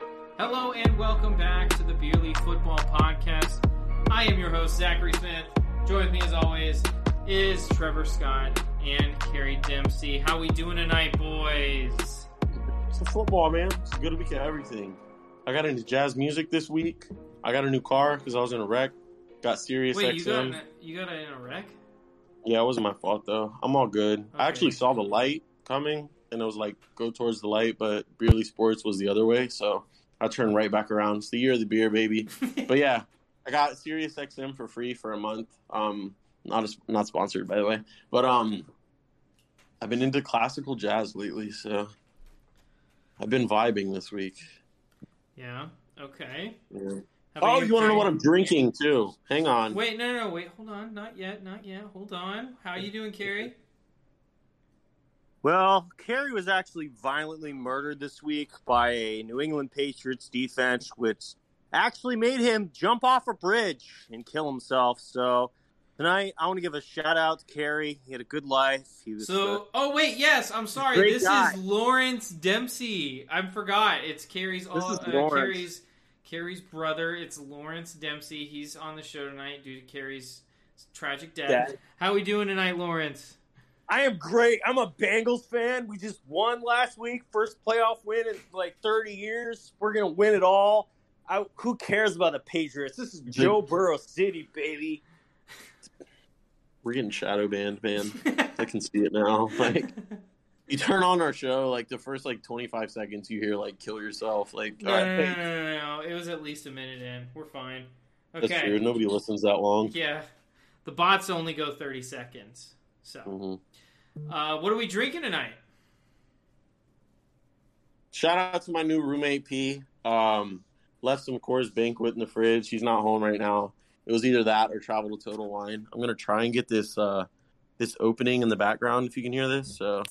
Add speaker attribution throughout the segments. Speaker 1: Hello and welcome back to the Beer League Football Podcast. I am your host, Zachary Smith. Join with me as always is Trevor Scott and Carrie Dempsey. How we doing tonight, boys?
Speaker 2: It's the football, man. It's a good week of everything. I got into jazz music this week. I got a new car because I was in a wreck. Got Sirius
Speaker 1: Wait, you got
Speaker 2: XM.
Speaker 1: in a, you got in a wreck?
Speaker 2: yeah, it wasn't my fault though. I'm all good.
Speaker 1: Okay.
Speaker 2: I actually saw the light coming, and it was like go towards the light, but Beerly Sports was the other way, so I turned right back around. It's the year of the beer, baby. but yeah, I got Sirius XM for free for a month. Um, not a, not sponsored by the way, but um, I've been into classical jazz lately, so I've been vibing this week.
Speaker 1: Yeah. Okay.
Speaker 2: Yeah.
Speaker 1: How about
Speaker 2: Oh, you want to know what
Speaker 1: Carrie?
Speaker 2: I'm drinking too? Hang on.
Speaker 1: Wait, no, no, no, wait. Hold on. Not yet. Not yet. Hold on. How you doing, Carrie?
Speaker 3: Well, Carey was actually violently murdered this week by a New England Patriots defense, which actually made him jump off a bridge and kill himself. So tonight, I want to give a shout out to Carey. He had a good life. He was uh,
Speaker 1: So, oh wait, yes, I'm sorry.
Speaker 3: Great
Speaker 1: this
Speaker 3: guy.
Speaker 1: is Lawrence Dempsey. I forgot. It's Carrie's all
Speaker 3: is
Speaker 1: uh,
Speaker 3: Lawrence.
Speaker 1: Carrie's Carrie's brother. It's Lawrence Dempsey. He's on the show tonight due to Carrie's tragic death.
Speaker 3: Death.
Speaker 1: How we doing tonight, Lawrence?
Speaker 3: I am great. I'm a Bengals fan. We just won last week, first playoff win in like 30 years. We're gonna win it all. I, who cares about the Patriots? This is Joe Burrow City, baby.
Speaker 2: We're getting shadow banned, man. I can see it now. Like you turn on our show, like the first like 25 seconds, you hear like "kill yourself." Like
Speaker 1: no,
Speaker 2: all
Speaker 1: no,
Speaker 2: right,
Speaker 1: no, no, no, no, no. It was at least a minute in. We're fine. Okay.
Speaker 2: that's true. Nobody listens that long.
Speaker 1: Yeah, the bots only go 30 seconds. So,
Speaker 2: Mhm.
Speaker 3: Oh.
Speaker 1: uh, what are we drinking tonight?
Speaker 2: Shout out to my new roommate P. Um, left some Coors Banquet in the fridge. He's not home right now. It was either that or travel to Total Wine. I'm gonna try and get this uh this opening in the background if you can hear this. So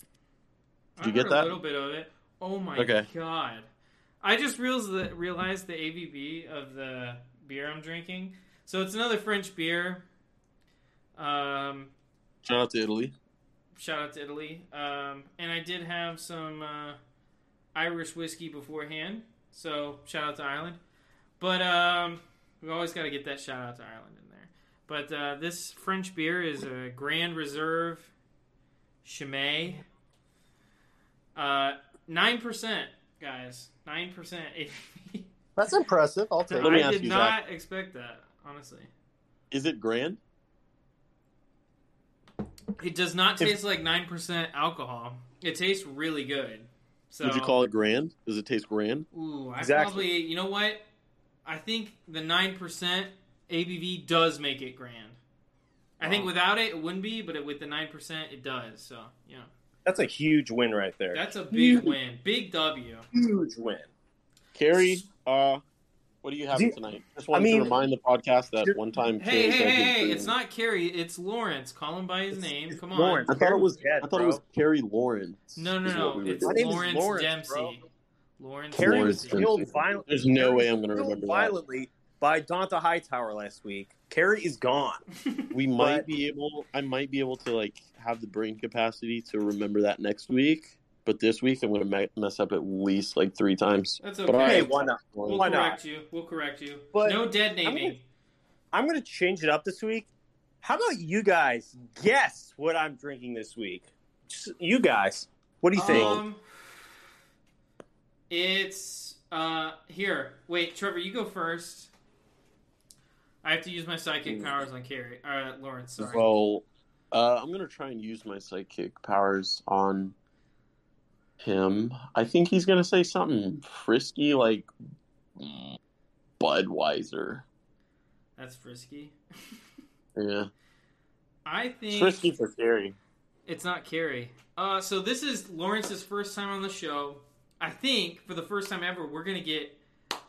Speaker 2: Did you
Speaker 1: I
Speaker 2: get
Speaker 1: heard A
Speaker 2: that?
Speaker 1: little bit of it. Oh my
Speaker 2: Okay.
Speaker 1: god! I just realized the, realized the ABV of the beer I'm drinking. So it's another French beer. Um,
Speaker 2: shout out to Italy.
Speaker 1: shout out to Italy. Um, and I did have some uh, Irish whiskey beforehand. So shout out to Ireland. But um, we always got to get that shout out to Ireland in there. But uh, this French beer is a Grand Reserve Chimay. Uh, 9%, guys. 9% ABV.
Speaker 3: That's impressive. I'll
Speaker 1: I
Speaker 2: it. Let me ask
Speaker 1: did
Speaker 2: you,
Speaker 1: not expect that, honestly.
Speaker 2: Is it grand?
Speaker 1: It does not taste like 9% alcohol. It tastes really good. So
Speaker 2: Would you call it grand? Does it taste grand?
Speaker 1: Ooh, I
Speaker 3: Exactly.
Speaker 1: probably you know what? I think the nine percent ABV does make it grand. I think
Speaker 3: Wow.
Speaker 1: without it, it wouldn't be, but it, with the nine percent, it does. So yeah,
Speaker 3: That's a huge win right there.
Speaker 1: that's a big
Speaker 3: Huge.
Speaker 1: win, big W.
Speaker 3: huge win.
Speaker 2: Carrie, uh, what do you have
Speaker 3: Do-
Speaker 2: tonight? Just wanted
Speaker 3: mean-
Speaker 2: to remind the podcast that
Speaker 3: Sure.
Speaker 2: one time.
Speaker 1: Hey, hey,
Speaker 2: Carrie said
Speaker 1: hey,
Speaker 2: his
Speaker 1: hey!
Speaker 2: name.
Speaker 1: It's not Carrie, it's Lawrence. Call him by his name. Come on.
Speaker 3: Lawrence.
Speaker 2: I thought it was.
Speaker 3: Dead,
Speaker 2: I thought it was Carrie Lawrence.
Speaker 1: No, no,
Speaker 2: is what
Speaker 1: no.
Speaker 2: we were
Speaker 1: it's
Speaker 2: doing.
Speaker 3: My name is
Speaker 1: Lawrence,
Speaker 3: Lawrence,
Speaker 1: Dempsey.
Speaker 3: bro.
Speaker 1: Lawrence.
Speaker 3: Carrie
Speaker 2: Lawrence
Speaker 3: was
Speaker 1: Dempsey.
Speaker 2: Dempsey.
Speaker 3: killed violently.
Speaker 2: There's no
Speaker 3: Carrie
Speaker 2: way
Speaker 3: was
Speaker 2: I'm going to
Speaker 3: killed
Speaker 2: remember that.
Speaker 3: violently by Donta Hightower last week. Carrie is gone.
Speaker 2: We might
Speaker 3: But-
Speaker 2: be able. I might be able to like have the brain capacity to remember that next week. But this week, I'm going to mess up at least like three times.
Speaker 1: That's
Speaker 2: But
Speaker 1: okay.
Speaker 3: Hey,
Speaker 2: Alright.
Speaker 3: why not?
Speaker 1: We'll
Speaker 3: why not?
Speaker 1: correct you. We'll correct you.
Speaker 3: But
Speaker 1: no dead naming.
Speaker 3: I'm going to change it up this week. How about you guys guess what I'm drinking this week? Just You guys, what do you think?
Speaker 1: Um, it's uh here. Wait, Trevor, you go first. I have to use my psychic powers on Carrie. Uh, Lawrence, sorry.
Speaker 2: Well, uh, I'm going to try and use my psychic powers on him. I think he's going to say something frisky like mm, Budweiser.
Speaker 1: That's frisky.
Speaker 2: Yeah.
Speaker 1: I
Speaker 2: It's
Speaker 1: think
Speaker 2: frisky for Carrie.
Speaker 1: it's not Carrie. Uh, so this is Lawrence's first time on the show. I think for the first time ever, we're gonna get,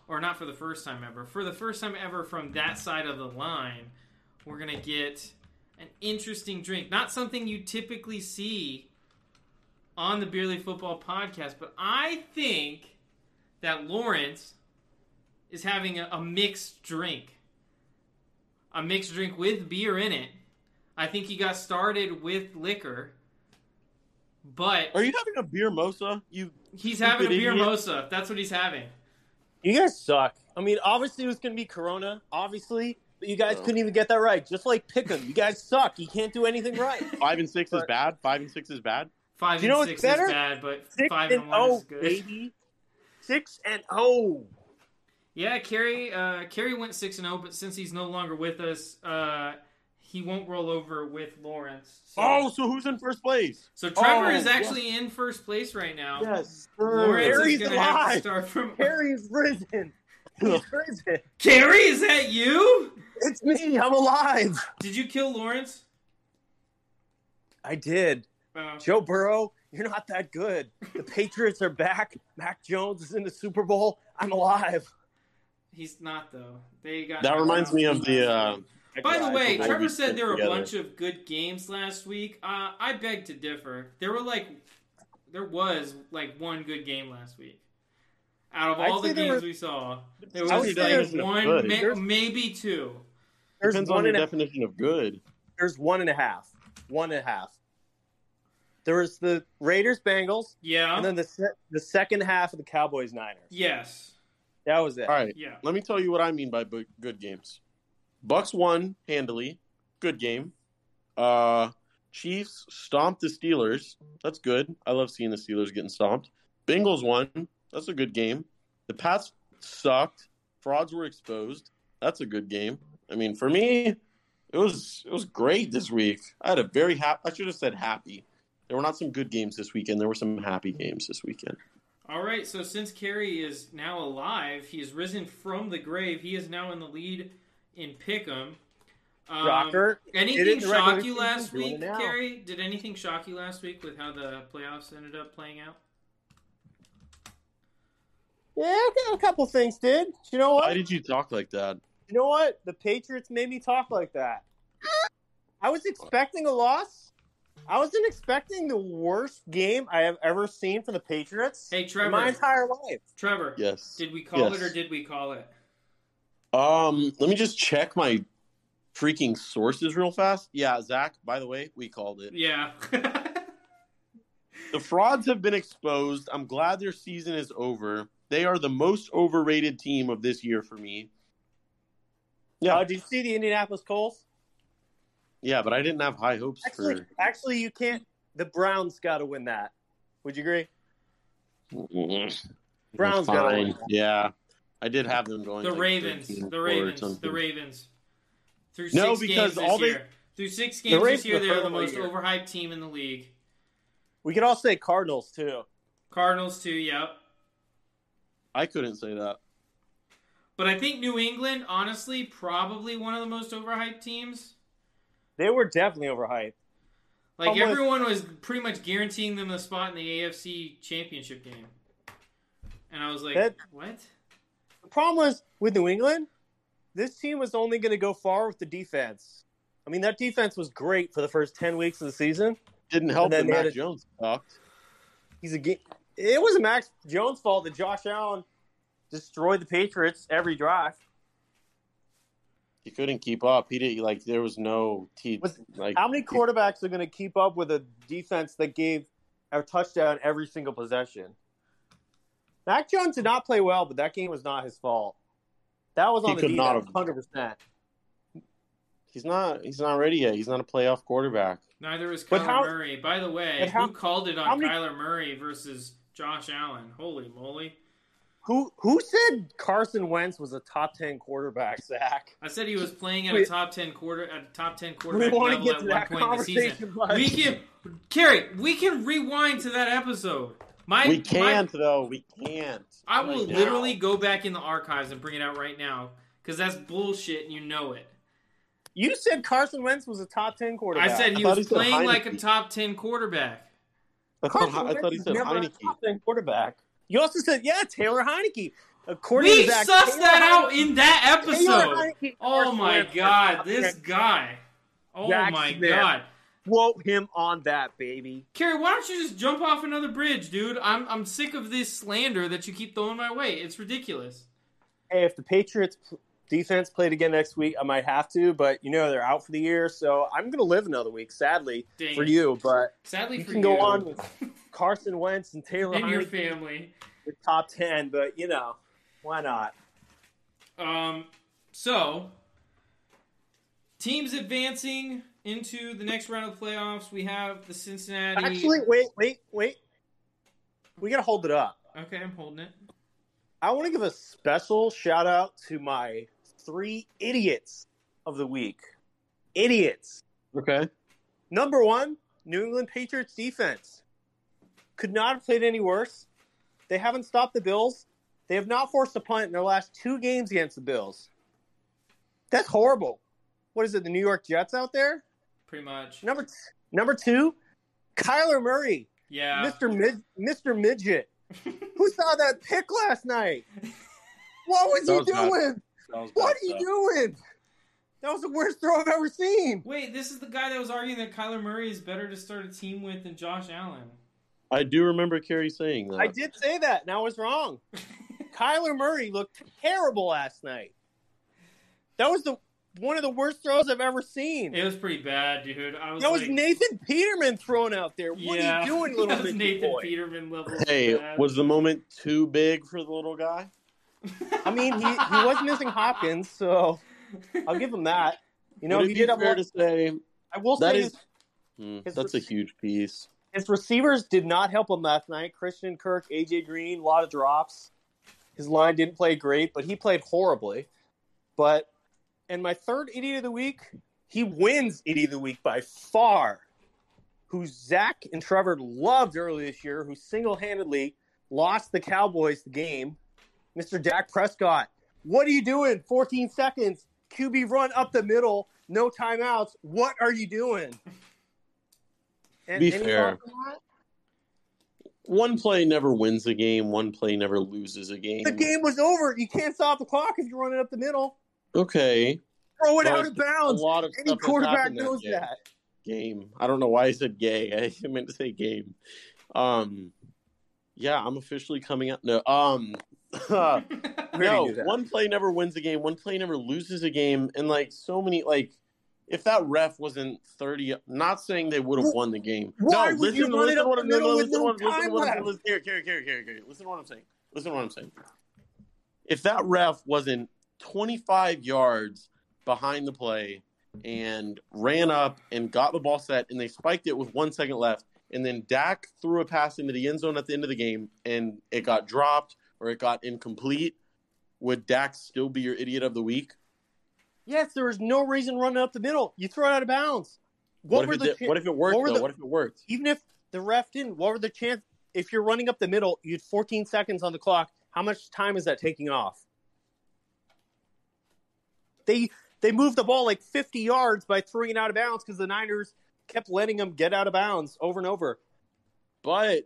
Speaker 1: or not for the first time ever, for the first time ever from that side of the line, we're gonna get an interesting drink. Not something you typically see on the Beerly Football podcast, but I think that Lawrence is having a, a mixed drink. A mixed drink with beer in it. I think he got started with liquor, but
Speaker 2: Are you having a beer mosa? You
Speaker 1: he's having a
Speaker 2: stupid
Speaker 1: beer
Speaker 2: idiot?
Speaker 1: mosa. That's what he's having.
Speaker 3: You guys suck. I mean, obviously it was going to be Corona, obviously, but you guys
Speaker 2: No.
Speaker 3: couldn't even get that right. Just like Pick'em, you guys suck. You can't do anything right.
Speaker 2: Five and six is
Speaker 3: But-
Speaker 2: bad. Five and six is bad.
Speaker 1: Five
Speaker 3: You know
Speaker 1: and six
Speaker 3: what's better?
Speaker 1: is bad, but
Speaker 3: Six
Speaker 1: five
Speaker 3: and
Speaker 1: and one
Speaker 3: oh,
Speaker 1: is good.
Speaker 3: baby. Six and oh.
Speaker 1: Yeah, Kerry. Uh, Kerry went six and zero, but since he's no longer with us, uh, he won't roll over with Lawrence. So,
Speaker 2: Oh, so who's in first place?
Speaker 1: so Trevor
Speaker 3: oh,
Speaker 1: is actually in first place right now.
Speaker 2: Yes.
Speaker 1: Lawrence
Speaker 3: Kerry's
Speaker 1: is gonna have to
Speaker 3: alive.
Speaker 1: start from.
Speaker 3: Harry's risen. He's risen.
Speaker 1: Kerry, is that you?
Speaker 3: It's me. I'm alive.
Speaker 1: Did you kill Lawrence?
Speaker 3: I did.
Speaker 1: Oh.
Speaker 3: Joe Burrow, you're not that good. The Patriots are back. Mac Jones is in the Super Bowl. I'm alive.
Speaker 1: He's not though. They got
Speaker 2: That
Speaker 1: knocked
Speaker 2: reminds
Speaker 1: out.
Speaker 2: me of the. Uh,
Speaker 1: By the way,
Speaker 2: I- I-
Speaker 1: Trevor said there were a
Speaker 2: together.
Speaker 1: bunch of good games last week. Uh, I beg to differ. There were like, there was like one good game last week. Out of
Speaker 3: I'd
Speaker 1: all the
Speaker 3: say there
Speaker 1: games
Speaker 3: were-
Speaker 1: we saw, there
Speaker 3: I would
Speaker 1: was
Speaker 3: say there
Speaker 1: like
Speaker 2: was
Speaker 1: one,
Speaker 2: good.
Speaker 1: ma-
Speaker 3: There's-
Speaker 1: maybe two.
Speaker 3: There's
Speaker 2: Depends on
Speaker 3: one
Speaker 2: your
Speaker 3: and a
Speaker 2: definition of good.
Speaker 3: there's one and a half. One and a half. There was the Raiders Bengals,
Speaker 1: Yeah.
Speaker 3: and then the se- the second half of the Cowboys Niners.
Speaker 1: yes.
Speaker 3: That was it.
Speaker 2: All right.
Speaker 1: Yeah.
Speaker 2: Let me tell you what I mean by bu- good games. Bucks won handily. Good game. Uh Chiefs stomped the Steelers. That's good. I love seeing the Steelers getting stomped. Bengals won. That's a good game. The Pats sucked. Frauds were exposed. That's a good game. I mean, for me, it was it was great this week. I had a very happy. I should have said happy. There were not some good games this weekend. There were some happy games this weekend.
Speaker 1: All right. So since Kerry is now alive, he has risen from the grave. He is now in the lead in Pick'em. Um,
Speaker 3: Shocker. Did it
Speaker 1: Anything
Speaker 3: in the regular
Speaker 1: shock you
Speaker 3: season,
Speaker 1: last
Speaker 3: doing it
Speaker 1: week,
Speaker 3: now.
Speaker 1: Carrie? Did anything shock you last week with how the playoffs ended up playing out?
Speaker 3: Yeah, a couple things did. You know
Speaker 2: Why
Speaker 3: what?
Speaker 2: did you talk like that?
Speaker 3: You know what? The Patriots made me talk like that. I was expecting a loss. I wasn't expecting the worst game I have ever seen from the Patriots
Speaker 1: Hey,
Speaker 3: in my
Speaker 1: Trevor.
Speaker 3: entire life.
Speaker 1: Trevor,
Speaker 2: Yes.
Speaker 1: did we call
Speaker 2: Yes.
Speaker 1: it or did we call it?
Speaker 2: Um, let me just check my freaking sources real fast. Yeah, Zach. By the way, we called it.
Speaker 1: Yeah.
Speaker 2: The frauds have been exposed. I'm glad their season is over. They are the most overrated team of this year for me. Yeah.
Speaker 3: Uh, did you see the Indianapolis Colts?
Speaker 2: Yeah, but I didn't have high hopes
Speaker 3: Actually, actually, you can't. The Browns got to win that. Would you agree?
Speaker 2: for
Speaker 3: Browns got to win.
Speaker 2: Mm-hmm. Fine. Yeah, I did have them going.
Speaker 1: the
Speaker 2: like,
Speaker 1: Ravens.
Speaker 2: 13
Speaker 1: The
Speaker 2: or
Speaker 1: Ravens. The
Speaker 2: something.
Speaker 1: Ravens. Through six
Speaker 2: No,
Speaker 1: games
Speaker 2: because
Speaker 1: this
Speaker 2: all they-
Speaker 1: year. Through six games
Speaker 3: Ravens
Speaker 1: this year,
Speaker 3: are
Speaker 1: they're the
Speaker 3: terrible
Speaker 1: most
Speaker 3: here.
Speaker 1: overhyped team in the league.
Speaker 3: We could all say Cardinals too.
Speaker 1: Cardinals too, yep.
Speaker 2: I couldn't say that.
Speaker 1: But I think New England, honestly, probably one of the most overhyped teams.
Speaker 3: They were definitely overhyped.
Speaker 1: Like
Speaker 3: Almost-
Speaker 1: everyone was pretty much guaranteeing them a spot in the AFC Championship game, and I was like,
Speaker 3: That-
Speaker 1: "What?
Speaker 3: The problem was with New England. This team was only going to go far with the defense. I mean, that defense was great for the first ten weeks of the season.
Speaker 2: Didn't help
Speaker 3: And
Speaker 2: that
Speaker 3: then they
Speaker 2: Mac
Speaker 3: had a-
Speaker 2: Jones sucked.
Speaker 3: He's a game. It was Max Jones' fault that Josh Allen destroyed the Patriots every drive.
Speaker 2: He couldn't keep up. He did like there was no teeth.
Speaker 3: Was-
Speaker 2: Like
Speaker 3: How many quarterbacks are going to keep up with a defense that gave a touchdown every single possession? Mac Jones did not play well, but that game was not his fault. That was on
Speaker 2: He
Speaker 3: the
Speaker 2: could
Speaker 3: defense,
Speaker 2: not have-
Speaker 3: hundred percent.
Speaker 2: he's not. He's not ready yet. He's not a playoff quarterback.
Speaker 1: Neither was
Speaker 3: But
Speaker 1: Kyler
Speaker 3: how-
Speaker 1: Murray." By the way,
Speaker 3: but how-
Speaker 1: who called it
Speaker 3: how
Speaker 1: on
Speaker 3: many-
Speaker 1: Kyler Murray versus Josh Allen? Holy moly!
Speaker 3: Who who said Carson Wentz was a top ten quarterback? Zach,
Speaker 1: I said he was playing at a
Speaker 3: We-
Speaker 1: top ten quarter at a top ten
Speaker 3: we
Speaker 1: quarterback
Speaker 3: want to
Speaker 1: level
Speaker 3: get
Speaker 1: at
Speaker 3: to
Speaker 1: one
Speaker 3: that
Speaker 1: point in the season.
Speaker 3: conversation. but
Speaker 1: We can, Carrie, we can rewind to that episode. My
Speaker 2: we
Speaker 1: my-
Speaker 2: can't though. We can't.
Speaker 1: I will
Speaker 2: Right now.
Speaker 1: literally go back in the archives and bring it out right now because that's bullshit and you know it.
Speaker 3: you said Carson Wentz was a top ten quarterback.
Speaker 1: I said he
Speaker 2: I thought
Speaker 1: was
Speaker 2: he said
Speaker 1: playing like a
Speaker 2: Heineke.
Speaker 1: top ten quarterback.
Speaker 2: I thought, I thought he
Speaker 3: was
Speaker 2: said
Speaker 3: never a
Speaker 2: Heineke.
Speaker 3: top ten quarterback. You also said yeah, Taylor Heineke. According
Speaker 1: we
Speaker 3: to Zach,
Speaker 1: sussed
Speaker 3: Taylor
Speaker 1: that out
Speaker 3: Heineke-
Speaker 1: in that
Speaker 3: Taylor
Speaker 1: episode.
Speaker 3: Heineke-
Speaker 1: Oh
Speaker 3: Carson
Speaker 1: my
Speaker 3: Wentz was
Speaker 1: god,
Speaker 3: top
Speaker 1: this
Speaker 3: 10.
Speaker 1: guy. Oh
Speaker 3: Zach
Speaker 1: my
Speaker 3: Smith.
Speaker 1: god,
Speaker 3: quote him on that, baby.
Speaker 1: Kerry, why don't you just jump off another bridge, dude? I'm I'm sick of this slander that you keep throwing my way. It's ridiculous.
Speaker 3: Hey, if the Patriots p- defense played again next week, I might have to, but you know they're out for the year, so I'm gonna live another week, sadly
Speaker 1: Dang.
Speaker 3: for you. But
Speaker 1: Sadly
Speaker 3: you
Speaker 1: for
Speaker 3: can
Speaker 1: you
Speaker 3: go on with Carson Wentz and Taylor
Speaker 1: and your
Speaker 3: Heineke,
Speaker 1: family.
Speaker 3: the top ten. But you know, Why not?
Speaker 1: Um, so teams advancing into the next round of playoffs. We have the Cincinnati.
Speaker 3: Actually, wait, wait, wait. We gotta hold it up.
Speaker 1: okay, I'm holding it.
Speaker 3: I want to give a special shout out to my three idiots of the week. Idiots.
Speaker 2: Okay.
Speaker 3: Number one, New England Patriots defense. Could not have played any worse. They haven't stopped the Bills. They have not forced a punt in their last two games against the Bills. That's horrible. What is it, the New York Jets out there?
Speaker 1: Pretty much.
Speaker 3: Number number two, Kyler Murray,
Speaker 1: Yeah.
Speaker 3: Mr. Mid, Mr. Midget. Who saw that pick last night? What was
Speaker 2: That
Speaker 3: he
Speaker 2: was nuts.
Speaker 3: doing? What are you doing? That was the worst throw I've ever seen.
Speaker 1: Wait, this is the guy that was arguing that Kyler Murray is better to start a team with than Josh Allen.
Speaker 2: I do remember Kerry saying that.
Speaker 3: I did say that, and I was wrong. Kyler Murray looked terrible last night. That was the one of the worst throws I've ever seen.
Speaker 1: It was pretty bad, dude. I was
Speaker 3: that was
Speaker 1: like,
Speaker 3: Nathan Peterman thrown out there. What
Speaker 1: yeah,
Speaker 3: are you doing, little
Speaker 1: that was
Speaker 3: Mickey
Speaker 1: Nathan
Speaker 3: boy?
Speaker 1: Peterman level.
Speaker 2: Hey,
Speaker 1: bad.
Speaker 2: was the moment too big for the little guy?
Speaker 3: I mean, he, he was missing Hopkins, so I'll give him that. You know,
Speaker 2: Would it
Speaker 3: he
Speaker 2: be
Speaker 3: did have.
Speaker 2: fair
Speaker 3: One,
Speaker 2: to say
Speaker 3: I will
Speaker 2: that
Speaker 3: say
Speaker 2: is
Speaker 3: his,
Speaker 2: Hmm,
Speaker 3: his-
Speaker 2: that's a huge piece.
Speaker 3: his receivers did not help him last night. Christian Kirk, AJ Green, a lot of drops. His line didn't play great, but he played horribly. But and my third idiot of the week, he wins idiot of the week by far. Who Zach and Trevor loved earlier this year, who single handedly lost the Cowboys the game. Mr. Dak Prescott, what are you doing? 14 seconds, QB run up the middle, no timeouts. What are you doing? And,
Speaker 2: Be
Speaker 3: any
Speaker 2: fair.
Speaker 3: thoughts on that?
Speaker 2: One play never wins a game. One play never loses a game.
Speaker 3: The game was over. You can't stop the clock if you're running up the middle.
Speaker 2: Okay.
Speaker 3: Throw it
Speaker 2: Well,
Speaker 3: out of
Speaker 2: A
Speaker 3: bounds.
Speaker 2: lot of
Speaker 3: Any
Speaker 2: stuff has
Speaker 3: quarterback
Speaker 2: happened that
Speaker 3: knows
Speaker 2: game.
Speaker 3: that.
Speaker 2: Game. I don't know why I said gay. I meant to say game. Um. Yeah, I'm officially coming out. No. Um. no.
Speaker 3: do that.
Speaker 2: One play never wins a game. One play never loses a game. And like so many like. If that ref wasn't thirty, not saying they would have
Speaker 3: Wh-
Speaker 2: won the game.
Speaker 3: why
Speaker 2: no,
Speaker 3: would you
Speaker 2: listen,
Speaker 3: run it
Speaker 2: listen,
Speaker 3: up
Speaker 2: what
Speaker 3: the
Speaker 2: I'm-
Speaker 3: middle with
Speaker 2: listen,
Speaker 3: no
Speaker 2: what I'm- listen,
Speaker 3: time
Speaker 2: what I'm-
Speaker 3: left?
Speaker 2: listen, here, here, here, here, here. Listen to what I'm saying. Listen to what I'm saying. If that ref wasn't 25 yards behind the play and ran up and got the ball set and they spiked it with one second left, and then Dak threw a pass into the end zone at the end of the game and it got dropped or it got incomplete, would Dak still be your idiot of the week?
Speaker 3: Yes, there was no reason running up the middle. You throw it out of bounds. What,
Speaker 2: What,
Speaker 3: were
Speaker 2: if,
Speaker 3: the
Speaker 2: it,
Speaker 3: chan-
Speaker 2: did, what if it worked?
Speaker 3: what were
Speaker 2: though?
Speaker 3: the-
Speaker 2: what if it worked?
Speaker 3: even if the ref didn't? What were the chance? If you're running up the middle, you had 14 seconds on the clock. How much time is that taking off? They they moved the ball like 50 yards by throwing it out of bounds because the Niners kept letting them get out of bounds over and over.
Speaker 2: But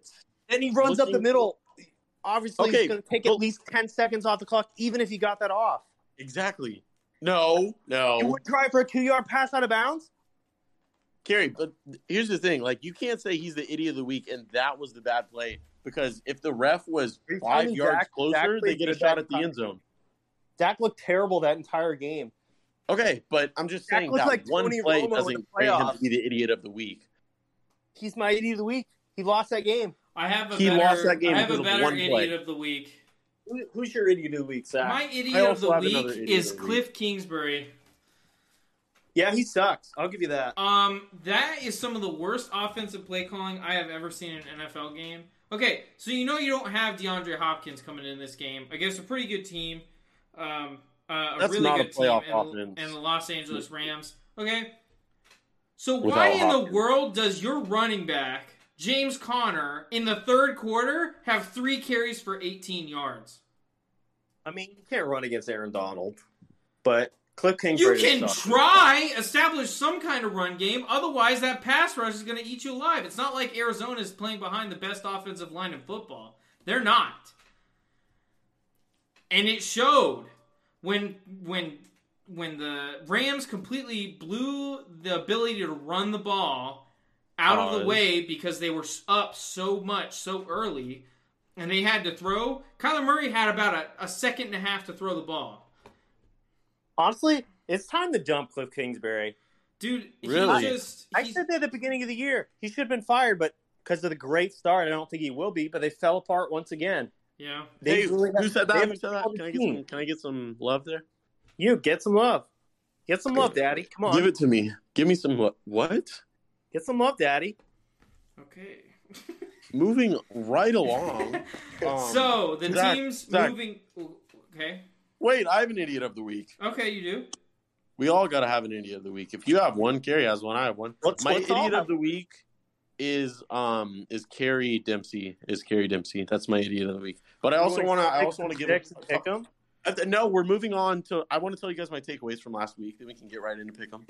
Speaker 3: Then he runs up the
Speaker 2: Looking-
Speaker 3: middle. Obviously,
Speaker 2: Okay,
Speaker 3: it's going to take
Speaker 2: well-
Speaker 3: at least 10 seconds off the clock, even if he got that off.
Speaker 2: Exactly. No, no.
Speaker 3: You would try for a two yard pass out of bounds?
Speaker 2: Kerry, but here's the thing: like, you can't say he's the idiot of the week, and that was the bad play because if the ref was
Speaker 3: Are you
Speaker 2: five
Speaker 3: telling me
Speaker 2: yards
Speaker 3: Dak- Dak
Speaker 2: closer,
Speaker 3: played
Speaker 2: they get a
Speaker 3: good
Speaker 2: shot
Speaker 3: that
Speaker 2: at the
Speaker 3: time?
Speaker 2: end zone.
Speaker 3: Dak looked terrible that entire game.
Speaker 2: Okay, but I'm just
Speaker 3: Dak
Speaker 2: saying
Speaker 3: looked
Speaker 2: that
Speaker 3: like
Speaker 2: one
Speaker 3: Tony
Speaker 2: play
Speaker 3: Romo in the
Speaker 2: doesn't grant him to
Speaker 3: playoffs.
Speaker 2: be the idiot of the week.
Speaker 3: He's my idiot of the week. He lost that game.
Speaker 1: I have a
Speaker 2: He
Speaker 1: better,
Speaker 2: lost that game
Speaker 1: I have
Speaker 2: because
Speaker 1: a
Speaker 2: of
Speaker 1: better
Speaker 2: one
Speaker 1: idiot
Speaker 2: play.
Speaker 1: of the week.
Speaker 3: Who, who's your idiot of the week, Zach?
Speaker 1: My
Speaker 2: I
Speaker 1: idiot of
Speaker 2: also
Speaker 1: the
Speaker 2: have another
Speaker 1: week
Speaker 2: idiot
Speaker 1: is
Speaker 2: of the
Speaker 1: Cliff Kingsbury.
Speaker 3: yeah, he sucks. I'll give you that.
Speaker 1: Um, that is some of the worst offensive play calling I have ever seen in an NFL game. Okay, so you know you don't have DeAndre Hopkins coming in this game against a pretty good team, um, uh, a
Speaker 2: That's
Speaker 1: really
Speaker 2: not a
Speaker 1: good
Speaker 2: playoff
Speaker 1: team, and-
Speaker 2: offense.
Speaker 1: and the Los Angeles Rams. Okay, so
Speaker 2: Without
Speaker 1: why in the
Speaker 2: Hopkins.
Speaker 1: world does your running back James Conner in the third quarter have three carries for 18 yards?
Speaker 3: I mean, you can't run against Aaron Donald, but Cliff
Speaker 1: You
Speaker 3: Kingsbury.
Speaker 1: can
Speaker 3: sucks.
Speaker 1: try establish some kind of run game. Otherwise, that pass rush is going to eat you alive. It's not like Arizona is playing behind the best offensive line in football. They're not, and it showed when when when the Rams completely blew the ability to run the ball out of the
Speaker 2: Pause.
Speaker 1: way because they were s- up so much so early, and they had to throw. Kyler Murray had about a, a second and a half to throw the ball.
Speaker 3: Honestly, it's time to dump Cliff Kingsbury.
Speaker 1: Dude,
Speaker 2: Really?
Speaker 1: he just
Speaker 3: I
Speaker 1: he's-
Speaker 3: said that at the beginning of the year. He should have been fired, but because of the great start, I don't think he will be. But they fell apart once again.
Speaker 1: Yeah.
Speaker 3: They
Speaker 2: hey,
Speaker 3: really-
Speaker 2: who said that?
Speaker 3: they
Speaker 2: Who
Speaker 3: haven't
Speaker 2: said that?
Speaker 3: called the
Speaker 2: Can I get
Speaker 3: team.
Speaker 2: some? Can I get some love there?
Speaker 3: You get some love. Get some love, Daddy. Come on.
Speaker 2: Give it to me. Give me some. lo- What?
Speaker 3: Get some love, Daddy.
Speaker 1: Okay.
Speaker 2: Moving right along. Um,
Speaker 1: so the
Speaker 2: Zach,
Speaker 1: team's
Speaker 2: Zach.
Speaker 1: moving. Okay.
Speaker 2: wait, I have an idiot of the week.
Speaker 1: Okay, you do.
Speaker 2: We all got to have an idiot of the week. If you have one, Carrie has one. I have one.
Speaker 3: Let's-
Speaker 2: My
Speaker 3: let's all
Speaker 2: idiot
Speaker 3: have-
Speaker 2: of the week is um is Carrie Dempsey. Is Carrie Dempsey? That's my idiot of the week. But I also want to. I also want to give.
Speaker 3: Six and pick 'em?
Speaker 2: Uh, No, we're moving on to. I want to tell you guys my takeaways from last week. Then we can get right into pick 'em.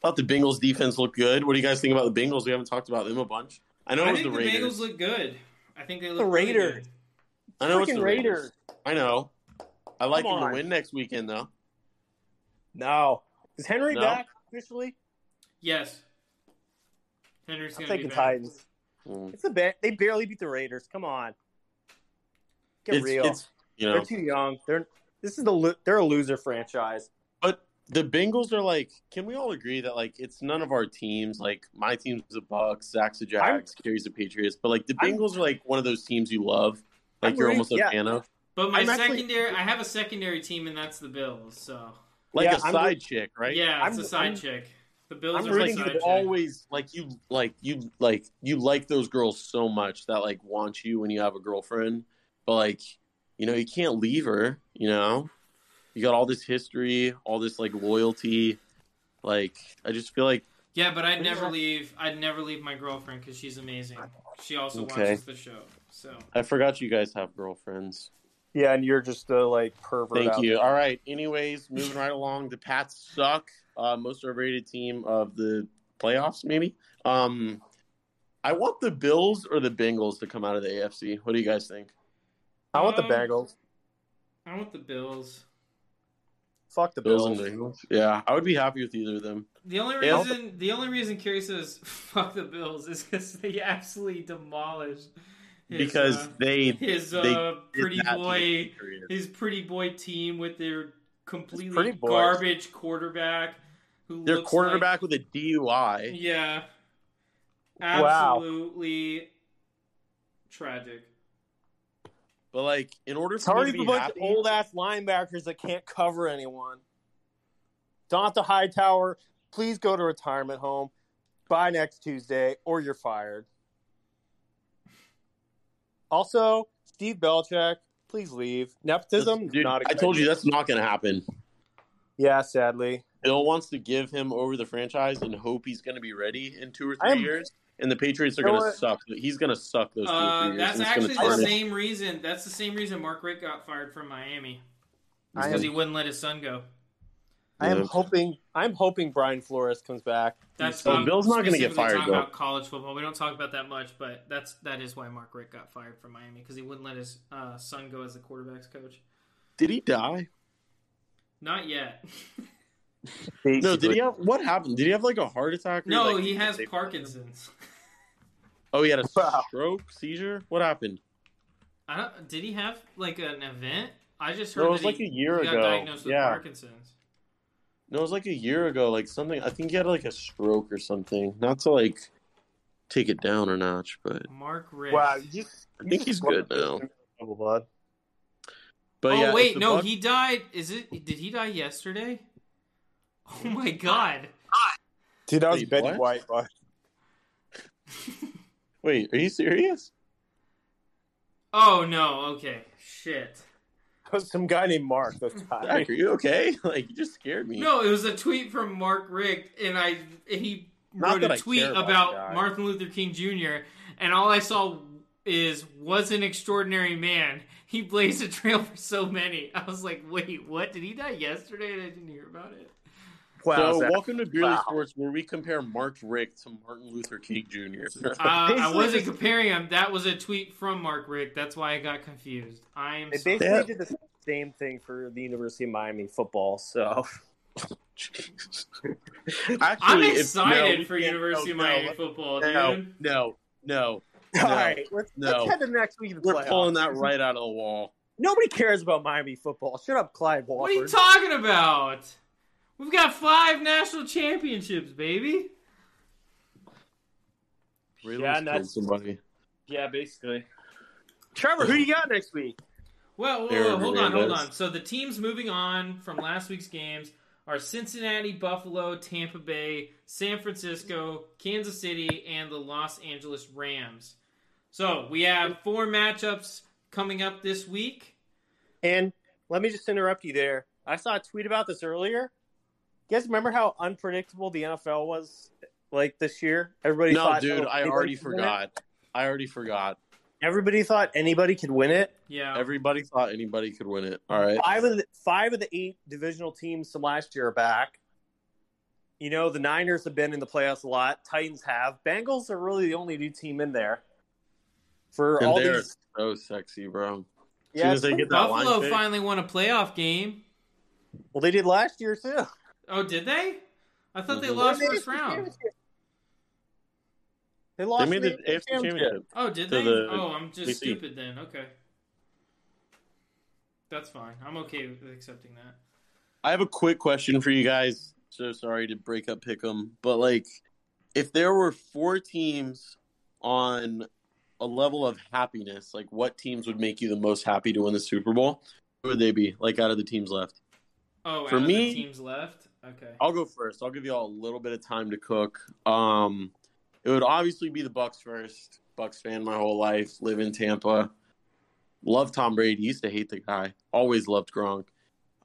Speaker 2: Thought the Bengals defense looked good. What do you guys think about the Bengals? We haven't talked about them a bunch. I know it
Speaker 1: I
Speaker 2: was
Speaker 1: think
Speaker 2: the
Speaker 1: the,
Speaker 2: Raiders.
Speaker 1: Bengals look good. I think they look
Speaker 3: The
Speaker 1: really
Speaker 3: Raiders.
Speaker 1: good.
Speaker 2: I know it's
Speaker 3: Freaking
Speaker 2: the Raiders. I know. I like
Speaker 3: Come
Speaker 2: them
Speaker 3: on.
Speaker 2: to win next weekend, though.
Speaker 3: No. Is Henry
Speaker 2: No.
Speaker 3: back officially?
Speaker 1: Yes. Henry's
Speaker 3: I'm
Speaker 1: gonna be
Speaker 3: taking
Speaker 1: back.
Speaker 3: Titans.
Speaker 2: Mm.
Speaker 3: It's the ba- they barely beat the Raiders. Come on. Get
Speaker 2: It's,
Speaker 3: real.
Speaker 2: it's you know,
Speaker 3: They're too young. They're this is the lo- they're a loser franchise.
Speaker 2: But the Bengals are like, can we all agree that like it's none of our teams? Like my team's the Bucks, Zach's the Jags, Carrie's the Patriots. But like the
Speaker 3: I'm-
Speaker 2: Bengals are like one of those teams you love, like
Speaker 3: I'm
Speaker 2: you're
Speaker 3: rooting-
Speaker 2: almost a
Speaker 3: yeah.
Speaker 2: fan of,
Speaker 1: But my
Speaker 3: I'm actually-
Speaker 1: secondary, I have a secondary team, and that's the Bills. So
Speaker 2: like
Speaker 3: Yeah,
Speaker 2: a
Speaker 3: I'm
Speaker 2: side
Speaker 3: rooting-
Speaker 2: chick, right?
Speaker 1: yeah, it's
Speaker 3: I'm-
Speaker 1: a side
Speaker 3: I'm-
Speaker 1: chick. The Bills
Speaker 2: I'm
Speaker 1: are my
Speaker 2: rooting
Speaker 1: side
Speaker 2: you
Speaker 1: chick.
Speaker 2: always like you like you like you like those girls so much that like want you when you have a girlfriend, but like you know you can't leave her. You know, you got all this history, all this like loyalty. Like I just feel like
Speaker 1: Yeah, but I'd
Speaker 3: Who's
Speaker 1: never
Speaker 3: that?
Speaker 1: leave. I'd never leave my girlfriend because she's amazing. She also
Speaker 2: Okay.
Speaker 1: watches the show. So
Speaker 2: I forgot you guys have girlfriends.
Speaker 3: Yeah, and you're just a like pervert.
Speaker 2: Thank
Speaker 3: out
Speaker 2: you.
Speaker 3: there.
Speaker 2: All right. Anyways, moving right along. The Pats suck. Uh, most overrated team of the playoffs, maybe. Um, I want the Bills or the Bengals to come out of the AFC. What do you guys think?
Speaker 3: I want the
Speaker 1: Um,
Speaker 3: Bengals.
Speaker 1: I want the Bills.
Speaker 3: Fuck the
Speaker 2: Bills
Speaker 3: Bills.
Speaker 2: and Bengals. Yeah, I would be happy with either of them.
Speaker 1: The only
Speaker 2: Yeah.
Speaker 1: reason the only reason Kerry says "fuck the Bills" is because they absolutely demolished his,
Speaker 2: because
Speaker 1: uh,
Speaker 2: they did
Speaker 1: his
Speaker 2: they
Speaker 1: uh, pretty
Speaker 2: not
Speaker 1: boy
Speaker 2: make it.
Speaker 1: his pretty boy team with their
Speaker 3: pretty
Speaker 1: completely
Speaker 3: boys.
Speaker 1: garbage quarterback who
Speaker 2: Their
Speaker 1: looks
Speaker 2: quarterback with a
Speaker 1: like,
Speaker 2: DUI.
Speaker 1: yeah
Speaker 3: Wow.
Speaker 1: absolutely tragic
Speaker 2: But like, in order for
Speaker 3: Sorry
Speaker 2: me
Speaker 3: for
Speaker 2: to
Speaker 3: a
Speaker 2: be
Speaker 3: bunch
Speaker 2: happy,
Speaker 3: of old ass linebackers that can't cover anyone. Donta Hightower, please go to retirement home by next Tuesday, or you're fired. Also, Steve Belichick, please leave. Nepotism,
Speaker 2: dude,
Speaker 3: not.
Speaker 2: I told you that's not going to happen.
Speaker 3: Yeah, sadly.
Speaker 2: Bill wants to give him over the franchise and hope he's going to be ready in two or three
Speaker 3: I'm-
Speaker 2: years. And the Patriots are
Speaker 3: You know
Speaker 2: going to
Speaker 3: what?
Speaker 2: suck. He's going to suck those two or
Speaker 1: uh,
Speaker 2: three years.
Speaker 1: that's
Speaker 2: and it's gonna
Speaker 1: actually the
Speaker 2: tarnish-
Speaker 1: same reason that's the same reason Mark Rick got fired from Miami
Speaker 3: I
Speaker 1: because
Speaker 3: am-
Speaker 1: he wouldn't let his son go
Speaker 3: I am
Speaker 2: Yeah.
Speaker 3: hoping. I'm hoping Brian Flores comes back.
Speaker 1: That's
Speaker 2: So
Speaker 1: why I'm
Speaker 2: Bill's not gonna get
Speaker 1: specifically
Speaker 2: fired,
Speaker 1: Talking
Speaker 2: though.
Speaker 1: about college football, we don't talk about that much, but that's that is why Mark Rick got fired from Miami because he wouldn't let his uh, son go as the quarterbacks coach.
Speaker 2: Did he die?
Speaker 1: Not yet.
Speaker 2: No, did he have what happened? Did he have like a heart attack? or,
Speaker 1: no,
Speaker 2: like-
Speaker 1: he has Parkinson's.
Speaker 2: Oh, he had a
Speaker 3: Wow.
Speaker 2: stroke, seizure. What happened?
Speaker 1: I don't, did he have like an event? I just heard
Speaker 2: No, it was
Speaker 1: that
Speaker 2: like
Speaker 1: he,
Speaker 2: a year
Speaker 1: he got
Speaker 2: ago.
Speaker 1: diagnosed with
Speaker 2: Yeah.
Speaker 1: Parkinson's.
Speaker 2: No, it was like a year ago. Like something. I think he had like a stroke or something. Not to like take it down a notch, but
Speaker 1: Mark Rick.
Speaker 3: Wow, you just,
Speaker 2: I think he's good now.
Speaker 3: Bud.
Speaker 2: But
Speaker 1: oh
Speaker 2: yeah, if
Speaker 1: wait,
Speaker 2: the
Speaker 1: no,
Speaker 2: Bucs-
Speaker 1: he died. Is it? Did he die yesterday? Oh my god.
Speaker 3: Dude, that was
Speaker 2: Wait,
Speaker 3: Betty
Speaker 2: what?
Speaker 3: White. Bud.
Speaker 2: Wait, are you serious?
Speaker 1: Oh no. Okay. Shit.
Speaker 3: That was some guy named Mark. That's
Speaker 2: Zach, are you okay? Like you just scared me.
Speaker 1: No, it was a tweet from Mark Rick, and I and he
Speaker 2: Not
Speaker 1: wrote
Speaker 2: that
Speaker 1: a
Speaker 2: I
Speaker 1: tweet
Speaker 2: care about the
Speaker 1: about
Speaker 2: guy.
Speaker 1: Martin Luther King Jr. And all I saw is was an extraordinary man. He blazed a trail for so many. I was like, wait, what? Did he die yesterday? And I didn't hear about it.
Speaker 2: so, welcome to Beerly
Speaker 3: wow.
Speaker 2: Sports, where we compare Mark Rick to Martin Luther King Jr.
Speaker 1: Uh, I
Speaker 3: Basically
Speaker 1: wasn't
Speaker 3: just-
Speaker 1: comparing him. That was a tweet from Mark Rick. That's why I got confused. I am.
Speaker 3: They
Speaker 1: Sorry.
Speaker 3: basically
Speaker 2: That-
Speaker 3: did the same thing for the University of Miami football. So
Speaker 1: I'm
Speaker 2: Actually, if-
Speaker 1: excited
Speaker 2: no,
Speaker 1: for
Speaker 2: we can't-
Speaker 1: University of
Speaker 2: no,
Speaker 1: Miami
Speaker 2: no,
Speaker 1: football, dude.
Speaker 2: No, no, no.
Speaker 3: all right, let's,
Speaker 2: No.
Speaker 3: let's head to next week. in the
Speaker 2: We're
Speaker 3: playoffs.
Speaker 2: pulling that right out of the wall.
Speaker 3: Nobody cares about Miami football. Shut up, Clyde Walford.
Speaker 1: What are you talking about? We've got five national championships, baby.
Speaker 2: Really
Speaker 3: Yeah,
Speaker 2: yeah,
Speaker 3: nuts.
Speaker 2: somebody.
Speaker 3: yeah, basically. Trevor, who do you got next week?
Speaker 1: Well, whoa,
Speaker 2: Aaron
Speaker 1: whoa, hold on, hold
Speaker 2: Hernandez.
Speaker 1: on. So the teams moving on from last week's games are Cincinnati, Buffalo, Tampa Bay, San Francisco, Kansas City, and the Los Angeles Rams. So we have four matchups coming up this week.
Speaker 3: And let me just interrupt you there. I saw a tweet about this earlier. You guys remember how unpredictable the NFL was like this year? Everybody
Speaker 2: No,
Speaker 3: thought
Speaker 2: dude,
Speaker 3: oh,
Speaker 2: I
Speaker 3: anybody
Speaker 2: already
Speaker 3: could win it.
Speaker 2: forgot. I already forgot.
Speaker 3: Everybody thought anybody could win it.
Speaker 1: Yeah.
Speaker 2: Everybody thought anybody could win it. All right.
Speaker 3: Five of the five of the eight divisional teams from last year are back. You know, the Niners have been in the playoffs a lot. Titans have. Bengals are really the only new team in there. For
Speaker 2: And
Speaker 3: all
Speaker 2: they're
Speaker 3: these
Speaker 2: so sexy, bro. As soon
Speaker 3: yeah,
Speaker 2: as they get that line
Speaker 1: Buffalo
Speaker 2: pick-
Speaker 1: finally won a playoff game.
Speaker 3: well they did last year too.
Speaker 1: Oh, did they? I thought they
Speaker 2: Mhm.
Speaker 1: lost
Speaker 3: They made
Speaker 1: first
Speaker 3: it to the
Speaker 1: round.
Speaker 3: championship. They lost.
Speaker 2: they made
Speaker 3: to
Speaker 2: the AFC championship.
Speaker 1: Oh, did
Speaker 2: to
Speaker 1: they?
Speaker 2: the
Speaker 1: oh, I'm just
Speaker 2: DC.
Speaker 1: stupid then. Okay. That's fine. I'm okay with accepting that.
Speaker 2: I have a quick question for you guys. So sorry to break up Pick'em, but like, if there were four teams on a level of happiness, like what teams would make you the most happy to win the Super Bowl? Who would they be? Like out of the teams left?
Speaker 1: Oh,
Speaker 2: For
Speaker 1: out of
Speaker 2: me-
Speaker 1: the teams left. Okay.
Speaker 2: I'll go first. I'll give you all a little bit of time to cook. Um, it would obviously be the Bucks first. Bucks fan my whole life. Live in Tampa. Love Tom Brady. Used to hate the guy. Always loved Gronk.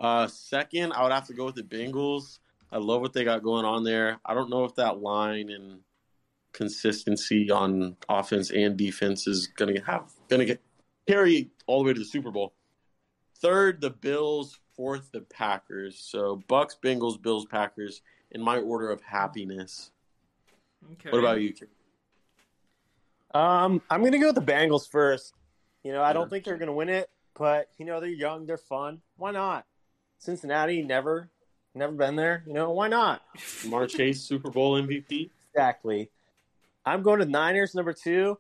Speaker 2: Uh, second, I would have to go with the Bengals. I love what they got going on there. I don't know if that line and consistency on offense and defense is going to have going to get carry all the way to the Super Bowl. Third, the Bills. Fourth, the Packers. So Bucks, Bengals, Bills, Packers in my order of happiness.
Speaker 1: Okay.
Speaker 2: What about you? Kieran?
Speaker 3: Um, I'm gonna go with the Bengals first. You know, I don't
Speaker 2: Yeah.
Speaker 3: think they're gonna win it, but you know they're young, they're fun. Why not? Cincinnati never, never been there. You know why not?
Speaker 2: Jamar Chase, Super Bowl MVP.
Speaker 3: Exactly. I'm going to Niners number two.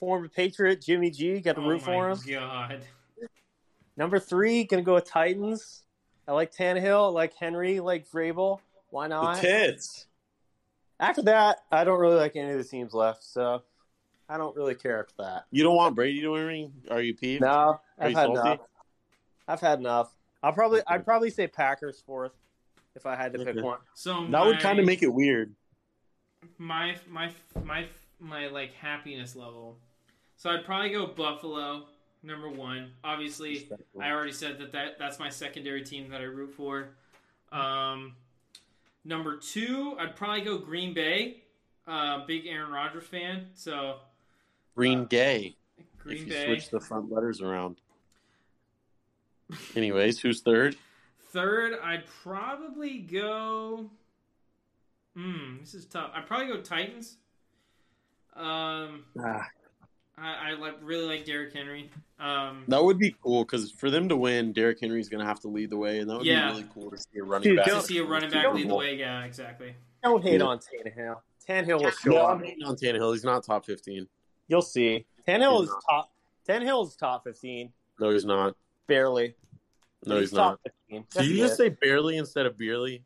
Speaker 3: Former Patriot Jimmy G got the
Speaker 1: oh
Speaker 3: root for
Speaker 1: my
Speaker 3: him.
Speaker 1: God.
Speaker 3: Number three, gonna go with Titans. I like Tannehill, I like Henry, I like Vrabel. Why
Speaker 2: The
Speaker 3: not?
Speaker 2: tits.
Speaker 3: After that, I don't really like any of the teams left, so I don't really care after that.
Speaker 2: You don't want Brady to win a ring? Are you peeved?
Speaker 3: No,
Speaker 2: Are
Speaker 3: I've
Speaker 2: you
Speaker 3: had
Speaker 2: salty?
Speaker 3: enough. I've had enough. I'll probably
Speaker 2: Okay.
Speaker 3: I'd probably say Packers fourth if I had to
Speaker 2: Okay.
Speaker 3: pick one.
Speaker 1: So
Speaker 2: That would
Speaker 1: my-
Speaker 2: kind of make it weird.
Speaker 1: my my my my like happiness level. So I'd probably go Buffalo number one. Obviously, I already said that, that that's my secondary team that I root for. Um, number two, I'd probably go Green Bay. Uh, big Aaron Rodgers fan, so
Speaker 2: Green Day.
Speaker 1: Green
Speaker 2: if you
Speaker 1: Bay.
Speaker 2: switch the front letters around. Anyways, who's third?
Speaker 1: Third, I'd probably go. Hmm, this is tough. I'd probably go Titans. Um,
Speaker 3: Ah.
Speaker 1: I, I like really like Derrick Henry. Um,
Speaker 2: That would be cool because for them to win, Derrick Henry's going to have to lead the way, and that would
Speaker 1: Yeah.
Speaker 2: be really cool to see a running
Speaker 3: Dude,
Speaker 2: back.
Speaker 1: to
Speaker 3: don't-
Speaker 1: see a running back lead the way. Yeah, exactly.
Speaker 3: Don't hate
Speaker 2: Yeah.
Speaker 3: on Tannehill. Tannehill will show
Speaker 2: No,
Speaker 3: up.
Speaker 2: I'm hating on Tannehill. He's not top 15.
Speaker 3: You'll see. Tannehill
Speaker 2: He's
Speaker 3: is top Tannehill is top fifteen.
Speaker 2: No, he's not.
Speaker 3: Barely.
Speaker 2: No, he's, not.
Speaker 3: top fifteen.
Speaker 2: Did you
Speaker 3: That's
Speaker 2: just
Speaker 3: it.
Speaker 2: say barely instead of barely?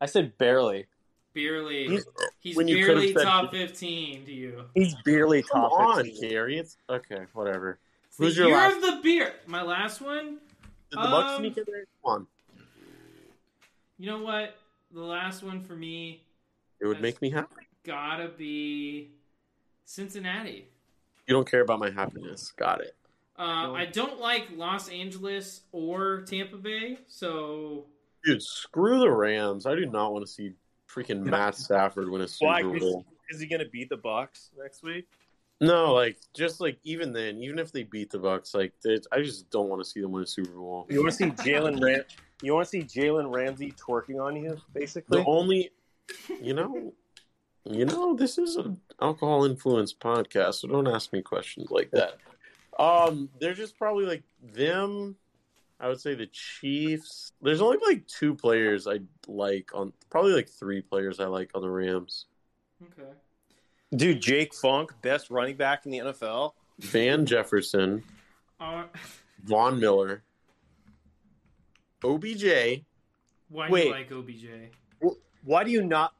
Speaker 3: I said barely.
Speaker 1: Barely, he's,
Speaker 2: He's- when you
Speaker 1: barely
Speaker 2: could've said-
Speaker 1: top fifteen to you.
Speaker 3: He's barely
Speaker 2: Come
Speaker 3: top
Speaker 2: on,
Speaker 3: 15.
Speaker 2: Carrie. It's okay. Whatever.
Speaker 1: It's the
Speaker 2: Who's your
Speaker 1: year
Speaker 2: last-
Speaker 1: of the beer? My last one.
Speaker 2: Did the Bucks
Speaker 1: Um,
Speaker 2: sneak in there? Come on.
Speaker 1: You know what? The last one for me
Speaker 2: It would
Speaker 1: that's-
Speaker 2: make me happy.
Speaker 1: gotta be Cincinnati.
Speaker 2: You don't care about my happiness. Got it.
Speaker 1: Uh,
Speaker 3: No.
Speaker 1: I don't like Los Angeles or Tampa Bay, so
Speaker 2: Dude, screw the Rams. I do not want to see freaking Matt Stafford win a Super
Speaker 3: Why?
Speaker 2: Bowl.
Speaker 3: Is he gonna beat the Bucks next week?
Speaker 2: No, like just like even then, even if they beat the Bucks, like they- I just don't want to see them win a Super Bowl.
Speaker 3: You wanna see Jalen Ram you wanna see Jalen Ramsey twerking on you, basically?
Speaker 2: The only, you know, you know, this is an alcohol influenced podcast, so don't ask me questions like that. Um, they're just probably like them. I would say the Chiefs. There's only like two players I like on, probably like three players I like on the Rams.
Speaker 1: okay.
Speaker 3: Dude, Jake Funk, best running back in the NFL.
Speaker 2: Van Jefferson,
Speaker 1: Uh,
Speaker 2: Von Miller, OBJ.
Speaker 1: why do
Speaker 3: Wait.
Speaker 1: you like OBJ?
Speaker 3: Why do you not?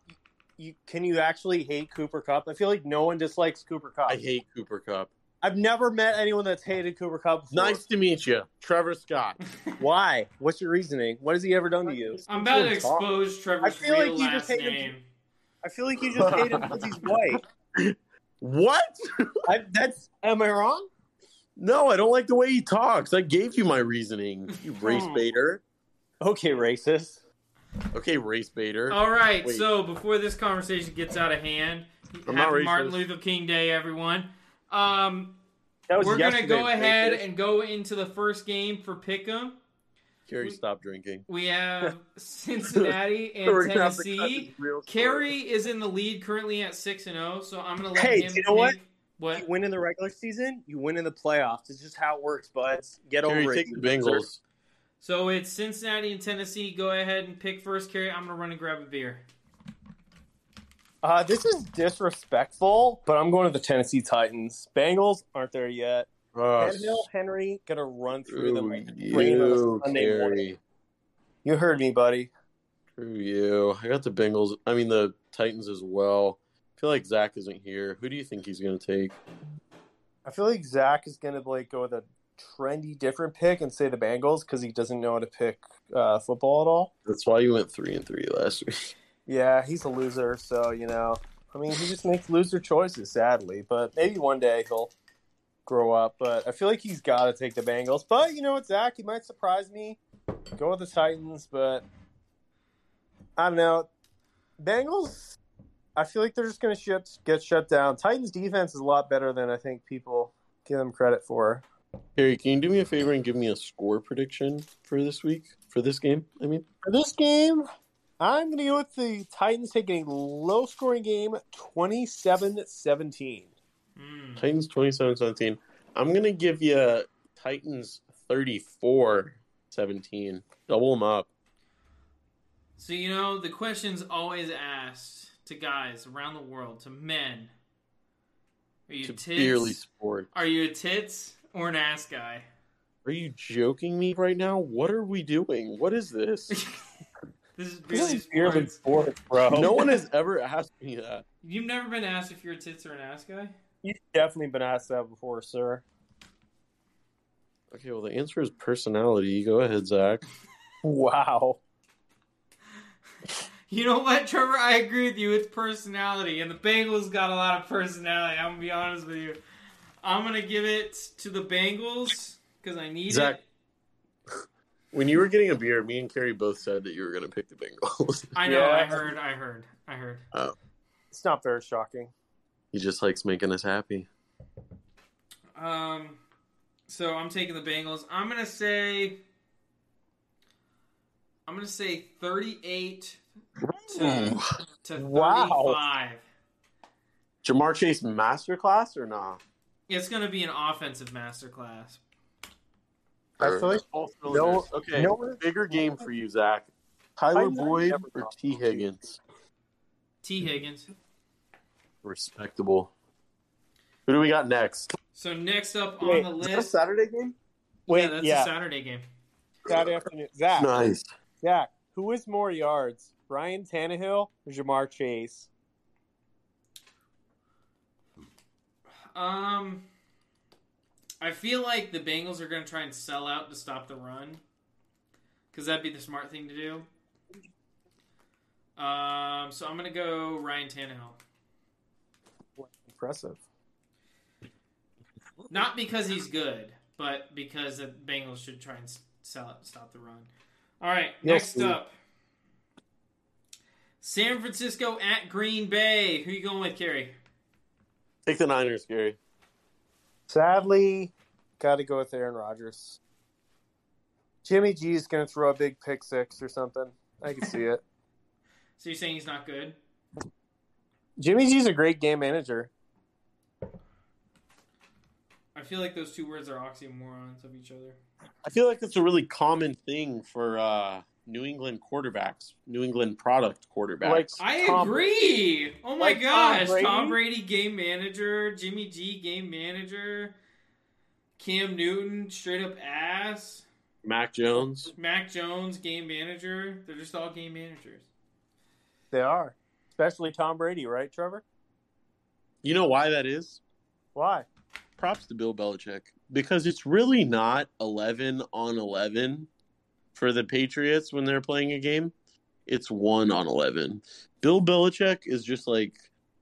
Speaker 3: You can you actually hate Cooper Cup? I feel like no one dislikes Cooper Cup.
Speaker 2: I hate Cooper Cup.
Speaker 3: I've never met anyone that's hated Cooper Cup. Before.
Speaker 2: Nice to meet you, Trevor Scott.
Speaker 3: Why? What's your reasoning? What has he ever done to you?
Speaker 1: I'm about to
Speaker 3: Good talk.
Speaker 1: expose Trevor's
Speaker 3: feel like
Speaker 1: real
Speaker 3: you
Speaker 1: last
Speaker 3: just hate him.
Speaker 1: name.
Speaker 3: I feel like you just hate him because he's white.
Speaker 2: What?
Speaker 3: I, that's. Am I wrong?
Speaker 2: No, I don't like the way he talks. I gave you my reasoning, you
Speaker 3: Oh.
Speaker 2: race baiter.
Speaker 3: Okay, racist.
Speaker 2: Okay, race baiter.
Speaker 3: Oh,
Speaker 1: All right,
Speaker 2: Wait.
Speaker 1: so before this conversation gets out of hand,
Speaker 2: I'm not
Speaker 1: happy
Speaker 2: racist.
Speaker 1: Martin Luther King Day, everyone. Um,
Speaker 3: That was
Speaker 1: we're gonna
Speaker 3: yesterday,
Speaker 1: go ahead
Speaker 3: racist.
Speaker 1: and go into the first game for Pick'em.
Speaker 2: Carrie, stop drinking.
Speaker 1: We have Cincinnati and
Speaker 2: We're gonna have to cut
Speaker 1: Tennessee.
Speaker 2: this real short.
Speaker 1: Carey is in the lead currently at six and zero, so I'm gonna let
Speaker 3: Hey,
Speaker 1: him.
Speaker 3: you know what?
Speaker 1: take- What?
Speaker 3: You win in the regular season, you win in the playoffs. It's just how it works, buds. Get
Speaker 2: Carrie,
Speaker 3: over it.
Speaker 2: take the Bengals.
Speaker 1: So it's Cincinnati and Tennessee. Go ahead and pick first, Carey. I'm gonna run and grab a beer.
Speaker 3: Uh, this is disrespectful, but I'm going to the Tennessee Titans. Bengals aren't there yet.
Speaker 2: Oh,
Speaker 3: Tannehill, Henry gonna run through them. like
Speaker 2: screw
Speaker 3: rain on a
Speaker 2: you,
Speaker 3: Sunday morning.
Speaker 2: Carrie.
Speaker 3: You heard me, buddy.
Speaker 2: Screw you. I got the Bengals. I mean the Titans as well. I feel like Zach isn't here. Who do you think he's going to take?
Speaker 3: I feel like Zach is gonna like go with a trendy different pick and say the Bengals because he doesn't know how to pick uh, football at all.
Speaker 2: That's why you went three and three last week.
Speaker 3: Yeah, he's a loser, so you know. I mean, he just makes loser choices, sadly. But maybe one day he'll grow up. But I feel like he's got to take the Bengals. But you know what, Zach? He might surprise me. Go with the Titans, but I don't know. Bengals. I feel like they're just going to shut get shut down. Titans defense is a lot better than I think people give them credit for.
Speaker 2: Carrie, can you do me a favor and give me a score prediction for this week? For this game, I mean.
Speaker 3: For this game, I'm going to go with the Titans taking a low scoring game, 27-17.
Speaker 1: Mm.
Speaker 2: Titans 27 17. I'm going to give you Titans 34 17. Double them up.
Speaker 1: So you know the question's always asked to guys around the world, to men. Are you
Speaker 2: To
Speaker 1: tits?
Speaker 2: barely sport.
Speaker 1: Are you a tits or an ass guy?
Speaker 2: Are you joking me right now? What are we doing? What is this?
Speaker 1: This is
Speaker 3: This
Speaker 1: really
Speaker 3: is purely
Speaker 1: sports.
Speaker 3: sports, bro.
Speaker 2: No one has ever asked me that.
Speaker 1: You've never been asked if you're a tits or an ass guy.
Speaker 3: you've definitely been asked that before, sir.
Speaker 2: Okay, well, the answer is personality. Go ahead, Zach.
Speaker 3: Wow.
Speaker 1: You know what, Trevor? I agree with you. It's personality, and the Bengals got a lot of personality. I'm gonna be honest with you. I'm gonna give it to the Bengals because I need
Speaker 2: Zach.
Speaker 1: it.
Speaker 2: When you were getting a beer, me and Carrie both said that you were going to pick the Bengals.
Speaker 1: I know. I
Speaker 3: Yeah.
Speaker 1: heard. I heard. I heard.
Speaker 3: It's not very shocking.
Speaker 2: he just likes making us happy.
Speaker 1: Um, so I'm taking the Bengals. I'm gonna say. I'm gonna say 38 to, to 35.
Speaker 3: Wow.
Speaker 2: Jamar Chase masterclass or nah?
Speaker 1: It's gonna be an offensive masterclass.
Speaker 3: I feel like
Speaker 2: All
Speaker 3: no-
Speaker 2: cylinders. okay.
Speaker 3: no one-
Speaker 2: Bigger game for you, Zach. Tyler
Speaker 3: Tyler
Speaker 2: Boyd
Speaker 3: never
Speaker 2: or
Speaker 3: got
Speaker 2: T. Higgins?
Speaker 1: T.
Speaker 3: Mm.
Speaker 1: Higgins.
Speaker 2: Respectable. Who do we got next?
Speaker 1: So next up
Speaker 3: Wait,
Speaker 1: on the
Speaker 2: Is that a
Speaker 1: list.
Speaker 2: Saturday game?
Speaker 1: yeah,
Speaker 3: Wait,
Speaker 1: that's a
Speaker 3: yeah,
Speaker 1: Saturday game.
Speaker 3: Saturday afternoon. Zach,
Speaker 2: Nice.
Speaker 3: Zach, who has more yards, Ryan Tannehill or Jamar Chase?
Speaker 1: Um, I feel like the Bengals are going to try and sell out to stop the run because that'd be the smart thing to do. Um, so I'm going to go Ryan Tannehill,
Speaker 3: Impressive.
Speaker 1: not because he's good, but because the Bengals should try and s- sell out, stop the run. All right, next
Speaker 3: Yes, we-
Speaker 1: up, San Francisco at Green Bay. Who you going with, Kerry?
Speaker 2: Take the Niners, Gary.
Speaker 3: Sadly, got to go with Aaron Rodgers. Jimmy G is going to throw a big pick six or something. I can see it.
Speaker 1: So you're saying he's not good?
Speaker 3: Jimmy G's a great game manager.
Speaker 1: I feel like those two words are oxymorons of each other.
Speaker 2: I feel like that's a really common thing for uh, New England quarterbacks, New England product quarterbacks.
Speaker 3: Like-
Speaker 1: I
Speaker 3: Tom-
Speaker 1: agree. Oh my
Speaker 3: Like Tom
Speaker 1: gosh, Tom
Speaker 3: Brady?
Speaker 1: Brady? game manager, Jimmy G game manager, Cam Newton straight up ass,
Speaker 2: Mac Jones.
Speaker 1: Mac Jones game manager. They're just all game managers.
Speaker 3: They are, especially Tom Brady, right, Trevor?
Speaker 2: You know why that is?
Speaker 3: Why?
Speaker 2: props to Bill Belichick because it's really not 11 on 11 for the Patriots when they're playing a game. It's 1 on 11. Bill Belichick is just like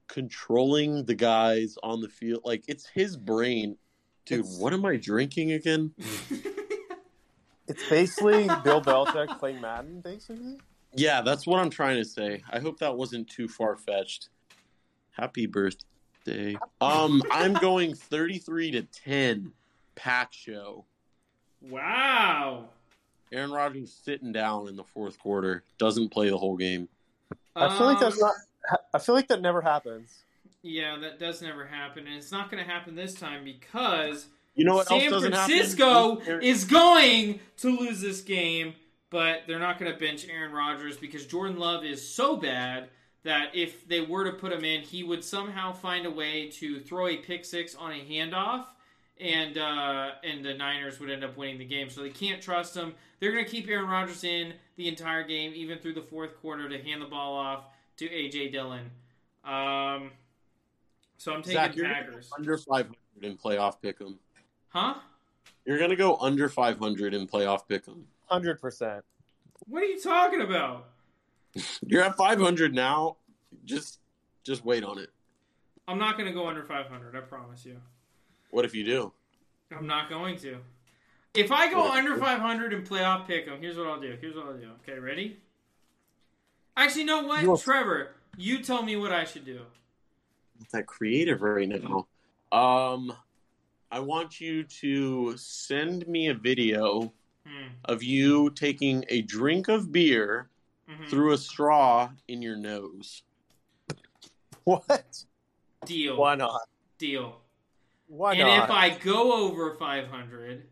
Speaker 2: controlling the guys on the field. Like it's his brain. Dude,
Speaker 3: It's-
Speaker 2: what am I drinking again?
Speaker 3: It's basically Bill Belichick playing Madden, basically.
Speaker 2: Yeah, that's what I'm trying to say. I hope that wasn't too far fetched. Happy birthday. Um, I'm going 33 to 10. Pat show.
Speaker 1: wow.
Speaker 2: Aaron Rodgers sitting down in the fourth quarter. Doesn't play the whole game.
Speaker 3: I feel like that's
Speaker 1: Um,
Speaker 3: not. I feel like that never happens.
Speaker 1: Yeah, that does never happen, and it's not going to happen this time because
Speaker 2: You know what
Speaker 1: San
Speaker 2: else doesn't happen?
Speaker 1: Francisco
Speaker 2: Aaron-
Speaker 1: is going to lose this game, but they're not going to bench Aaron Rodgers because Jordan Love is so bad that if they were to put him in, he would somehow find a way to throw a pick six on a handoff, and uh, and the Niners would end up winning the game. So they can't trust him. They're going to keep Aaron Rodgers in the entire game, even through the fourth quarter, to hand the ball off to AJ Dillon. Um, so I'm taking
Speaker 2: Zach, you're gonna
Speaker 1: Packers,
Speaker 2: under 500 in playoff pick'em.
Speaker 1: huh?
Speaker 2: You're gonna go under 500 in playoff pick'em.
Speaker 3: Hundred percent.
Speaker 1: What are you talking about?
Speaker 2: You're at 500 now. Just, just wait on it.
Speaker 1: I'm not going to go under 500. I promise you.
Speaker 2: What if you do?
Speaker 1: I'm not going to. If I go
Speaker 2: What if-
Speaker 1: under 500 and playoff pick 'em, here's what I'll do. Here's what I'll do. Okay, ready? Actually, you know what,
Speaker 3: You will-
Speaker 1: Trevor? You tell me what I should do.
Speaker 2: that creative right now. Um, I want you to send me a video
Speaker 1: Hmm.
Speaker 2: of you taking a drink of beer
Speaker 1: Mhm.
Speaker 2: through a straw in your nose.
Speaker 3: What?
Speaker 1: Deal.
Speaker 3: Why not?
Speaker 1: Deal.
Speaker 3: Why
Speaker 1: and
Speaker 3: not?
Speaker 1: if I go over 500,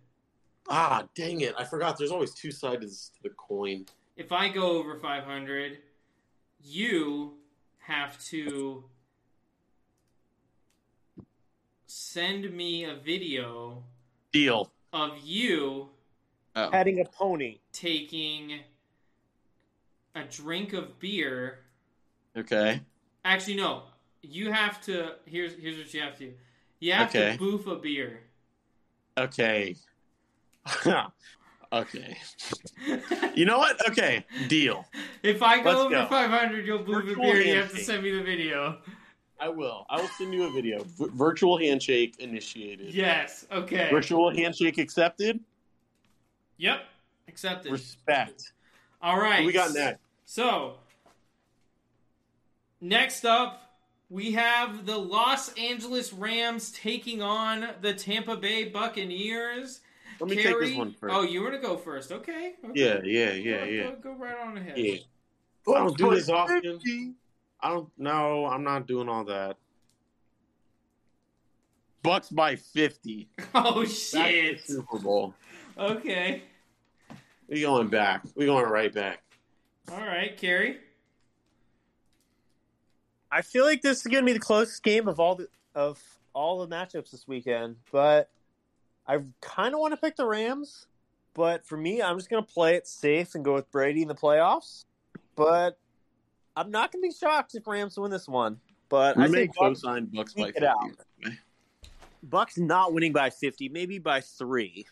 Speaker 2: Ah, dang it! I forgot. There's always two sides to the coin.
Speaker 1: if I go over 500, you have to send me a video
Speaker 2: Deal.
Speaker 1: of you
Speaker 2: Oh.
Speaker 3: Petting a pony.
Speaker 1: taking a drink of beer.
Speaker 2: Okay.
Speaker 1: Actually, no. You have to. Here's here's what you have to. do. You have
Speaker 2: Okay.
Speaker 1: to boof a beer.
Speaker 2: Okay. okay. You know what? Okay. Deal.
Speaker 1: if I go
Speaker 2: Let's
Speaker 1: over
Speaker 2: go.
Speaker 1: 500, you'll boof a
Speaker 2: Virtual
Speaker 1: beer. You have to
Speaker 2: handshake.
Speaker 1: send me the video.
Speaker 2: I will. I will send you a video. V- virtual handshake initiated.
Speaker 1: Yes. Okay.
Speaker 2: Virtual handshake accepted.
Speaker 1: Yep. Accepted.
Speaker 2: Respect.
Speaker 1: All
Speaker 2: Who
Speaker 1: right.
Speaker 2: we got next?
Speaker 1: So, next up, we have the Los Angeles Rams taking on the Tampa Bay Buccaneers.
Speaker 2: Let me take
Speaker 1: Carrie-
Speaker 2: this one first.
Speaker 1: Oh, you were to go first. Okay. okay.
Speaker 2: yeah, yeah,
Speaker 1: Go-
Speaker 2: yeah, yeah.
Speaker 1: Go, go right on ahead.
Speaker 2: Yeah. I don't do this often. I don't. No, I'm not doing all that. Bucks by fifty.
Speaker 1: Oh
Speaker 2: Back to
Speaker 1: shit.
Speaker 2: Super Bowl.
Speaker 1: Okay.
Speaker 2: We going back. We going right back.
Speaker 1: All right, Carrie.
Speaker 3: I feel like this is going to be the closest game of all the of all the matchups this weekend, but I kind of want to pick the Rams. But for me, I'm just going to play it safe and go with Brady in the playoffs. But I'm not going to be shocked if Rams win this one. But I
Speaker 2: We
Speaker 3: think
Speaker 2: make
Speaker 3: Bucks,
Speaker 2: co-sign Bucks by
Speaker 3: Sneak
Speaker 2: fifty.
Speaker 3: it Bucks not winning by 50, maybe by three.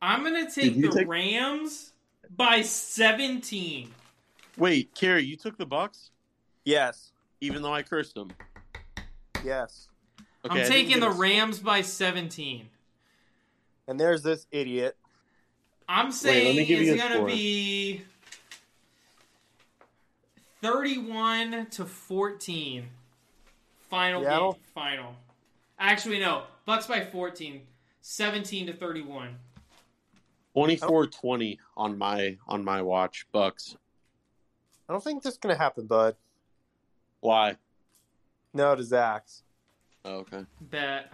Speaker 1: I'm gonna
Speaker 2: Did
Speaker 1: take
Speaker 2: you
Speaker 1: the
Speaker 2: take-
Speaker 1: Rams by 17.
Speaker 2: Wait, Carrie, you took the Bucks,
Speaker 3: Yes,
Speaker 2: even though I cursed them.
Speaker 3: yes.
Speaker 2: Okay, I
Speaker 1: I'm
Speaker 2: didn't
Speaker 1: taking
Speaker 2: get
Speaker 1: the
Speaker 2: a-
Speaker 1: Rams by 17.
Speaker 3: And there's this idiot.
Speaker 1: I'm
Speaker 2: Wait, let
Speaker 1: saying
Speaker 2: me give you
Speaker 1: it's
Speaker 2: a
Speaker 1: gonna
Speaker 2: score.
Speaker 1: be 31 to 14. Final
Speaker 3: Yeah, I
Speaker 1: game.
Speaker 3: don't-
Speaker 1: Final. Actually, no. Bucks by 14. 17 to 31.
Speaker 2: 24-20 on my on my watch. Bucks.
Speaker 3: I don't think this is going to happen, bud.
Speaker 2: Why?
Speaker 3: No, to Zach's.
Speaker 2: Oh, okay.
Speaker 1: Bet.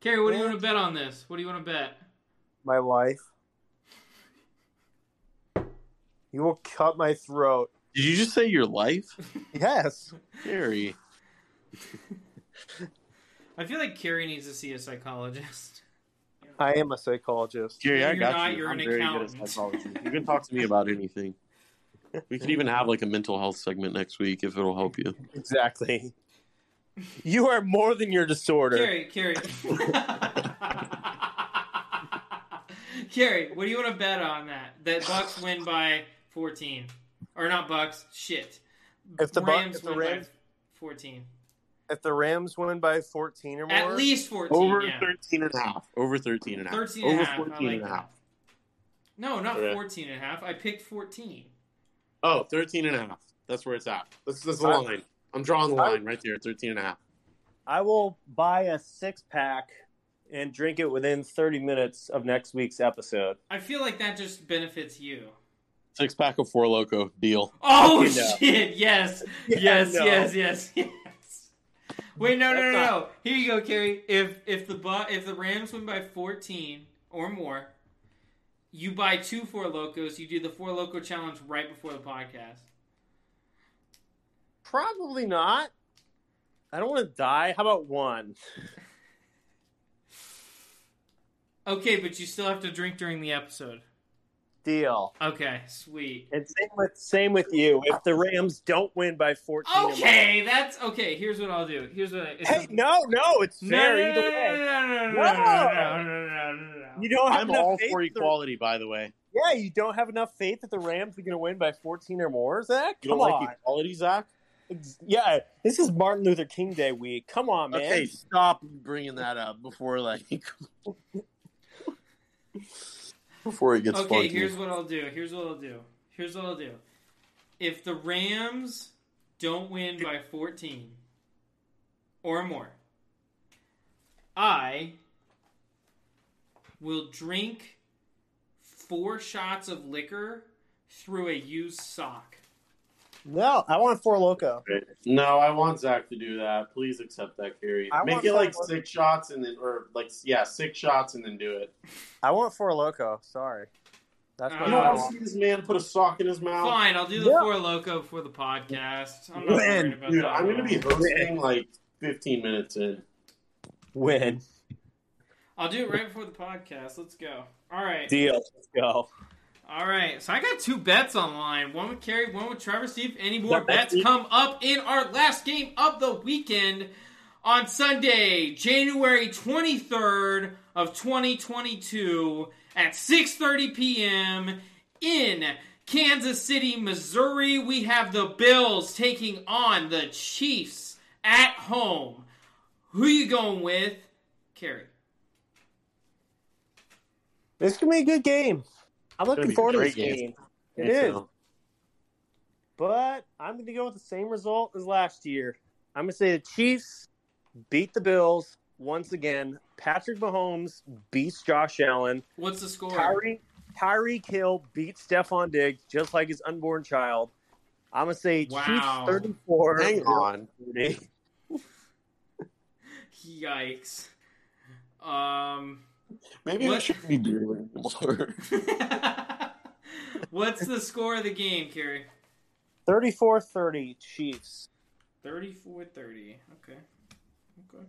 Speaker 1: Carrie, what do you
Speaker 3: Well-
Speaker 1: want to bet on this? What do you want to bet?
Speaker 3: my life. You will cut my throat.
Speaker 2: Did you just say your life,
Speaker 3: Yes.
Speaker 2: Carrie?
Speaker 1: I feel like Carrie needs to see a psychologist.
Speaker 3: I am a psychologist.
Speaker 2: Jerry,
Speaker 1: No,
Speaker 2: I
Speaker 1: you're
Speaker 2: got
Speaker 1: not.
Speaker 2: you.
Speaker 1: You're
Speaker 2: I'm
Speaker 1: an
Speaker 2: very good
Speaker 1: accountant.
Speaker 2: at psychology. You can talk to me about anything. We could even have like a mental health segment next week if it'll help you.
Speaker 3: Exactly. You are more than your disorder.
Speaker 1: Carrie, Carrie. Carrie, what do you want to bet on that? That Bucks win by 14. Or not Bucks, shit.
Speaker 3: If the Bu-
Speaker 1: Rams
Speaker 3: if the
Speaker 1: win
Speaker 3: Rams-
Speaker 1: by 14.
Speaker 3: If the Rams win by 14 or more,
Speaker 1: At least 14.
Speaker 2: Over
Speaker 1: yeah.
Speaker 2: 13 and a half. Over 13 and a half.
Speaker 1: 13 and
Speaker 2: Over
Speaker 1: a half, I
Speaker 2: 14
Speaker 1: like
Speaker 2: and a
Speaker 1: that.
Speaker 2: half.
Speaker 1: No, not
Speaker 2: Okay.
Speaker 1: 14 and a half. I picked 14.
Speaker 2: Oh, 13 and a half. That's where it's at. That's, that's the
Speaker 3: I-
Speaker 2: line. I'm drawing the
Speaker 3: I-
Speaker 2: line right there, 13 and a half.
Speaker 3: I will buy a six pack and drink it within 30 minutes of next week's episode.
Speaker 1: I feel like that just benefits you.
Speaker 2: Six pack of Four Loco. Deal.
Speaker 1: Oh
Speaker 3: You know.
Speaker 1: shit! Yes,
Speaker 3: Yeah,
Speaker 1: yes,
Speaker 3: no.
Speaker 1: yes, yes, yes. Wait, no, no, no,
Speaker 3: That's
Speaker 1: no.
Speaker 3: not-
Speaker 1: Here you go, Kerry. If if the Bu- if the Rams win by fourteen or more, you buy two four locos. You do the four loco challenge right before the podcast.
Speaker 3: Probably not. I don't want to die. How about one?
Speaker 1: Okay, but you still have to drink during the episode.
Speaker 3: Deal.
Speaker 1: Okay, sweet.
Speaker 3: And same with same with you. If the Rams don't win by 14 or more-
Speaker 1: Okay, that's okay. Here's what I'll do. Here's what. I, it's
Speaker 3: Hey, no, no, it's
Speaker 1: No,
Speaker 3: fair
Speaker 1: no,
Speaker 3: either
Speaker 1: no,
Speaker 3: way.
Speaker 1: no, no, no,
Speaker 3: No.
Speaker 1: no, no, no, no, no, no.
Speaker 3: You don't have
Speaker 2: I'm
Speaker 3: enough
Speaker 2: all
Speaker 3: faith
Speaker 2: for
Speaker 3: that the-
Speaker 2: equality, by the way.
Speaker 3: Yeah, you don't have enough faith that the Rams are going to win by 14 or more, Zach?
Speaker 2: You
Speaker 3: Come
Speaker 2: don't
Speaker 3: on.
Speaker 2: like equality, Zach?
Speaker 3: Ex- Yeah, this is Martin Luther King Day week. Come on, man.
Speaker 2: Okay, stop bringing that up before like before it gets
Speaker 1: okay,
Speaker 2: funky.
Speaker 1: here's what I'll do. Here's what I'll do. Here's what I'll do. If the Rams don't win by 14 or more, I will drink four shots of liquor through a used sock.
Speaker 3: No, I want four loco.
Speaker 2: No, I want Zach to do that. Please accept that, Carrie.
Speaker 3: I
Speaker 2: Make
Speaker 3: want
Speaker 2: it like
Speaker 3: someone-
Speaker 2: six shots and then, or like yeah, six shots and then do it.
Speaker 3: I want four loco. Sorry, that's
Speaker 1: Uh,
Speaker 3: what
Speaker 2: You
Speaker 3: I
Speaker 2: don't want to
Speaker 3: want.
Speaker 2: see this man put a sock in his mouth.
Speaker 1: Fine, I'll do the
Speaker 3: Yeah.
Speaker 1: four loco for the podcast. I'm not
Speaker 3: Man,
Speaker 1: worried about
Speaker 2: Dude,
Speaker 1: that.
Speaker 2: I'm gonna be hosting like 15 minutes in.
Speaker 3: Win
Speaker 1: I'll do it right before the podcast. Let's go. All right.
Speaker 3: deal. Let's go.
Speaker 1: All right, so I got two bets online. One with Kerry, one with Trevor. See if any more
Speaker 2: That-
Speaker 1: bets
Speaker 2: that's-
Speaker 1: come up in our last game of the weekend on Sunday, January 23rd of 2022 at 6:30 p.m. in Kansas City, Missouri. We have the Bills taking on the Chiefs at home. Who you going with, Kerry?
Speaker 3: This can be a good game. I'm
Speaker 2: gonna
Speaker 3: looking
Speaker 2: be a
Speaker 3: forward to
Speaker 2: great
Speaker 3: this game.
Speaker 2: game.
Speaker 3: It is, but I'm going to go with the same result as last year. I'm going to say the Chiefs beat the Bills once again. Patrick Mahomes beats Josh Allen.
Speaker 1: What's the score?
Speaker 3: Tyree Tyree Kill beat Stephon Diggs just like his unborn child. I'm gonna say
Speaker 1: Wow.
Speaker 3: Chiefs 34.
Speaker 2: Hang on.
Speaker 3: 40.
Speaker 1: Yikes. Um
Speaker 2: Maybe I
Speaker 1: What?
Speaker 2: shouldn't be doing anymore.
Speaker 1: What's the score of the game, Kerry?
Speaker 3: 34 30 Chiefs.
Speaker 1: 34-30. Okay. Okay.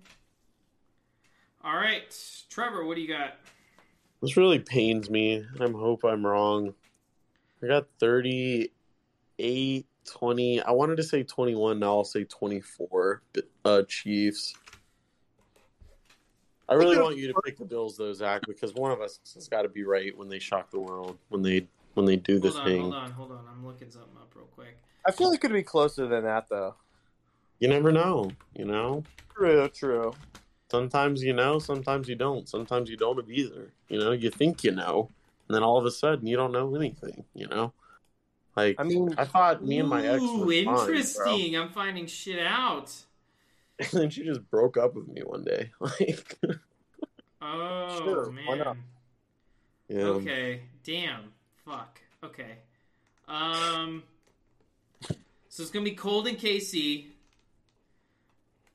Speaker 1: All right, Trevor, what do you got?
Speaker 2: This really pains me. I hope I'm wrong. I got 38, 20. I wanted to say 21. Now I'll say 24. but, Uh, Chiefs. I really want you to pick the Bills, though, Zach, because one of us has got to be right when they shock the world when they when they do this
Speaker 1: Hold on,
Speaker 2: thing.
Speaker 1: hold on, hold on. I'm looking something up real quick.
Speaker 3: I feel it could be closer than that, though.
Speaker 2: You never know. You know.
Speaker 3: True, true.
Speaker 2: Sometimes you know. Sometimes you don't. Sometimes you don't of either. You know. You think you know, and then all of a sudden you don't know anything. You know. Like
Speaker 3: I mean,
Speaker 2: I thought me and my ex
Speaker 1: Ooh,
Speaker 2: were
Speaker 1: interesting. I'm finding shit out.
Speaker 2: Fine, bro. And then she just broke up with me one day. Like,
Speaker 1: Oh
Speaker 3: Sure, why
Speaker 1: man.
Speaker 3: not?
Speaker 2: yeah.
Speaker 1: Okay. Damn. Fuck. Okay. Um. So it's gonna be cold in KC.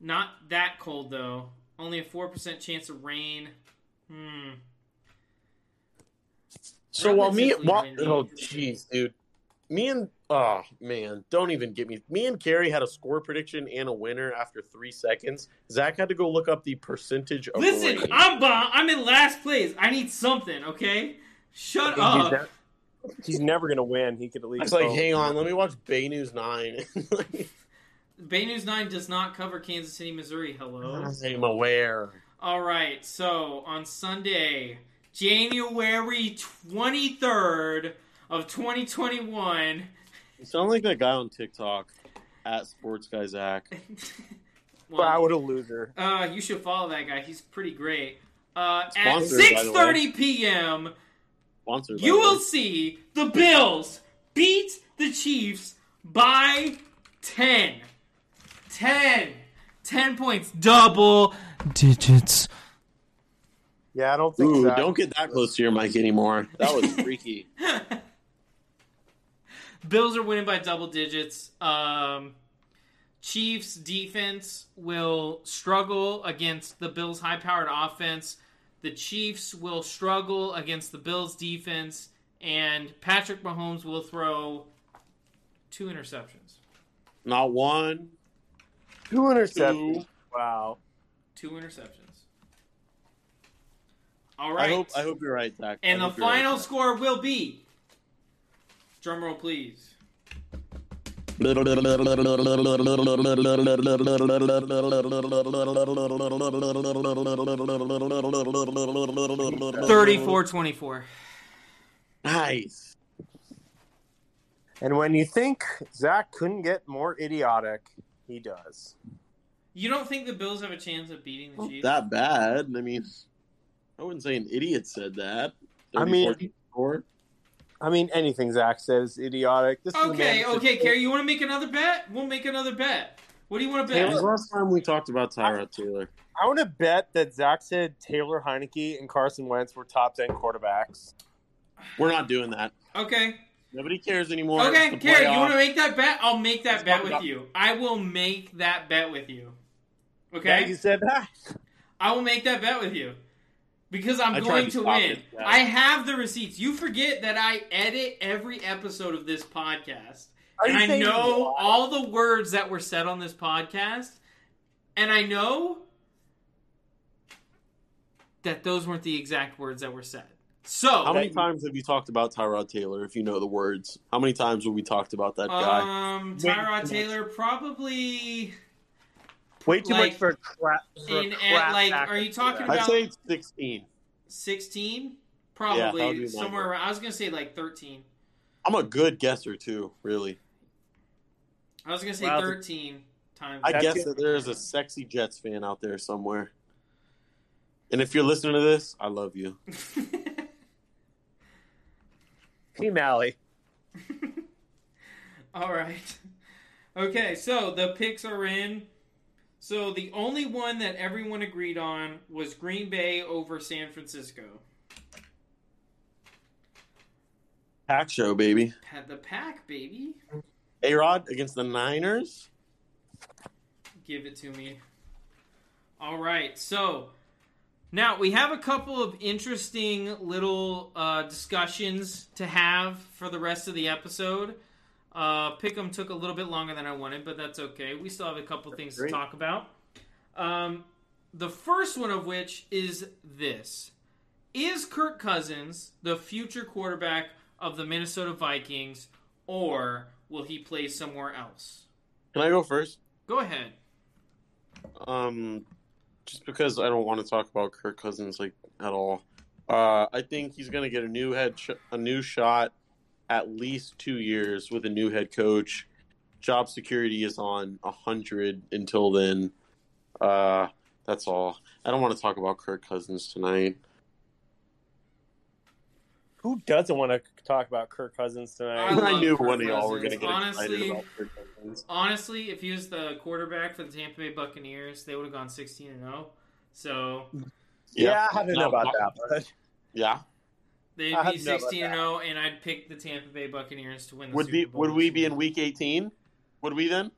Speaker 1: Not that cold though. Only a four percent chance of rain. Hmm.
Speaker 2: So while me,
Speaker 1: Relatively
Speaker 2: while,
Speaker 1: windy.
Speaker 2: oh jeez, dude, me and oh man, don't even get me. Me and Carrie had a score prediction and a winner after three seconds. Zach had to go look up the percentage of
Speaker 1: Listen,
Speaker 2: rain.
Speaker 1: I'm bomb. I'm in last place. I need something. Okay. Shut
Speaker 3: he's,
Speaker 1: up.
Speaker 3: ne-
Speaker 1: Oh,
Speaker 3: he's never going to win. He could at least.
Speaker 2: It's like,
Speaker 3: hope.
Speaker 2: hang on, let me watch Bay News Nine.
Speaker 1: Bay News 9 does not cover Kansas City, Missouri. Hello.
Speaker 2: I'm aware.
Speaker 1: All right. So on Sunday, January 23rd of 2021.
Speaker 2: You sound like that guy on TikTok at Sports Guy Zach.
Speaker 1: well,
Speaker 3: what a loser.
Speaker 1: uh, you should follow that guy. He's pretty great. Uh, at
Speaker 2: Sponsored, by the way.
Speaker 1: 6:30 p.m.,
Speaker 2: Sponsored. by
Speaker 1: you
Speaker 2: the
Speaker 1: will
Speaker 2: way.
Speaker 1: see the Bills beat the Chiefs by 10. 10. 10 points. Double digits.
Speaker 4: Yeah, I don't think
Speaker 2: Ooh,
Speaker 4: so.
Speaker 2: don't get that close to your mic anymore. That was freaky.
Speaker 1: Bills are winning by double digits. Um, Chiefs defense will struggle against the Bills' high powered offense. The Chiefs will struggle against the Bills' defense. And Patrick Mahomes will throw two interceptions.
Speaker 2: Not one,
Speaker 4: Two interceptions.
Speaker 2: two.
Speaker 3: Wow.
Speaker 1: Two interceptions. All
Speaker 2: I
Speaker 1: right.
Speaker 2: hope I hope you're right, Zach.
Speaker 1: and
Speaker 2: I
Speaker 1: the
Speaker 2: hope you're right,
Speaker 1: final
Speaker 2: Zach.
Speaker 1: score will be. Drum roll, please.
Speaker 2: Thirty-four.
Speaker 1: 34 24.
Speaker 2: Nice.
Speaker 3: And when you think Zach couldn't get more idiotic, he does.
Speaker 1: You don't think the Bills have a chance of beating the Chiefs?
Speaker 2: That bad. I mean, I wouldn't say an idiot said that.
Speaker 3: I mean-
Speaker 2: 34.
Speaker 3: I mean, anything Zach says is idiotic. This is a
Speaker 1: okay,
Speaker 3: man-
Speaker 1: okay, Carrie, you want to make another bet? We'll make another bet. What do you want to
Speaker 2: Hey,
Speaker 1: bet?
Speaker 2: when's the last time we talked about Tyrod Taylor?
Speaker 3: I want to bet that Zach said Taylor Heineke and Carson Wentz were top 10 quarterbacks.
Speaker 2: We're not doing that.
Speaker 1: Okay.
Speaker 2: Nobody cares anymore.
Speaker 1: Okay,
Speaker 2: It's the
Speaker 1: Carrie, you
Speaker 2: playoffs.
Speaker 1: want to make that bet? I'll make that
Speaker 2: Let's
Speaker 1: bet
Speaker 2: talk
Speaker 1: with
Speaker 2: about-
Speaker 1: you. I will make that bet with you.
Speaker 3: Yeah, you
Speaker 1: Okay?
Speaker 3: said that.
Speaker 1: I will make that bet with you. Because I'm
Speaker 2: I tried
Speaker 1: going
Speaker 2: to
Speaker 1: to
Speaker 2: stop
Speaker 1: win.
Speaker 2: it, yeah.
Speaker 1: I have the receipts. You forget that I edit every episode of this podcast.
Speaker 3: Are you
Speaker 1: and I
Speaker 3: saying-
Speaker 1: know all the words that were said on this podcast, and I know that those weren't the exact words that were said. So,
Speaker 2: How many times have you talked about Tyrod Taylor? If you know the words, how many times have we talked about that guy?
Speaker 1: um,
Speaker 3: Way
Speaker 1: Tyrod
Speaker 3: too
Speaker 1: Taylor probably
Speaker 3: Way too
Speaker 1: like,
Speaker 3: much for a crap. For a
Speaker 1: in
Speaker 3: crap
Speaker 1: at, like,
Speaker 3: actor
Speaker 1: are you
Speaker 3: to
Speaker 1: talking
Speaker 3: do that.
Speaker 1: about-
Speaker 2: I'd say it's sixteen.
Speaker 1: 16,
Speaker 2: that would be
Speaker 1: probably
Speaker 2: my
Speaker 1: somewhere
Speaker 2: guess.
Speaker 1: around. I was gonna say like 13.
Speaker 2: I'm a good guesser too, really.
Speaker 1: I was gonna say
Speaker 3: Wow, the-
Speaker 1: 13 times.
Speaker 2: I
Speaker 3: That's
Speaker 2: guess
Speaker 3: good.
Speaker 2: that there's a sexy Jets fan out there somewhere. And if you're listening to this, I love you.
Speaker 3: Team Alley?
Speaker 1: All right. Okay, so the picks are in. So the only one that everyone agreed on was Green Bay over San Francisco.
Speaker 2: Pack show, baby.
Speaker 1: Had the pack, baby.
Speaker 2: A Rod against the Niners.
Speaker 1: Give it to me. All right. So now we have a couple of interesting little uh, discussions to have for the rest of the episode. Uh, Pick'em took a little bit longer than I wanted, but that's okay. We still have a couple things
Speaker 2: great.
Speaker 1: to talk about. Um, the first one of which is this: Is Kirk Cousins the future quarterback of the Minnesota Vikings, or will he play somewhere else?
Speaker 2: Can I go first?
Speaker 1: Go ahead.
Speaker 2: Um, just because I don't want to talk about Kirk Cousins like at all. Uh, I think he's going to get a new head, sh- a new shot, at least two years with a new head coach. Job security is on hundred until then. Uh, that's all. I don't want to talk about Kirk Cousins tonight.
Speaker 3: Who doesn't want to talk about Kirk Cousins tonight?
Speaker 1: I
Speaker 2: I,
Speaker 1: love
Speaker 2: knew
Speaker 1: Kirk
Speaker 2: one of y'all were going to
Speaker 1: Cousins.
Speaker 2: get
Speaker 1: Honestly-
Speaker 2: excited about Kirk Cousins.
Speaker 1: Honestly, if he was the quarterback for the Tampa Bay Buccaneers, they would have gone 16 and 0. So
Speaker 3: yeah, I don't know
Speaker 2: No,
Speaker 3: about
Speaker 2: Buc-
Speaker 3: that. But
Speaker 2: Yeah,
Speaker 1: they'd
Speaker 3: I
Speaker 1: be
Speaker 3: know about
Speaker 1: 16 and 0, and I'd pick the Tampa Bay Buccaneers to win the
Speaker 2: would
Speaker 1: Super
Speaker 2: be
Speaker 1: Bowl
Speaker 2: would
Speaker 1: this
Speaker 2: we be
Speaker 1: year.
Speaker 2: in week eighteen? Would we then?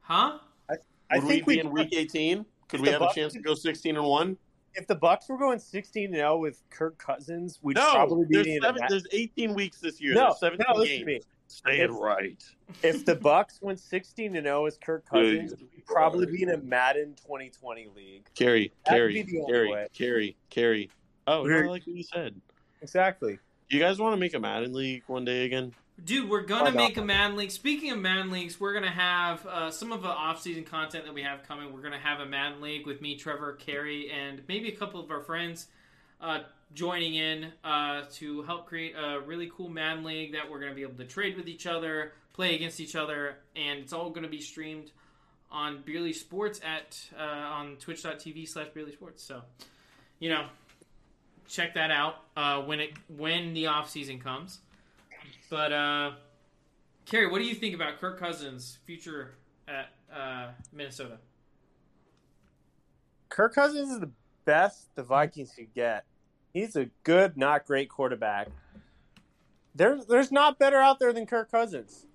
Speaker 1: Huh?
Speaker 3: I
Speaker 2: Would
Speaker 3: think
Speaker 2: we
Speaker 3: we,
Speaker 2: be in week eighteen? Could
Speaker 3: If
Speaker 2: we
Speaker 3: the
Speaker 2: have a
Speaker 3: Bucs-
Speaker 2: chance to go sixteen and one?
Speaker 3: if the Bucks were going 16 0 with Kirk Cousins, we'd
Speaker 2: No,
Speaker 3: probably be
Speaker 2: there's,
Speaker 3: in
Speaker 2: seven,
Speaker 3: a
Speaker 2: there's 18 weeks this year.
Speaker 3: no,
Speaker 2: there's 17
Speaker 3: no, listen to
Speaker 2: games.
Speaker 3: me.
Speaker 2: Say
Speaker 3: it
Speaker 2: right.
Speaker 3: If the Bucks went 16 0 as Kirk Cousins, we'd probably be in a Madden 2020 league.
Speaker 2: Carry,
Speaker 3: That would
Speaker 2: carry,
Speaker 3: be the only
Speaker 2: carry,
Speaker 3: way.
Speaker 2: carry, carry. Oh, no, I
Speaker 3: Weird.
Speaker 2: like what you said.
Speaker 3: Exactly.
Speaker 2: You guys want to make a Madden league one day again?
Speaker 1: Dude, we're gonna
Speaker 3: Why not?
Speaker 1: make a Madden League. Speaking of Madden Leagues, we're gonna have uh, some of the off-season content that we have coming. We're gonna have a Madden League with me, Trevor, Carey, and maybe a couple of our friends uh, joining in uh, to help create a really cool Madden League that we're gonna be able to trade with each other, play against each other, and it's all gonna be streamed on Beerly Sports at uh, on Twitch.tv slash Beerly Sports. So, you know, check that out uh, when it when the off season comes. But uh, Carrie, what do you think about Kirk Cousins' future at uh, Minnesota?
Speaker 3: Kirk Cousins is the best the Vikings could get. He's a good, not great quarterback. There's there's not better out there than Kirk Cousins.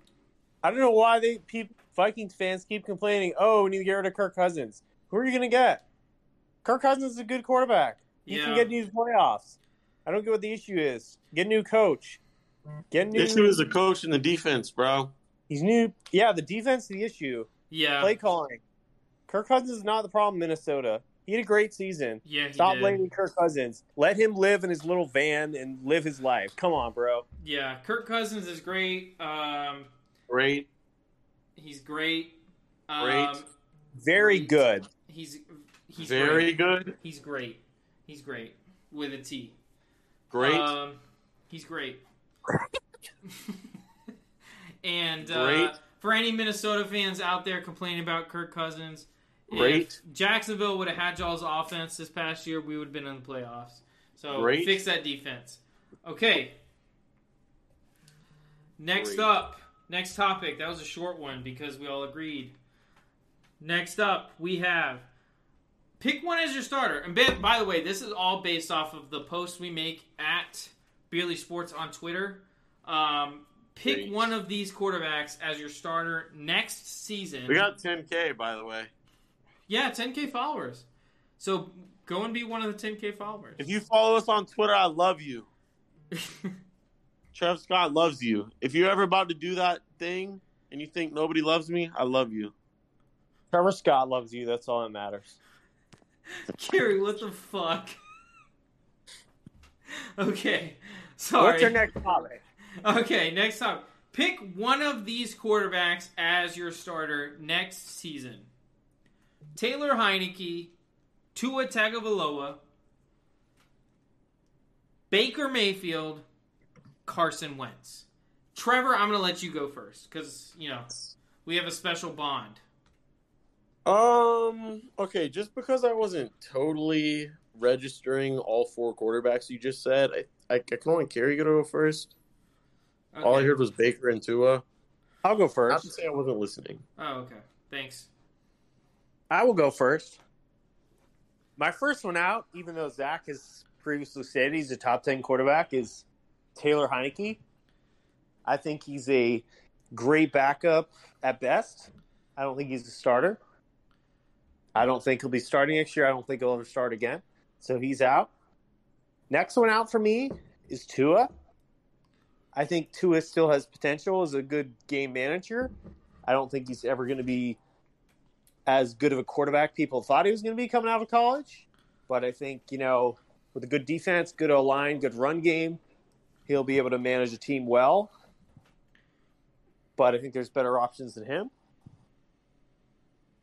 Speaker 3: I don't know why they peop Vikings fans keep complaining. Oh, we need to get rid of Kirk Cousins. Who are you going to get? Kirk Cousins is a good quarterback. You
Speaker 1: Yeah.
Speaker 3: can get new playoffs. I don't get what the issue is. Get a new coach. Get a new.
Speaker 2: Issue is the coach and the defense, bro.
Speaker 3: He's new. Yeah, the defense is the issue.
Speaker 1: Yeah,
Speaker 3: Play calling. Kirk Cousins is not the problem. in Minnesota. He had a great season.
Speaker 1: yeah, he
Speaker 3: Stop
Speaker 1: did.
Speaker 3: blaming Kirk Cousins. Let him live in his little van and live his life. Come on, bro.
Speaker 1: Yeah, Kirk Cousins is great. Um,
Speaker 2: Great.
Speaker 1: he's great. Um,
Speaker 2: Great.
Speaker 3: Very
Speaker 1: Great.
Speaker 3: good.
Speaker 1: He's he's
Speaker 2: Very
Speaker 1: great.
Speaker 2: good.
Speaker 1: He's great. He's great with a T.
Speaker 2: Great.
Speaker 1: Um, he's great. and uh,
Speaker 2: Great.
Speaker 1: for any Minnesota fans out there complaining about Kirk Cousins, if
Speaker 2: Great.
Speaker 1: Jacksonville would have had y'all's offense this past year, we would have been in the playoffs. So
Speaker 2: Great.
Speaker 1: fix that defense. Okay. Next
Speaker 2: Great.
Speaker 1: up, next topic. That was a short one because we all agreed. Next up, we have pick one as your starter. And by, by the way, this is all based off of the posts we make at Beerly Sports on Twitter. Um, pick
Speaker 2: Great.
Speaker 1: one of these quarterbacks as your starter next season.
Speaker 2: we got 10K, by the way.
Speaker 1: yeah, 10k followers. So go and be one of the 10k followers.
Speaker 2: If you follow us on Twitter, I love you. Trev Scott loves you. If you're ever about to do that thing and you think nobody loves me, I love you.
Speaker 3: Trevor Scott loves you. That's all that matters.
Speaker 1: Kerry, what the fuck? okay, sorry.
Speaker 3: What's your next topic?
Speaker 1: Okay, next up, pick one of these quarterbacks as your starter next season: Taylor Heineke, Tua Tagovailoa, Baker Mayfield, Carson Wentz. Trevor, I'm gonna let you go first because you know we have a special bond.
Speaker 2: Um. Okay. Just because I wasn't totally registering all four quarterbacks you just said, I I, I can only carry you to go first.
Speaker 1: Okay.
Speaker 2: All I heard was Baker and Tua.
Speaker 3: I'll go
Speaker 2: Not to
Speaker 3: first.
Speaker 2: say I wasn't listening.
Speaker 1: Oh, okay. Thanks.
Speaker 3: I will go first. My first one out, even though Zach has previously said he's a top 10 quarterback, is Taylor Heineke. I think he's a great backup at best. I don't think he's a starter. I don't think he'll be starting next year. I don't think he'll ever start again. So he's out. Next one out for me is Tua. I think Tua still has potential as a good game manager. I don't think he's ever going to be as good of a quarterback people thought he was going to be coming out of college. But I think, you know, with a good defense, good O line, good run game, he'll be able to manage a team well. But I think there's better options than him.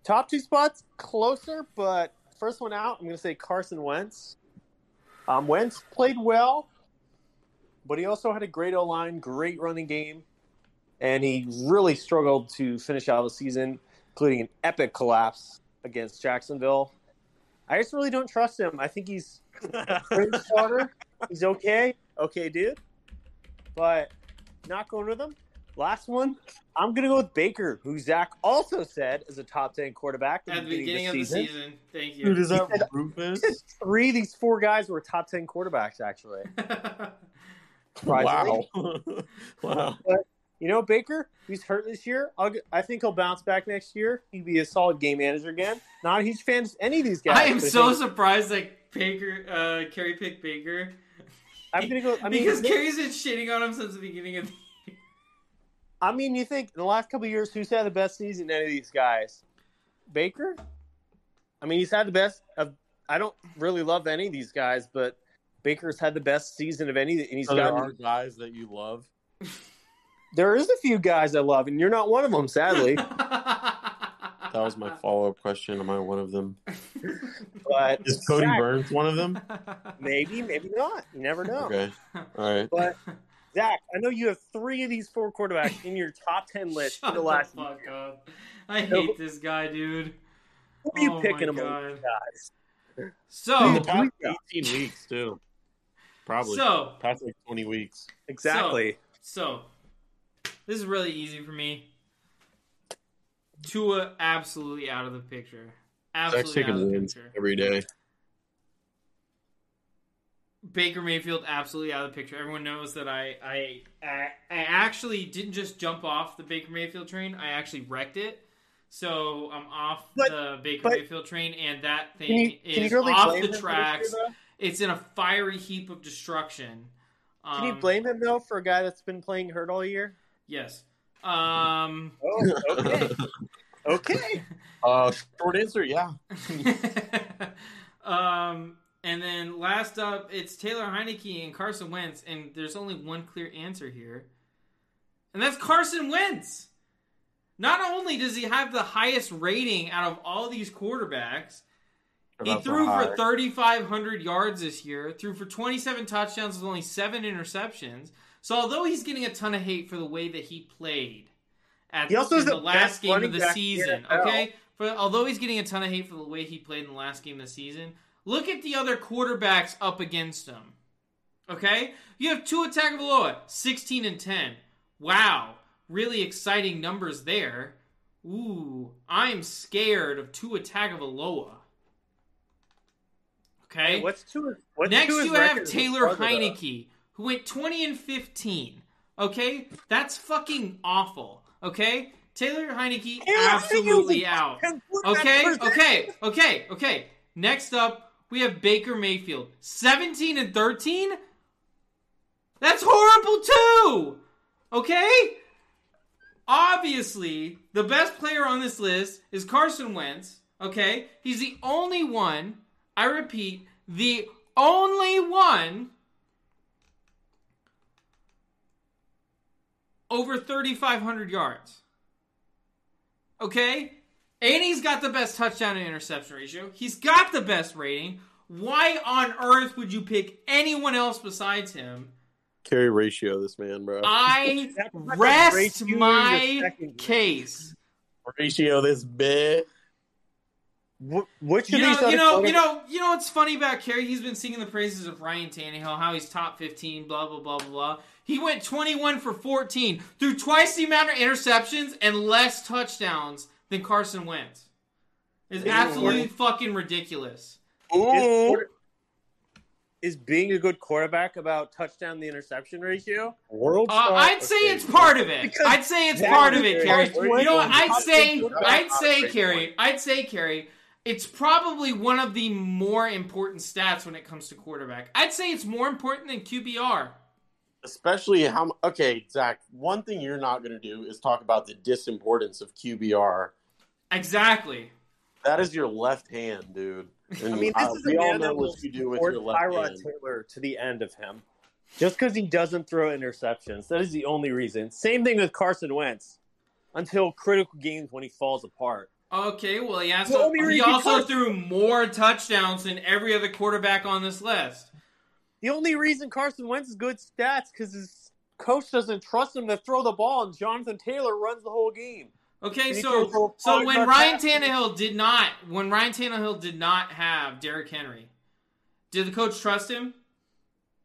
Speaker 3: Top two spots closer, but first one out, I'm going to say Carson Wentz. Um, Wentz played well, but he also had a great O line, great running game, and he really struggled to finish out the season including an epic collapse against Jacksonville. I just really don't trust him. I think he's a great starter. He's okay, okay, dude, but not going with him. Last one, I'm gonna go with Baker, who Zach also said is a top ten quarterback
Speaker 1: At the beginning of the
Speaker 3: season.
Speaker 1: season, thank
Speaker 2: Dude,
Speaker 1: you.
Speaker 2: is that
Speaker 3: He said-
Speaker 2: Rufus?
Speaker 3: He said Three of these four guys were top ten quarterbacks, actually. Surprisingly.
Speaker 2: Wow. wow.
Speaker 3: You know, Baker, he's hurt this year. I'll g I think he'll bounce back next year. He'd be a solid game manager again. Not a huge fan of any of these guys.
Speaker 1: I am
Speaker 3: but
Speaker 1: so
Speaker 3: think-
Speaker 1: surprised that Baker, uh, Kerry picked Baker
Speaker 3: I'm gonna go. I mean,
Speaker 1: because
Speaker 3: Nick-
Speaker 1: Kerry's been shitting on him since the beginning of the
Speaker 3: I mean, you think in the last couple of years, who's had the best season? Any of these guys? Baker. I mean, he's had the best. Of, I don't really love any of these guys, but Baker's had the best season of any, and he's
Speaker 2: So Oh, there
Speaker 3: got.
Speaker 2: are guys that you love.
Speaker 3: There is a few guys I love, and you're not one of them, sadly.
Speaker 2: That was my follow up question. Am I one of them?
Speaker 3: but
Speaker 2: Is Cody
Speaker 3: Zach,
Speaker 2: Burns one of them?
Speaker 3: Maybe, maybe not. You never know.
Speaker 2: Okay. All right.
Speaker 3: But Zach, I know you have three of these four quarterbacks in your top ten list for
Speaker 1: Shut
Speaker 3: the last.
Speaker 1: the fuck up. I
Speaker 3: No.
Speaker 1: hate this guy, dude.
Speaker 3: Who are you
Speaker 1: Oh my
Speaker 3: picking among
Speaker 1: God.
Speaker 3: these guys?
Speaker 2: In Oh,
Speaker 1: So,
Speaker 2: the past
Speaker 3: yeah.
Speaker 2: 18 weeks, too. Probably.
Speaker 1: so,
Speaker 2: past like 20 weeks.
Speaker 3: Exactly.
Speaker 1: so, this is really easy for me. Tua absolutely out of the picture.
Speaker 2: Zach
Speaker 1: Absolutely out of
Speaker 2: Chicken
Speaker 1: the
Speaker 2: wins
Speaker 1: picture.
Speaker 2: every day.
Speaker 1: Baker Mayfield absolutely out of the picture. Everyone knows that I I I, I actually didn't just jump off the Baker Mayfield train. I actually wrecked it. So I'm off
Speaker 3: But-
Speaker 1: the Baker
Speaker 3: but-
Speaker 1: Mayfield train, and that thing is
Speaker 3: blame
Speaker 1: off
Speaker 3: him
Speaker 1: the
Speaker 3: for this
Speaker 1: tracks.
Speaker 3: year, though?
Speaker 1: It's in a fiery heap of destruction. Um,
Speaker 3: Can you blame him though for a guy that's been playing hurt all year?
Speaker 1: Yes. Um,
Speaker 3: Oh, okay. okay.
Speaker 2: Uh, short answer, yeah.
Speaker 1: um, and then last up, it's Taylor Heineke and Carson Wentz, and there's only one clear answer here, and that's Carson Wentz. Not only does he have the highest rating out of all these quarterbacks, he
Speaker 2: About
Speaker 1: threw
Speaker 2: the high.
Speaker 1: for 3,500 yards this year, threw for 27 touchdowns with only seven interceptions. So, although he's getting a ton of hate for the way that he played at
Speaker 3: He also
Speaker 1: in
Speaker 3: is
Speaker 1: the
Speaker 3: the
Speaker 1: last
Speaker 3: best
Speaker 1: game
Speaker 3: running
Speaker 1: of the
Speaker 3: back in the
Speaker 1: season,
Speaker 3: NFL.
Speaker 1: okay? For, although he's getting a ton of hate for the way he played in the last game of the season, look at the other quarterbacks up against him, okay? You have Tua Tagovailoa, 16 and 10. Wow, really exciting numbers there. Ooh, I'm scared of Tua Tagovailoa. Okay.
Speaker 3: What's two? What's
Speaker 1: Next,
Speaker 3: Tua's
Speaker 1: you have
Speaker 3: record?
Speaker 1: Taylor
Speaker 3: What was it, though?
Speaker 1: Heineke, who went 20 and 15. Okay, that's fucking awful. Okay, Taylor Heineke
Speaker 3: Taylor
Speaker 1: absolutely
Speaker 3: Heineke's a
Speaker 1: out.
Speaker 3: fucking quarterback
Speaker 1: Okay,
Speaker 3: person.
Speaker 1: okay, okay, okay. Next up, we have Baker Mayfield, 17 and 13. That's horrible too. Okay. Obviously, the best player on this list is Carson Wentz. Okay, he's the only one. I repeat, the only one over 3,500 yards. Okay? And he's got the best touchdown and interception ratio. He's got the best rating. Why on earth would you pick anyone else besides him?
Speaker 2: carry ratio, this man, bro.
Speaker 1: Uh, I
Speaker 3: That's like a race
Speaker 1: rest
Speaker 3: you in the
Speaker 1: my
Speaker 3: second
Speaker 1: case.
Speaker 2: ratio, this bit.
Speaker 3: Wh- Which of
Speaker 1: You
Speaker 3: these
Speaker 1: know,
Speaker 3: other
Speaker 1: you know, you
Speaker 3: quarterbacks-
Speaker 1: know, you know what's funny about Kerry? He's been singing the praises of Ryan Tannehill, how he's top fifteen, blah blah blah blah blah. He went twenty-one for fourteen, threw twice the amount of interceptions and less touchdowns than Carson Wentz. It's
Speaker 3: Isn't it
Speaker 1: absolutely
Speaker 3: working?
Speaker 1: fucking ridiculous.
Speaker 3: Is,
Speaker 2: Ooh.
Speaker 3: quarter- is being a good quarterback about touchdown the interception ratio?
Speaker 2: World
Speaker 1: Uh, I'd say it's part of it.
Speaker 3: Because
Speaker 1: I'd say it's
Speaker 3: that
Speaker 1: part of
Speaker 3: is
Speaker 1: it,
Speaker 3: a
Speaker 1: Carrie.
Speaker 3: great point.
Speaker 1: You know what? I'd say,
Speaker 2: That's a
Speaker 1: I'd say,
Speaker 2: great
Speaker 1: Carrie, I'd say, Carrie, it's probably one of the more important stats when it comes to quarterback. I'd say it's more important than QBR.
Speaker 2: Especially how. mu- Okay, Zach, one thing you're not going to do is talk about the disimportance of QBR.
Speaker 1: Exactly.
Speaker 2: That is your left hand, dude. And
Speaker 3: I mean, this
Speaker 2: uh,
Speaker 3: is a
Speaker 2: we all
Speaker 3: man
Speaker 2: know
Speaker 3: that will
Speaker 2: what you do with
Speaker 3: or
Speaker 2: your left
Speaker 3: Tyrod
Speaker 2: hand.
Speaker 3: Taylor to the end of him, just because he doesn't throw interceptions. That is the only reason. Same thing with Carson Wentz, until critical games when he falls apart.
Speaker 1: Okay, well, he
Speaker 3: The
Speaker 1: also,
Speaker 3: only
Speaker 1: he
Speaker 3: reason
Speaker 1: also
Speaker 3: Carson-
Speaker 1: threw more touchdowns than every other quarterback on this list.
Speaker 3: The only reason Carson Wentz is good stats because his coach doesn't trust him to throw the ball, and Jonathan Taylor runs the whole game.
Speaker 1: Okay,
Speaker 3: And he threw
Speaker 1: so
Speaker 3: for a
Speaker 1: so
Speaker 3: five
Speaker 1: when
Speaker 3: touch
Speaker 1: Ryan
Speaker 3: pass.
Speaker 1: Tannehill did not, when Ryan Tannehill did not have Derrick Henry, did the coach trust him?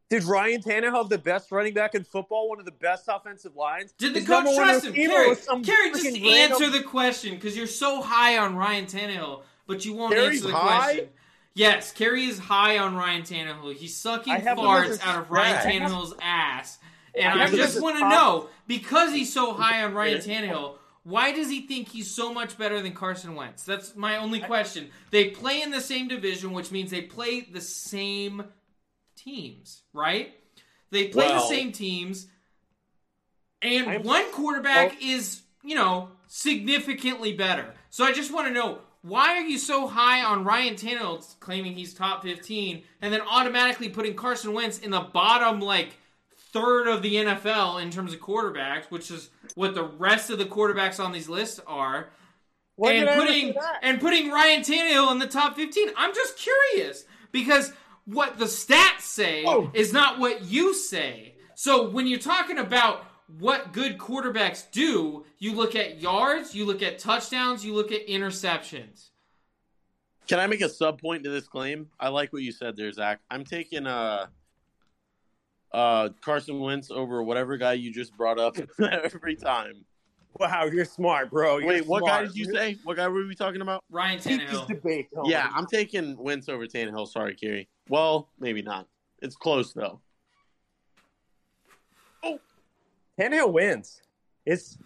Speaker 3: Did Ryan Tannehill have the best running back in football? One of the best offensive lines?
Speaker 1: Did the
Speaker 3: His
Speaker 1: coach
Speaker 3: number one
Speaker 1: trust him?
Speaker 3: receiver
Speaker 1: Carrie,
Speaker 3: was some
Speaker 1: Carrie, just
Speaker 3: freaking random-
Speaker 1: answer the question because you're so high on Ryan Tannehill, but you won't
Speaker 2: Carrie's
Speaker 1: answer the
Speaker 2: high?
Speaker 1: question. Yes, Carrie is high on Ryan Tannehill. He's sucking
Speaker 3: I have him
Speaker 1: farts
Speaker 3: as a
Speaker 1: out of
Speaker 3: stat.
Speaker 1: Ryan Tannehill's ass.
Speaker 3: I
Speaker 1: And I
Speaker 3: have him as
Speaker 1: just
Speaker 3: a
Speaker 1: want to
Speaker 3: top-
Speaker 1: know because he's so high on Ryan Tannehill, why does he think he's so much better than Carson Wentz? That's my only question. They play in the same division, which means they play the same teams, right? They play the
Speaker 2: Well-
Speaker 1: same teams, and
Speaker 3: I'm-
Speaker 1: one quarterback is, you know, significantly better. So I just want to know why are you so high on Ryan Tannehill claiming he's top 15 and then automatically putting Carson Wentz in the bottom like third of the NFL in terms of quarterbacks, which is what the rest of the quarterbacks on these lists are.
Speaker 3: When
Speaker 1: and
Speaker 3: did I ever
Speaker 1: putting
Speaker 3: say that?
Speaker 1: and putting Ryan Tannehill in the top 15. I'm just curious because what the stats say
Speaker 3: Oh.
Speaker 1: is not what you say. So when you're talking about what good quarterbacks do, you look at yards, you look at touchdowns, you look at interceptions.
Speaker 2: Can I make a sub point to this claim? I like what you said there, Zach. I'm taking uh uh Carson Wentz over whatever guy you just brought up every time.
Speaker 3: Wow, you're smart, bro. You're
Speaker 2: Wait, what guy
Speaker 3: smart.
Speaker 2: did you say? What guy were we talking about?
Speaker 1: Ryan
Speaker 3: Keep this
Speaker 1: Tannehill.
Speaker 3: debate going.
Speaker 2: Yeah, I'm taking Wentz over Tannehill. Sorry, Kerry. Well, maybe not. It's close though.
Speaker 3: Tannehill wins. Is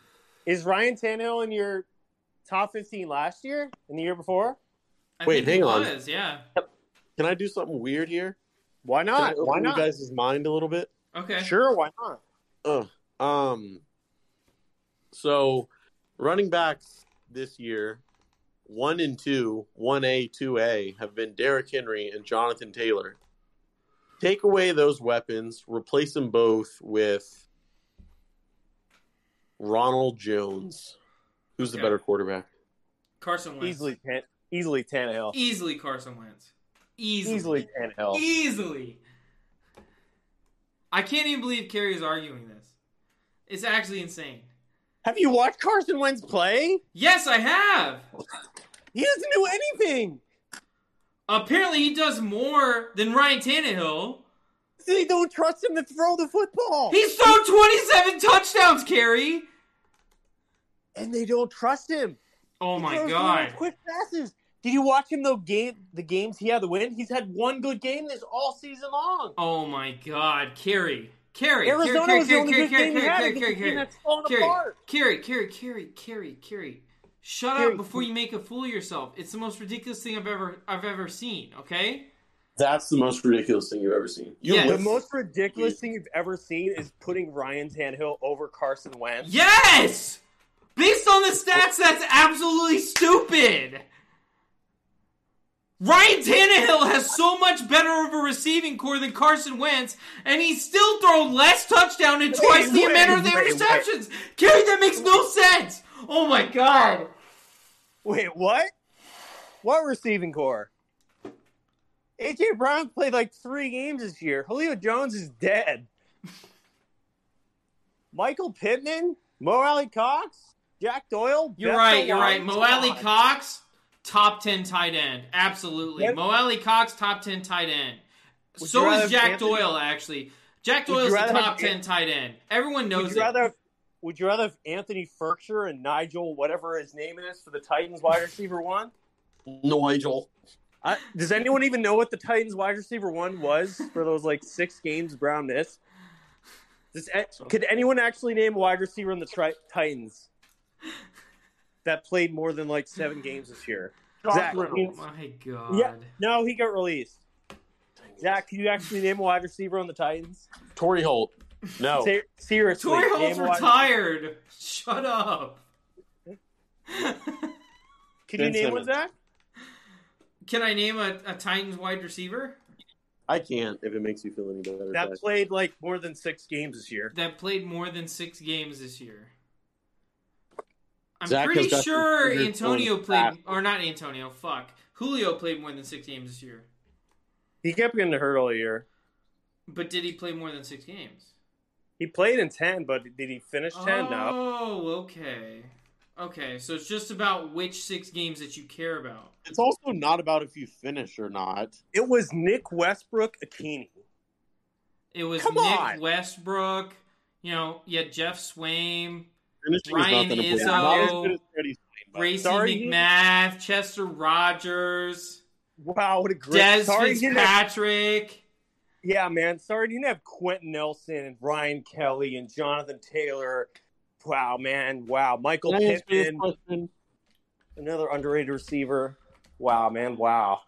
Speaker 3: is Ryan Tannehill in your top fifteen last year and the year before?
Speaker 1: I
Speaker 2: Wait,
Speaker 1: think he
Speaker 2: hang on.
Speaker 1: was, yeah.
Speaker 2: Can I do something weird here?
Speaker 3: Why
Speaker 2: Can I
Speaker 3: not?
Speaker 2: open
Speaker 3: Why
Speaker 2: you
Speaker 3: not?
Speaker 2: guys' mind a little bit?
Speaker 1: Okay.
Speaker 3: Sure, why not?
Speaker 2: Ugh. Um. So, running backs this year, one and two, one A, two A, have been Derrick Henry and Jonathan Taylor. Take away those weapons, replace them both with Ronald Jones, who's the
Speaker 1: Okay.
Speaker 2: better quarterback.
Speaker 1: Carson Wentz.
Speaker 3: Easily, Tan- easily Tannehill.
Speaker 1: Easily Carson Wentz. Easily.
Speaker 3: Easily Tannehill.
Speaker 1: Easily. I can't even believe Kerry is arguing this. It's actually insane.
Speaker 3: Have you watched Carson Wentz play?
Speaker 1: Yes, I have.
Speaker 3: He doesn't do anything.
Speaker 1: Apparently, he does more than Ryan Tannehill.
Speaker 3: They don't trust him to throw the football,
Speaker 1: He's thrown 27 touchdowns, Kerry.
Speaker 3: and they don't trust him.
Speaker 1: Oh
Speaker 3: He
Speaker 1: my
Speaker 3: throws
Speaker 1: god.
Speaker 3: little Quick passes. Did you watch him though? Game the games he had the win. He's had one good game this all season long.
Speaker 1: Oh my god, Kerry. Kerry.
Speaker 3: Arizona
Speaker 1: Kerry,
Speaker 3: was the
Speaker 1: Kerry,
Speaker 3: only
Speaker 1: Kerry,
Speaker 3: good
Speaker 1: Kerry,
Speaker 3: game he
Speaker 1: Kerry,
Speaker 3: had
Speaker 1: Kerry,
Speaker 3: against
Speaker 1: Kerry,
Speaker 3: a team
Speaker 1: Kerry.
Speaker 3: that's falling
Speaker 1: Carrie,
Speaker 3: apart.
Speaker 1: Carrie, Carrie, Carrie, Carrie, Carrie, Shut
Speaker 3: Carrie,
Speaker 1: up before you make a fool of yourself. It's the most ridiculous thing I've ever I've ever seen. Okay.
Speaker 2: That's the most ridiculous thing you've ever seen. You
Speaker 1: Yes.
Speaker 3: The
Speaker 2: look-
Speaker 3: most ridiculous thing you've ever seen is putting Ryan Tannehill over Carson Wentz.
Speaker 1: Yes. Based on the stats,
Speaker 3: Oh.
Speaker 1: that's absolutely stupid. Ryan Tannehill has so much better of a receiving core than Carson Wentz, and he's still thrown less touchdown and twice the
Speaker 3: wait,
Speaker 1: amount of the
Speaker 3: wait, wait.
Speaker 1: interceptions. Carrie, that makes no sense. Oh my god.
Speaker 3: Wait, what? What receiving core? AJ Brown played like three games this year. Julio Jones is dead. Michael Pittman, Mo Alley Cox, Jack Doyle.
Speaker 1: You're
Speaker 3: Beth
Speaker 1: right. You're
Speaker 3: Delaware.
Speaker 1: right. Mo Alley
Speaker 3: Come on.
Speaker 1: Cox, top ten tight end. Absolutely.
Speaker 3: Yep.
Speaker 1: Mo Alley Cox, top ten tight end.
Speaker 3: Would you
Speaker 1: so
Speaker 3: rather
Speaker 1: is
Speaker 3: have
Speaker 1: Jack
Speaker 3: Anthony-
Speaker 1: Doyle. Actually, Jack
Speaker 3: Would you
Speaker 1: Doyle's the
Speaker 3: rather have
Speaker 1: top ten tight end. Everyone knows
Speaker 3: Would
Speaker 1: it.
Speaker 3: you rather? Have, would you rather have Anthony Ferkshire and Nigel, whatever his name is, for the Titans wide receiver one?
Speaker 2: Nigel.
Speaker 3: I, does anyone even know what the Titans wide receiver one was for those like six games Brown missed? Does, a- could anyone actually name a wide receiver in the tri- Titans that played more than like seven games this year? Zach,
Speaker 1: Oh my god.
Speaker 3: Yeah. no, he got released. Zach, can you actually name a wide receiver on the Titans?
Speaker 2: Tory Holt. No.
Speaker 3: Ser- seriously,
Speaker 1: Tory
Speaker 3: name
Speaker 1: Holt's
Speaker 3: a wide-
Speaker 1: retired. Shut up.
Speaker 3: Can you
Speaker 2: Ben
Speaker 3: name one,
Speaker 2: Simmons.
Speaker 3: Zach?
Speaker 1: Can I name a, a Titans wide receiver
Speaker 2: I can't if it makes you feel any better.
Speaker 3: That
Speaker 2: Zach.
Speaker 3: played like more than six games this year.
Speaker 1: that played more than six games this year? I'm
Speaker 2: Zach has
Speaker 1: pretty
Speaker 2: got some
Speaker 1: sure
Speaker 2: figures
Speaker 1: Antonio
Speaker 2: going
Speaker 1: played,
Speaker 2: fast.
Speaker 1: or not Antonio. Fuck, Julio played more than six games this year.
Speaker 3: He kept getting hurt all year.
Speaker 1: But did he play more than six games?
Speaker 3: He played in ten, but did he finish ten? No.
Speaker 1: Oh, okay. Okay, so it's just about which six games that you care about.
Speaker 2: It's also not about if you finish or not.
Speaker 3: It was Nick Westbrook Akini.
Speaker 1: It was
Speaker 3: Come
Speaker 1: Nick
Speaker 3: on.
Speaker 1: Westbrook. You know, you had Jeff Swaim,
Speaker 2: Finishing
Speaker 1: Ryan
Speaker 2: is not
Speaker 1: Izzo,
Speaker 2: that important. Not
Speaker 3: uh,
Speaker 2: as good as Freddie Swain,
Speaker 1: Racy
Speaker 3: sorry, he-
Speaker 1: McMath, Chester Rogers,
Speaker 3: Wow, what a great
Speaker 1: Des
Speaker 3: sorry, he didn't have-
Speaker 1: Fitzpatrick.
Speaker 3: yeah, man. Sorry, he didn't have Quentin Nelson and Ryan Kelly and Jonathan Taylor. Wow, man. Wow, Michael
Speaker 2: but- Can I answer this
Speaker 3: Pittman,
Speaker 2: question?
Speaker 3: another underrated receiver. Wow, man. Wow.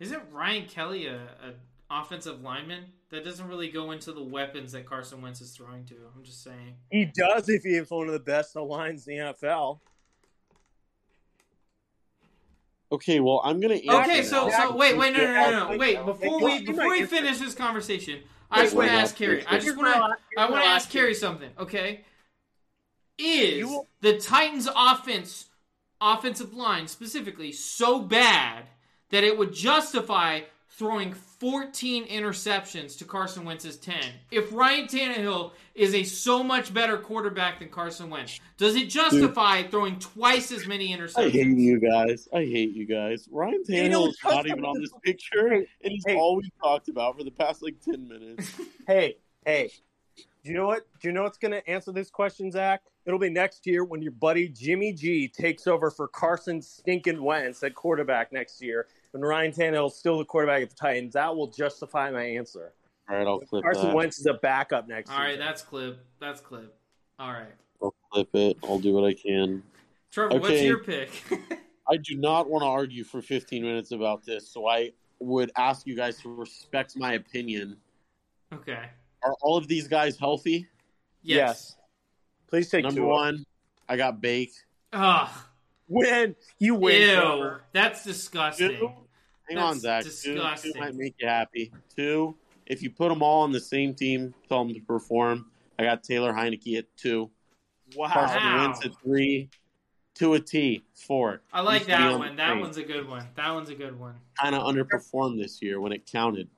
Speaker 1: Isn't Ryan Kelly a, a offensive lineman? That doesn't really go into the weapons that Carson Wentz is throwing to. I'm just saying.
Speaker 3: He does if he is one of the best lines in the NFL.
Speaker 2: Okay, well, I'm gonna answer.
Speaker 1: Okay, so
Speaker 2: that.
Speaker 1: so wait, wait, no, no, no, no, no.
Speaker 3: Exactly.
Speaker 1: wait. Before we
Speaker 3: You might
Speaker 1: before we
Speaker 3: get
Speaker 1: finish this conversation, I
Speaker 2: Yes,
Speaker 1: just want to
Speaker 2: wait,
Speaker 1: ask
Speaker 2: no,
Speaker 1: Carrie. I
Speaker 2: it's-
Speaker 1: just want to. I want to ask
Speaker 3: Carrie.
Speaker 1: Carrie something. Okay, is
Speaker 3: You will-
Speaker 1: the Titans' offense, offensive line specifically, so bad that it would justify throwing 14 interceptions to Carson Wentz's 10? If Ryan Tannehill is a so much better quarterback than Carson Wentz, does it justify throwing twice as many
Speaker 2: I
Speaker 1: interceptions?
Speaker 2: hate you guys. I hate you guys. Ryan
Speaker 3: You know,
Speaker 2: Tannehill is
Speaker 3: because
Speaker 2: not even on this picture, and
Speaker 3: Hey,
Speaker 2: he's
Speaker 3: hey.
Speaker 2: all we talked about for the past like ten minutes.
Speaker 3: Hey, hey. Do you know what? Do you know what's going to answer this question, Zach? It'll be next year when your buddy Jimmy G takes over for Carson Stinkin' Wentz at quarterback next year, and Ryan Tannehill's still the quarterback of the Titans. That will justify my answer.
Speaker 2: All right, I'll clip
Speaker 3: Carson
Speaker 2: that.
Speaker 3: Wentz is a backup next
Speaker 1: All right,
Speaker 3: year.
Speaker 1: that's clip. That's clip. All right,
Speaker 2: I'll clip it. I'll do what I can.
Speaker 1: Trevor, what's
Speaker 2: Okay.
Speaker 1: your pick?
Speaker 2: I do not want to argue for 15 minutes about this, so I would ask you guys to respect my opinion.
Speaker 1: okay.
Speaker 2: Are all of these guys healthy?
Speaker 1: Yes.
Speaker 3: Please take
Speaker 2: Number
Speaker 3: Tua.
Speaker 2: one, I got Bake.
Speaker 1: Ah.
Speaker 3: Win. You win.
Speaker 1: Ew,
Speaker 3: Trevor.
Speaker 1: that's disgusting.
Speaker 2: Two, hang on, Zach.
Speaker 1: That's
Speaker 2: Two, two
Speaker 1: disgusting.
Speaker 2: might make you happy. Two, if you put them all on the same team, tell them to perform. I got Taylor Heineke at two. Carson
Speaker 3: Wow.
Speaker 1: Wow.
Speaker 2: Wentz at three. To a T, four.
Speaker 1: I like
Speaker 2: He's
Speaker 1: that
Speaker 2: the
Speaker 1: one. That
Speaker 2: only
Speaker 1: one's a good one. That one's a good one.
Speaker 2: Kind of underperformed this year when it counted.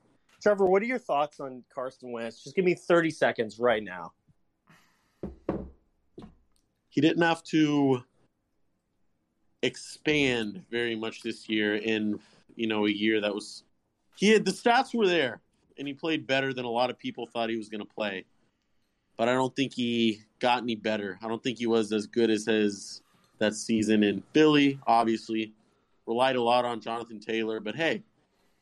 Speaker 3: Trevor, what are your thoughts on Carson Wentz? Just give me 30 seconds right now.
Speaker 2: he didn't have to expand very much this year in you know a year that was he had the stats were there and he played better than a lot of people thought he was going to play but i don't think he got any better i don't think he was as good as his that season in philly obviously relied a lot on jonathan taylor but hey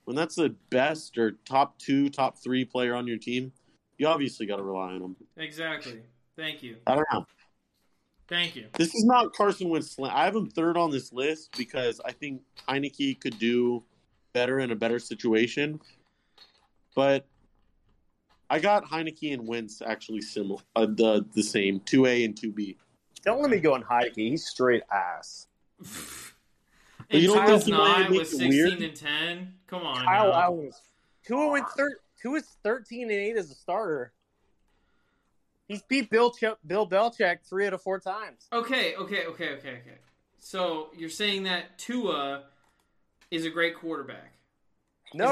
Speaker 2: when that's the best or top two top three player on your team you obviously got to rely on him
Speaker 1: Exactly. Thank you.
Speaker 2: i don't know
Speaker 1: Thank you.
Speaker 2: this is not Carson Wentz. slant. I have him third on this list because I think Heineke could do better in a better situation. But I got Heineke and Wentz actually similar, uh, the the same, two A and two B.
Speaker 3: Don't let me go on Heidke. He's straight ass.
Speaker 1: And
Speaker 2: you don't think
Speaker 1: Kyle's
Speaker 2: he might
Speaker 1: not
Speaker 2: make
Speaker 1: with
Speaker 2: it
Speaker 1: sixteen
Speaker 2: weird?
Speaker 1: and ten. Come on.
Speaker 3: Kyle
Speaker 1: now.
Speaker 3: Allen. Tua went thir- Tua's thirteen and eight as a starter. He's beat Bill Ch- Bill Belichick three out of four times.
Speaker 1: Okay, okay, okay, okay, okay. So you're saying that Tua is a great quarterback.
Speaker 3: No,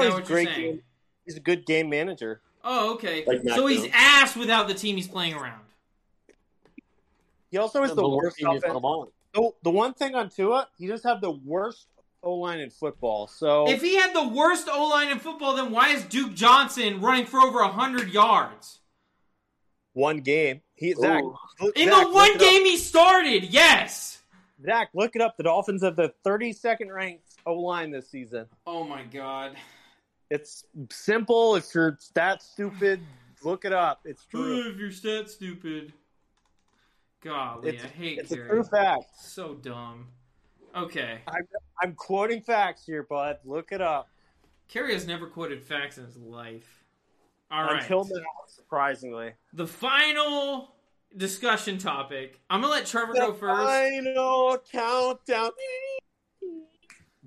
Speaker 1: is that
Speaker 3: he's a
Speaker 1: what you're
Speaker 3: great.
Speaker 1: saying?
Speaker 3: Game, he's a good game manager.
Speaker 1: Oh, okay.
Speaker 2: Like Mac
Speaker 1: so he's
Speaker 2: Jones.
Speaker 1: ass without the team he's playing around.
Speaker 3: He also has the worst
Speaker 2: Working it
Speaker 3: offense.
Speaker 2: come on.
Speaker 3: The, the one thing on Tua, he just have the worst O line in football.
Speaker 2: Oh.
Speaker 3: So
Speaker 1: If he had the worst O line in football, then why is Duke Johnson running for over hundred yards?
Speaker 3: one game, he Zach
Speaker 2: Ooh.
Speaker 3: look-
Speaker 1: In
Speaker 3: Zach,
Speaker 1: the
Speaker 3: look
Speaker 1: one
Speaker 3: it up.
Speaker 1: game he started, yes.
Speaker 3: Zach, look it up. The Dolphins have the thirty second ranked O line this season.
Speaker 1: Oh my god.
Speaker 3: It's simple. If you're that stupid, look it up. It's true.
Speaker 1: If you're stat stupid. Golly,
Speaker 3: It's-
Speaker 1: I hate
Speaker 3: It's a
Speaker 1: Gary.
Speaker 3: true fact.
Speaker 1: So dumb. Okay.
Speaker 3: I'm quoting facts here, bud. Look it up.
Speaker 1: Carrie has never quoted facts in his life. All right.
Speaker 3: Until now, surprisingly.
Speaker 1: The final discussion topic. I'm going to let Trevor go first.
Speaker 2: Final countdown.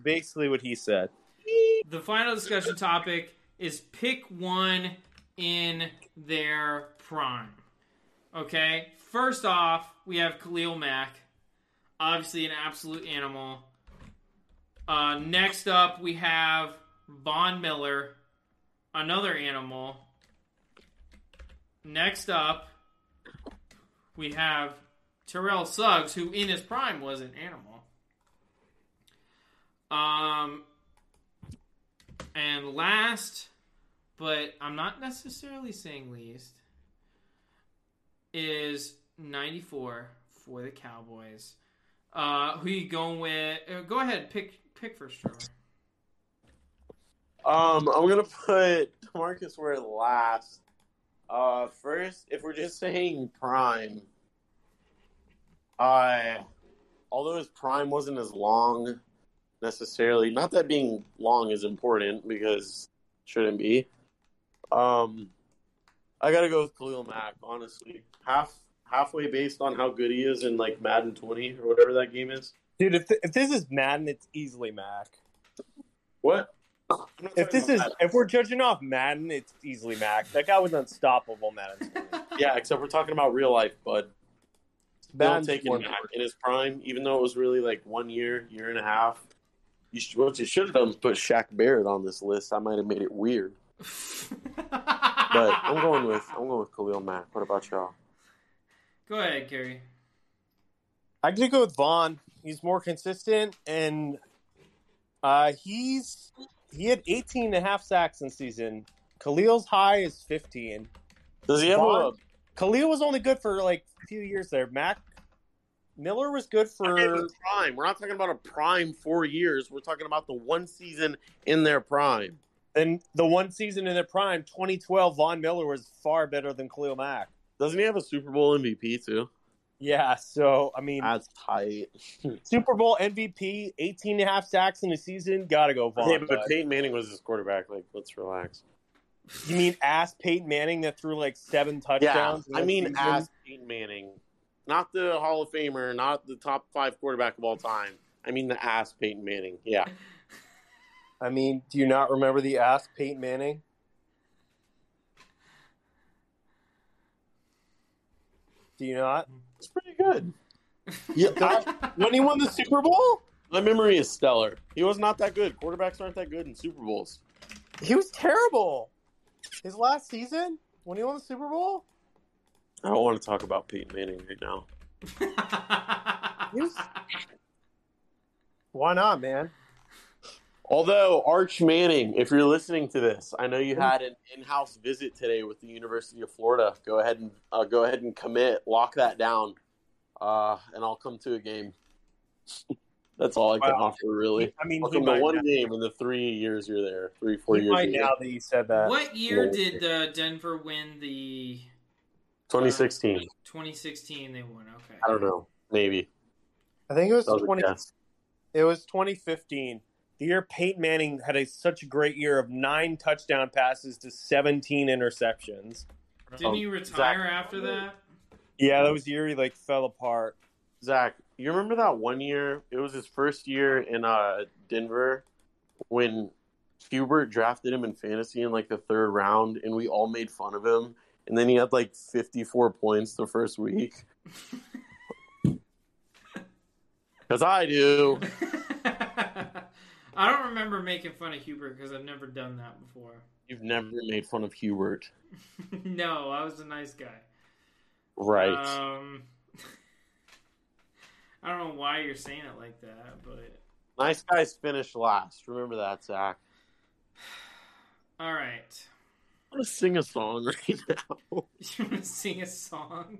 Speaker 3: Basically what he said.
Speaker 1: The final discussion topic is pick one in their prime. Okay? First off, we have Khalil Mack. Obviously, an absolute animal. Uh, next up, we have Von Miller. Another animal. Next up, we have Terrell Suggs, who in his prime was an animal. Um, and last, but I'm not necessarily saying least, is 94 for the Cowboys. Uh, who you going with? uh, Go ahead, pick pick first, Trevor.
Speaker 2: Um, I'm gonna put Marcus Ware last. Uh, first, if we're just saying prime, uh, although his prime wasn't as long necessarily, not that being long is important because it shouldn't be. Um, I gotta go with Khalil Mack, honestly. Half halfway based on how good he is in like Madden 20 or whatever that game is.
Speaker 3: Dude, if, th- if this is Madden, it's easily Mac.
Speaker 2: What?
Speaker 3: If this is if we're judging off Madden, it's easily Mac. That guy was unstoppable, Madden.
Speaker 2: yeah, except we're talking about real life, bud. Still
Speaker 3: Madden's
Speaker 2: taking
Speaker 3: one
Speaker 2: Mac
Speaker 3: word.
Speaker 2: in his prime, even though it was really like one year, year and a half. You should, what you should have done was put Shaq Barrett on this list. I might have made it weird, but I'm going with I'm going with Khalil Mack. What about y'all?
Speaker 1: Go ahead, Gary.
Speaker 3: I could go with Vaughn. He's more consistent, and uh, he's he had 18 and a half sacks in season. Khalil's high is 15.
Speaker 2: Does he have a?
Speaker 3: Vaughn- Khalil was only good for like a few years there. Mac Miller was good
Speaker 2: Okay, but
Speaker 3: for
Speaker 2: it's prime. We're not talking about a prime four years. We're talking about the one season in their prime.
Speaker 3: and the one season in their prime, 2012. Von Miller was far better than Khalil Mack.
Speaker 2: Doesn't he have a Super Bowl MVP too?
Speaker 3: Yeah, so I mean,
Speaker 2: That's tight.
Speaker 3: Super Bowl MVP, 18 and a half sacks in a season. Gotta go Uh, Vaughn.
Speaker 2: Yeah, but
Speaker 3: bud.
Speaker 2: Peyton Manning was his quarterback. Like, let's relax.
Speaker 3: You mean ass Peyton Manning that threw like seven
Speaker 2: Yeah,
Speaker 3: touchdowns? in
Speaker 2: I
Speaker 3: one
Speaker 2: mean,
Speaker 3: season?
Speaker 2: ask Peyton Manning, not the Hall of Famer, not the top five quarterback of all time. I mean, the ass Peyton Manning. Yeah,
Speaker 3: I mean, do you not remember the ass Peyton Manning? Do you not?
Speaker 2: it's pretty good. Yeah, I-
Speaker 3: When he won the Super Bowl,
Speaker 2: my memory is stellar. He was not that good. Quarterbacks aren't that good in Super Bowls.
Speaker 3: he was terrible. His last season, when he won the Super Bowl,
Speaker 2: I don't want to talk about Peyton Manning right now.
Speaker 3: why not, man?
Speaker 2: Although Arch Manning, if you're listening to this, I know
Speaker 3: Mm-hmm.
Speaker 2: you had an in-house visit today with the University of Florida. Go ahead and uh, go ahead and commit, lock that down, uh, and I'll come to a game. That's all I can
Speaker 3: Wow.
Speaker 2: offer, really.
Speaker 3: I mean,
Speaker 2: I'll
Speaker 3: he
Speaker 2: come to
Speaker 3: might,
Speaker 2: one
Speaker 3: now,
Speaker 2: game in the three years you're there, three four
Speaker 3: he
Speaker 2: years.
Speaker 3: might
Speaker 2: You're there.
Speaker 3: now that you said that.
Speaker 1: what year
Speaker 2: Yeah.
Speaker 1: did uh, Denver win the
Speaker 2: 2016.
Speaker 1: 2016? They won. Okay.
Speaker 2: I don't know, maybe.
Speaker 3: I think it was
Speaker 2: That was a
Speaker 3: 20,
Speaker 2: guess.
Speaker 3: It was 2015. The year Peyton Manning had a such a great year of nine touchdown passes to 17 interceptions.
Speaker 1: Didn't
Speaker 2: Um,
Speaker 1: he retire after that?
Speaker 3: Yeah, that was the year he like fell apart.
Speaker 2: Zach, you remember that one year? It was his first year in uh, Denver when Hubert drafted him in fantasy in like the third round, and we all made fun of him. And then he had like 54 points the first week. Because I do.
Speaker 1: I don't remember making fun of Hubert because I've never done that before.
Speaker 2: You've never made fun of Hubert.
Speaker 1: no, I was a nice guy.
Speaker 2: Right.
Speaker 1: Um, I don't know why you're saying it like that, but
Speaker 2: nice guys finish last. Remember that, Zach.
Speaker 1: all right.
Speaker 2: I want to sing a song right now.
Speaker 1: You want to sing a song?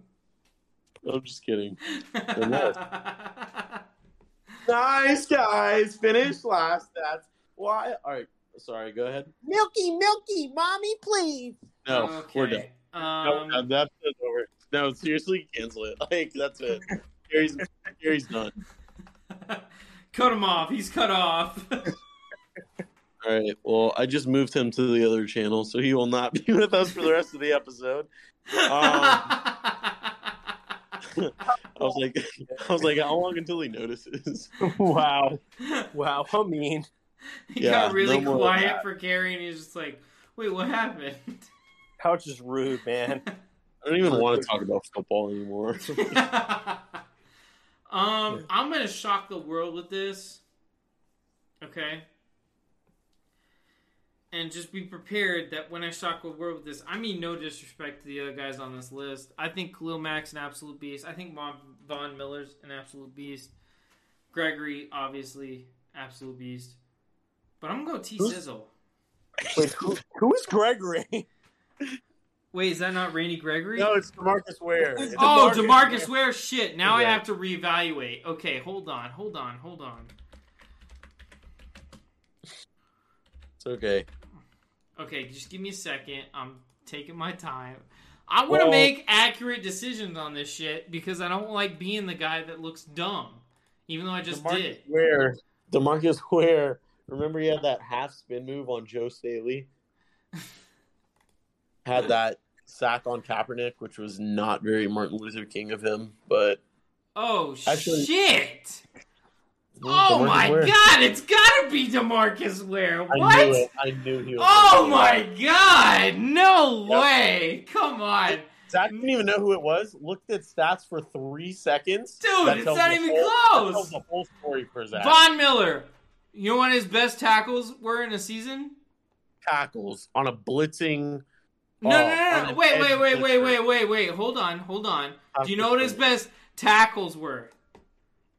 Speaker 2: I'm just kidding. Nice guys finish last. That's why. All right. Sorry. Go ahead.
Speaker 3: Milky, Milky, mommy, please.
Speaker 2: No, we're done.
Speaker 1: Um,
Speaker 2: No, no, that's it, over. No, seriously, cancel it. Like that's it. Gary's Gary's done.
Speaker 1: cut him off. He's cut off.
Speaker 2: All right. Well, I just moved him to the other channel, so he will not be with us for the rest of the episode. Um. I was like, I was like, how long until he notices?
Speaker 3: wow, wow, how mean.
Speaker 1: he
Speaker 2: Yeah,
Speaker 1: got really
Speaker 2: no more of
Speaker 1: quiet
Speaker 2: that.
Speaker 1: for Gary, and he's just like, "Wait, what happened?"
Speaker 3: How just rude, man.
Speaker 2: I don't even want to talk about football anymore.
Speaker 1: um, I'm gonna shock the world with this. Okay. And just be prepared that when I shock the world with this, I mean no disrespect to the other guys on this list. I think Khalil Mack's an absolute beast. I think Von, Von Miller's an absolute beast. Gregory, obviously, absolute beast. But I'm gonna go T
Speaker 3: Who's-
Speaker 1: Sizzle.
Speaker 3: Wait, who, who is Gregory?
Speaker 1: Wait, is that not Randy Gregory?
Speaker 3: no, it's Demarcus Ware.
Speaker 2: It's
Speaker 1: oh, Demarcus Ware. Shit. Now I
Speaker 2: Yeah.
Speaker 1: have to reevaluate. Okay, hold on, hold on, hold on.
Speaker 2: It's okay.
Speaker 1: Okay, just give me a second. I'm taking my time. I want to
Speaker 3: Well-
Speaker 1: make accurate decisions on this shit because I don't like being the guy that looks dumb, even though I just did.
Speaker 2: Where Demarcus Ware? Remember, he had that half spin move on Joe Staley. had that sack on Kaepernick, which was not very Martin Luther King of him, but
Speaker 1: Oh
Speaker 2: Actually-
Speaker 1: shit! Oh
Speaker 2: DeMarcus
Speaker 1: my
Speaker 2: Ware.
Speaker 1: god, it's gotta be Demarcus Ware. What?
Speaker 2: I knew it. I knew he was.
Speaker 1: Oh
Speaker 2: gonna do
Speaker 1: my
Speaker 2: it.
Speaker 1: god, no
Speaker 2: Yep.
Speaker 1: way. Come on.
Speaker 2: Zach didn't even know who it was. Looked at stats for three seconds.
Speaker 1: Dude,
Speaker 2: That
Speaker 1: it's
Speaker 2: tells
Speaker 1: not
Speaker 2: the
Speaker 1: even
Speaker 2: whole- that
Speaker 1: close.
Speaker 2: tells the whole story for Zach.
Speaker 1: Von Miller. You know what his best tackles were in a season?
Speaker 2: tackles on a blitzing.
Speaker 1: No,
Speaker 2: Oh,
Speaker 1: no, no, no.
Speaker 2: on
Speaker 1: Wait, wait,
Speaker 2: an edge
Speaker 1: wait, wait,
Speaker 2: rusher.
Speaker 1: wait, wait, wait. Hold on, hold on. Do you know what his best tackles were?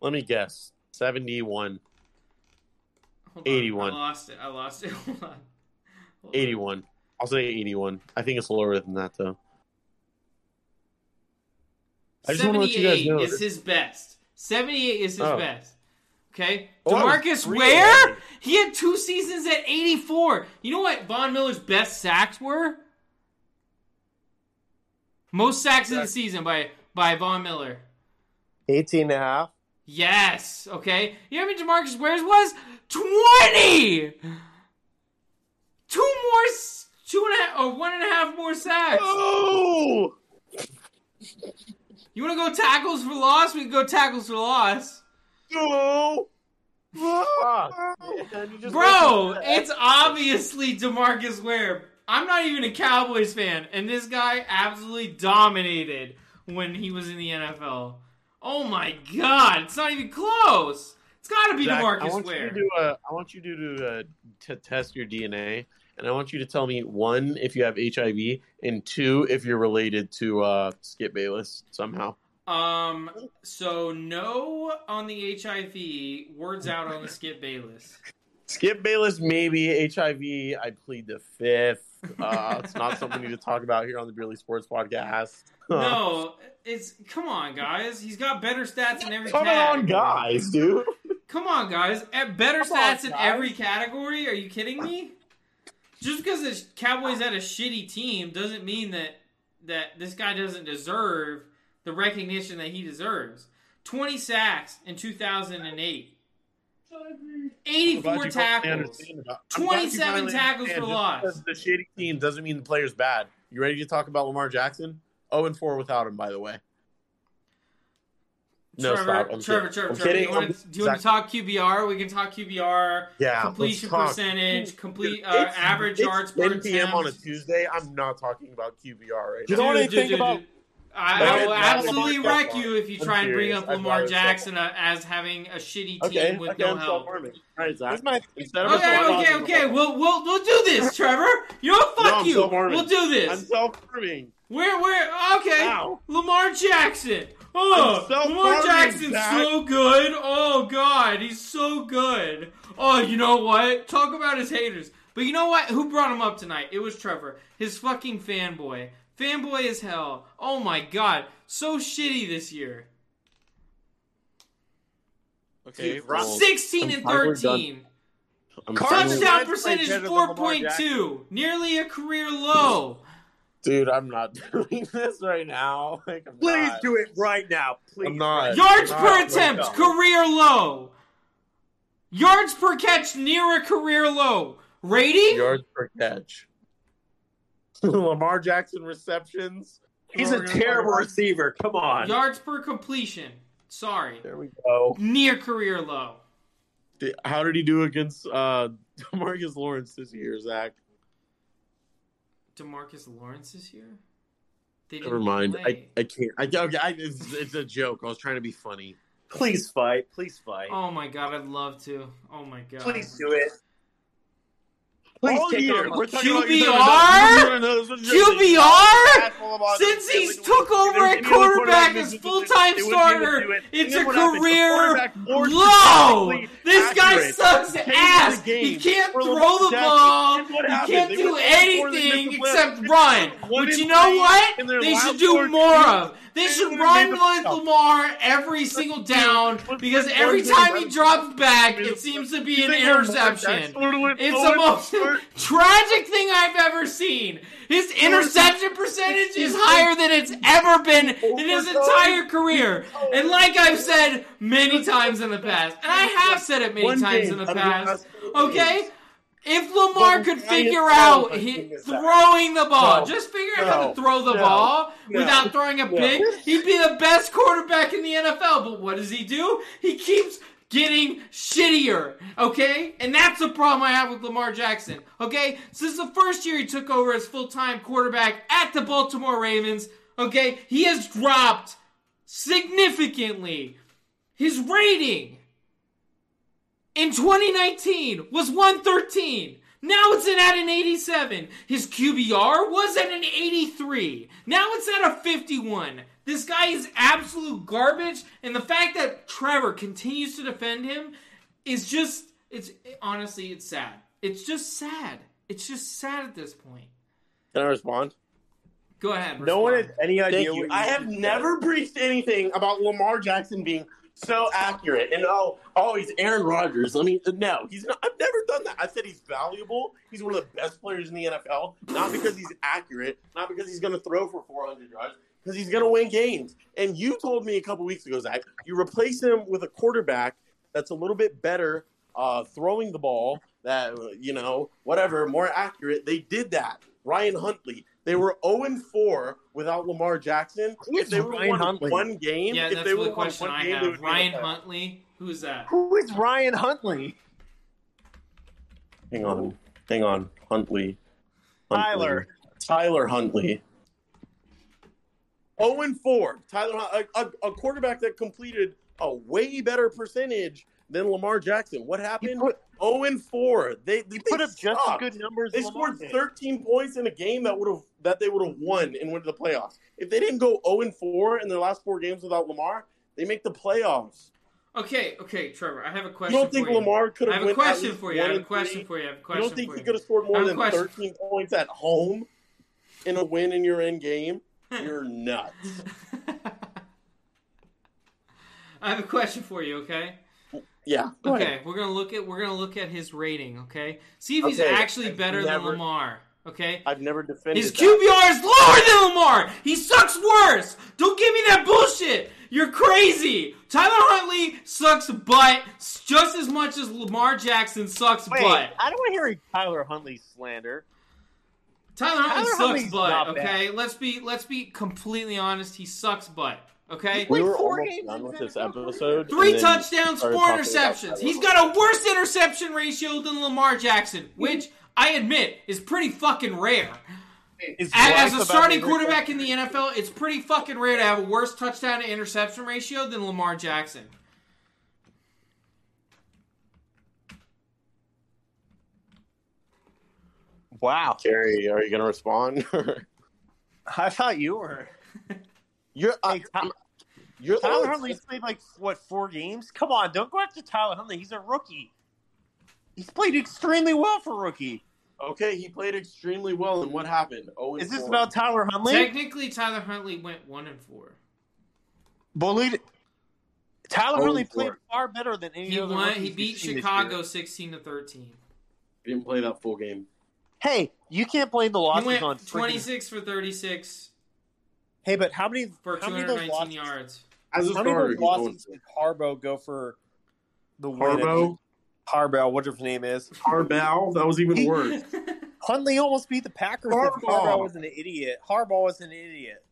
Speaker 2: Let me guess. 71,
Speaker 1: Hold on.
Speaker 2: 81.
Speaker 1: I lost it. I lost it. Hold on. Hold on.
Speaker 2: 81. I'll say 81. I think it's lower than that, though. I just wanna let you guys
Speaker 1: 78
Speaker 2: know.
Speaker 1: is his best. 78 is his
Speaker 2: Oh.
Speaker 1: best. Okay?
Speaker 2: Oh, I was
Speaker 1: Demarcus
Speaker 2: three
Speaker 1: Ware?
Speaker 2: away.
Speaker 1: He had two seasons at 84. You know what Von Miller's best sacks were? Most sacks in the season by by Von Miller.
Speaker 4: 18 and a half.
Speaker 1: Yes. Okay. You know how many Demarcus Ware's was? 20! Two more, s- two and a half, or one and a half more sacks.
Speaker 2: Oh!
Speaker 1: You want to go tackles for loss? We can go tackles for loss.
Speaker 2: No! Fuck, man, you just
Speaker 1: Bro,
Speaker 2: wasted that.
Speaker 1: it's obviously Demarcus Ware. I'm not even a Cowboys fan, and this guy absolutely dominated when he was in the NFL. Oh my god, it's not even close. It's gotta be
Speaker 2: Zach, I
Speaker 1: Demarcus
Speaker 2: want you
Speaker 1: Ware.
Speaker 2: to do a. I want you to do a to test your DNA, and I want you to tell me one if you have HIV, and two if you're related to uh, Skip Bayless somehow.
Speaker 1: Um. So no on the HIV. Words out on the Skip Bayless.
Speaker 2: Skip Bayless, maybe HIV. I plead the fifth. Uh, it's not something we need to talk about here on the Beerly Sports Podcast.
Speaker 1: No, it's come on, guys. He's got better stats in every.
Speaker 2: Come
Speaker 1: category.
Speaker 2: on, guys, dude.
Speaker 1: Come on, guys. At better
Speaker 4: Come on,
Speaker 1: stats in
Speaker 4: guys.
Speaker 1: every category. Are you kidding me? Just because the Cowboys had a shitty team doesn't mean that that this guy doesn't deserve the recognition that he deserves. 20 sacks in 2008.
Speaker 2: I'm glad
Speaker 1: 84
Speaker 2: you finally
Speaker 1: tackles.
Speaker 2: understand about- I'm glad you
Speaker 1: 27
Speaker 2: finally
Speaker 1: tackles for
Speaker 2: understand. Just
Speaker 1: loss.
Speaker 2: because The shitty team doesn't mean the player's bad. You ready to talk about Lamar Jackson? 0 and 4 without him, by the way. No,
Speaker 1: Trevor,
Speaker 2: stop. I'm
Speaker 1: Trevor,
Speaker 2: kidding.
Speaker 1: Trevor,
Speaker 2: I'm
Speaker 1: Trevor.
Speaker 2: kidding.
Speaker 1: Do you, want
Speaker 2: I'm-
Speaker 1: to, do you want to talk QBR? We can talk QBR.
Speaker 2: Yeah,
Speaker 1: completion
Speaker 2: let's talk.
Speaker 1: percentage, complete
Speaker 2: Dude,
Speaker 1: uh,
Speaker 2: it's-
Speaker 1: average
Speaker 2: it's
Speaker 1: yards per
Speaker 2: 10 p.m.
Speaker 1: attempt.
Speaker 2: on a Tuesday. I'm not talking about QBR right
Speaker 4: You
Speaker 2: now.
Speaker 4: know what I think
Speaker 1: Dude, dude, dude,
Speaker 4: about?
Speaker 1: dude. I, I will
Speaker 2: Okay,
Speaker 1: absolutely
Speaker 2: Lamar
Speaker 1: wreck
Speaker 2: Jackson.
Speaker 1: you if you
Speaker 2: I'm
Speaker 1: try and bring
Speaker 2: serious.
Speaker 1: up
Speaker 2: I'd
Speaker 1: Lamar
Speaker 2: rather
Speaker 1: Jackson uh, as having a shitty team
Speaker 2: Okay,
Speaker 1: with
Speaker 2: okay,
Speaker 1: no
Speaker 2: I'm
Speaker 1: help.
Speaker 2: self-harming. All right, Zach.
Speaker 4: Here's my
Speaker 2: Instead of
Speaker 1: Okay,
Speaker 2: us-
Speaker 1: okay, okay. We'll we'll we'll do this, Trevor. You know,
Speaker 2: No,
Speaker 1: fuck
Speaker 2: I'm
Speaker 1: you.
Speaker 2: self-harming.
Speaker 1: We'll do
Speaker 2: I'm
Speaker 1: this.
Speaker 2: self-harming.
Speaker 1: We're we're okay.
Speaker 2: Ow.
Speaker 1: Lamar Jackson. Oh,
Speaker 2: I'm so
Speaker 1: Lamar
Speaker 2: sorry,
Speaker 1: Jackson's
Speaker 2: Zach.
Speaker 1: so good. Oh God, he's so good. Oh, you know what? Talk about his haters. But you know what? Who brought him up tonight? It was Trevor, his fucking fanboy. Fanboy as hell. Oh my God, so shitty this year.
Speaker 2: Okay,
Speaker 3: well,
Speaker 1: Sixteen and
Speaker 2: I'm finally done.
Speaker 1: thirteen.
Speaker 2: I'm
Speaker 4: Carson
Speaker 2: finally-
Speaker 1: Touchdown
Speaker 4: Wentz played
Speaker 1: percentage
Speaker 4: better than
Speaker 1: four
Speaker 4: Lamar
Speaker 1: point two, nearly a career low.
Speaker 2: dude, I'm not doing this right now. Like, I'm
Speaker 4: Please
Speaker 2: not.
Speaker 4: do it right now. Please.
Speaker 2: I'm not.
Speaker 1: Yards
Speaker 2: I'm
Speaker 1: per
Speaker 2: not.
Speaker 1: attempt,
Speaker 2: Let's go.
Speaker 1: career low. Yards per catch, near a career low. Rating?
Speaker 2: yards per catch. Lamar Jackson receptions.
Speaker 4: He's a terrible receiver. Come on.
Speaker 1: Yards per completion. Sorry.
Speaker 2: There we
Speaker 3: Oh,
Speaker 2: go.
Speaker 1: Near career low.
Speaker 2: How did he do against uh Marcus Lawrence this year, Zach?
Speaker 1: Demarcus Lawrence this year? They didn't
Speaker 2: Never mind. I,
Speaker 1: play.
Speaker 2: I can't. I, okay, I, it's, it's a joke. I was trying to be funny.
Speaker 4: Please fight. Please fight.
Speaker 1: oh my god, I'd love to. Oh my god.
Speaker 4: Please do it. Please
Speaker 2: All
Speaker 4: take
Speaker 2: year,
Speaker 4: on-
Speaker 2: we're talking about-
Speaker 1: QBR?
Speaker 2: you're doing those- you're doing those-
Speaker 1: QBR?
Speaker 2: Pass all about-
Speaker 1: Since he's
Speaker 2: Like,
Speaker 1: took over
Speaker 2: there's
Speaker 1: at
Speaker 2: any other
Speaker 1: quarterback
Speaker 2: quarterback
Speaker 1: as
Speaker 2: who
Speaker 1: full
Speaker 2: would do
Speaker 1: time
Speaker 2: it. They wouldn't even do
Speaker 1: starter,
Speaker 2: it.
Speaker 1: it's
Speaker 2: And
Speaker 1: a
Speaker 2: then what happens? The
Speaker 1: career
Speaker 2: quarterback more
Speaker 1: low.
Speaker 2: statistically
Speaker 1: This guy
Speaker 2: accurate.
Speaker 1: sucks
Speaker 2: Changed the
Speaker 1: ass.
Speaker 2: game.
Speaker 1: He can't
Speaker 2: For
Speaker 1: throw
Speaker 2: Lamar
Speaker 1: the
Speaker 2: Jackson.
Speaker 1: ball.
Speaker 2: And what
Speaker 1: He
Speaker 2: happened?
Speaker 1: can't
Speaker 2: They
Speaker 1: do
Speaker 2: went for it, they
Speaker 1: anything
Speaker 2: missed the
Speaker 1: except
Speaker 2: playoff.
Speaker 1: run,
Speaker 2: One
Speaker 1: which
Speaker 2: in
Speaker 1: you know
Speaker 2: three,
Speaker 1: what?
Speaker 2: and they're
Speaker 1: They should
Speaker 2: allowed
Speaker 1: do
Speaker 2: four
Speaker 1: more
Speaker 2: teams.
Speaker 1: of. They
Speaker 2: They
Speaker 1: should
Speaker 2: would've
Speaker 1: run
Speaker 2: made the
Speaker 1: with
Speaker 2: playoffs.
Speaker 1: Lamar every single down
Speaker 2: Would've
Speaker 1: because
Speaker 2: been
Speaker 1: every
Speaker 2: one win
Speaker 1: time he
Speaker 2: better.
Speaker 1: drops back,
Speaker 2: Would've
Speaker 1: it
Speaker 2: been-
Speaker 1: seems to be an
Speaker 2: They were more
Speaker 1: interception.
Speaker 2: Jackson would've
Speaker 1: It's
Speaker 2: went
Speaker 1: the most
Speaker 2: forward.
Speaker 1: tragic thing I've ever seen. His interception percentage is higher than it's ever been
Speaker 2: Oh
Speaker 1: in his entire career. And like I've said many times in the past, and I have said it many
Speaker 2: One
Speaker 1: times
Speaker 2: game
Speaker 1: in the
Speaker 2: out of the
Speaker 1: past,
Speaker 2: last four
Speaker 1: okay?
Speaker 2: years.
Speaker 1: If Lamar
Speaker 2: Well,
Speaker 1: could
Speaker 2: I
Speaker 1: figure
Speaker 2: am
Speaker 1: out
Speaker 2: proud of
Speaker 1: he,
Speaker 2: him as that.
Speaker 1: throwing the ball,
Speaker 2: No.
Speaker 1: just figure out how to
Speaker 2: No.
Speaker 1: throw the
Speaker 2: No.
Speaker 1: ball
Speaker 2: No.
Speaker 1: without throwing a pick, he'd be the best quarterback in the NFL. But what does he do? He keeps getting shittier, okay? And that's the problem I have with Lamar Jackson, okay? Since the first year he took over as full time quarterback at the Baltimore Ravens, okay, he has dropped significantly. His rating in 2019 was 113. Now it's at an 87. His QBR was at an 83. Now it's at a 51. This guy is absolute garbage, and the fact that Trevor continues to defend him is just it's honestly it's sad. It's just sad. It's just sad at this point.
Speaker 2: Can I respond?
Speaker 1: Go ahead.
Speaker 3: No one
Speaker 1: respond.
Speaker 3: had any idea.
Speaker 2: Thank
Speaker 3: what
Speaker 2: you.
Speaker 3: you
Speaker 2: I have
Speaker 3: said.
Speaker 2: never preached anything about Lamar Jackson being so accurate and oh, oh, he's Aaron Rodgers. Let me no, he's not. I've never done that. I said he's valuable. He's one of the best players in the NFL, not because he's accurate, not because he's going to throw for 400 yards, because he's going to win games. And you told me a couple weeks ago, Zach, you replace him with a quarterback that's a little bit better uh, throwing the ball that you know whatever more accurate they did that ryan huntley they were 0-4 without lamar jackson
Speaker 3: Who
Speaker 2: if
Speaker 3: is
Speaker 2: they were
Speaker 3: Ryan
Speaker 2: won
Speaker 3: Huntley?
Speaker 2: one game
Speaker 1: Yeah,
Speaker 2: if
Speaker 1: that's
Speaker 2: they were
Speaker 1: the question I
Speaker 2: game, they would
Speaker 1: have.
Speaker 2: be
Speaker 1: Ryan
Speaker 2: okay.
Speaker 1: Huntley, who's that?
Speaker 3: Who is Ryan Huntley?
Speaker 2: hang on hang on huntley, Huntley.
Speaker 3: Tyler.
Speaker 2: tyler huntley 0-4 tyler Hun- a, a, a quarterback that completed a way better percentage than lamar jackson what
Speaker 3: He
Speaker 2: happened
Speaker 3: put,
Speaker 2: 0-4 they, they
Speaker 3: he put up just as
Speaker 2: sucked.
Speaker 3: good numbers.
Speaker 2: They
Speaker 3: as Lamar
Speaker 2: scored
Speaker 3: did.
Speaker 2: 13 points in a game that would have that they would have won and went to the playoffs. If they didn't go 0 and 4 in their last four games without Lamar, they make the playoffs.
Speaker 1: Okay, okay, Trevor, I have a
Speaker 2: You
Speaker 1: question.
Speaker 2: don't think
Speaker 1: for you.
Speaker 2: Lamar could
Speaker 1: I have
Speaker 2: have?
Speaker 1: a
Speaker 2: went at
Speaker 1: question
Speaker 2: least
Speaker 1: for you. I
Speaker 2: one
Speaker 1: have a
Speaker 2: and
Speaker 1: question
Speaker 2: three?
Speaker 1: for you. I have a
Speaker 2: You
Speaker 1: question
Speaker 2: don't think
Speaker 1: for
Speaker 2: he
Speaker 1: you.
Speaker 2: could have scored
Speaker 1: I
Speaker 2: more
Speaker 1: have a
Speaker 2: than
Speaker 1: question.
Speaker 2: 13 points at home in a win in your end game? You're nuts.
Speaker 1: I have a question for you, okay?
Speaker 2: Yeah. Go ahead.
Speaker 1: Okay, we're gonna look at we're gonna look at his rating, okay? See if he's
Speaker 2: Okay,
Speaker 1: actually
Speaker 2: I've
Speaker 1: better than
Speaker 2: never-
Speaker 1: Lamar, okay?
Speaker 2: I've never defended
Speaker 1: His
Speaker 2: that.
Speaker 1: QBR is lower than Lamar. He sucks worse. Don't give me that bullshit. You're crazy. Tyler Huntley sucks butt just as much as Lamar Jackson sucks
Speaker 3: Wait,
Speaker 1: butt.
Speaker 3: I don't want to hear any Tyler Huntley slander.
Speaker 1: Tyler Huntley
Speaker 3: Tyler
Speaker 1: sucks
Speaker 3: Huntley's
Speaker 1: butt.
Speaker 3: not
Speaker 1: Okay, let's be let's be completely honest. He sucks butt. Okay,
Speaker 2: We
Speaker 3: Like
Speaker 2: were
Speaker 3: four
Speaker 2: almost
Speaker 3: games
Speaker 2: done
Speaker 3: in
Speaker 2: with
Speaker 3: the
Speaker 2: this
Speaker 3: NFL career.
Speaker 2: episode.
Speaker 1: three
Speaker 2: and then-
Speaker 1: touchdowns,
Speaker 2: started
Speaker 1: four
Speaker 2: talking about
Speaker 1: interceptions.
Speaker 2: Tyler
Speaker 1: He's got a worse interception ratio than Lamar Jackson, which I admit is pretty fucking rare.
Speaker 3: Is
Speaker 1: As,
Speaker 3: Bryce
Speaker 1: as a
Speaker 3: about
Speaker 1: starting
Speaker 3: to-
Speaker 1: quarterback in the NFL, it's pretty fucking rare to have a worse touchdown to interception ratio than Lamar Jackson.
Speaker 3: Wow,
Speaker 2: Jerry, are you going to respond?
Speaker 3: I thought you were.
Speaker 2: you're I,
Speaker 3: Hey, Ty-
Speaker 2: you're the
Speaker 3: Tyler
Speaker 2: one-
Speaker 3: Huntley's played like what four games? Come on, don't go after Tyler Huntley. He's a rookie. He's played extremely well for rookie.
Speaker 2: Okay, he played extremely well, and what happened? Oh,
Speaker 3: Is this about Tyler Huntley?
Speaker 1: Technically, Tyler Huntley went one and four.
Speaker 3: Bullied. Tyler
Speaker 2: Oh,
Speaker 3: Huntley
Speaker 2: for
Speaker 3: played
Speaker 2: it.
Speaker 3: far better than any
Speaker 1: He
Speaker 3: other.
Speaker 1: won.
Speaker 3: rookies
Speaker 1: He
Speaker 3: we've
Speaker 1: beat
Speaker 3: seen this
Speaker 1: Chicago
Speaker 3: year.
Speaker 1: sixteen to thirteen.
Speaker 2: He didn't play that full game.
Speaker 3: Hey, you can't blame the
Speaker 1: He
Speaker 3: losses
Speaker 1: went
Speaker 3: on freaking-
Speaker 1: twenty six for thirty six
Speaker 3: Hey, but how many?
Speaker 1: for two
Speaker 3: how many
Speaker 1: hundred
Speaker 3: of those
Speaker 1: nineteen
Speaker 3: losses?
Speaker 1: yards.
Speaker 2: As a
Speaker 3: How many
Speaker 2: starter,
Speaker 3: of those
Speaker 2: he's going
Speaker 3: losses
Speaker 2: to
Speaker 3: did Harbaugh go for the win?
Speaker 2: Harbaugh,
Speaker 3: Harbaugh, whatever his name is.
Speaker 2: Harbaugh. That was even
Speaker 3: He-
Speaker 2: worse.
Speaker 3: Huntley almost beat the Packers.
Speaker 2: Harbaugh.
Speaker 3: If Harbaugh was an idiot. Harbaugh was an idiot.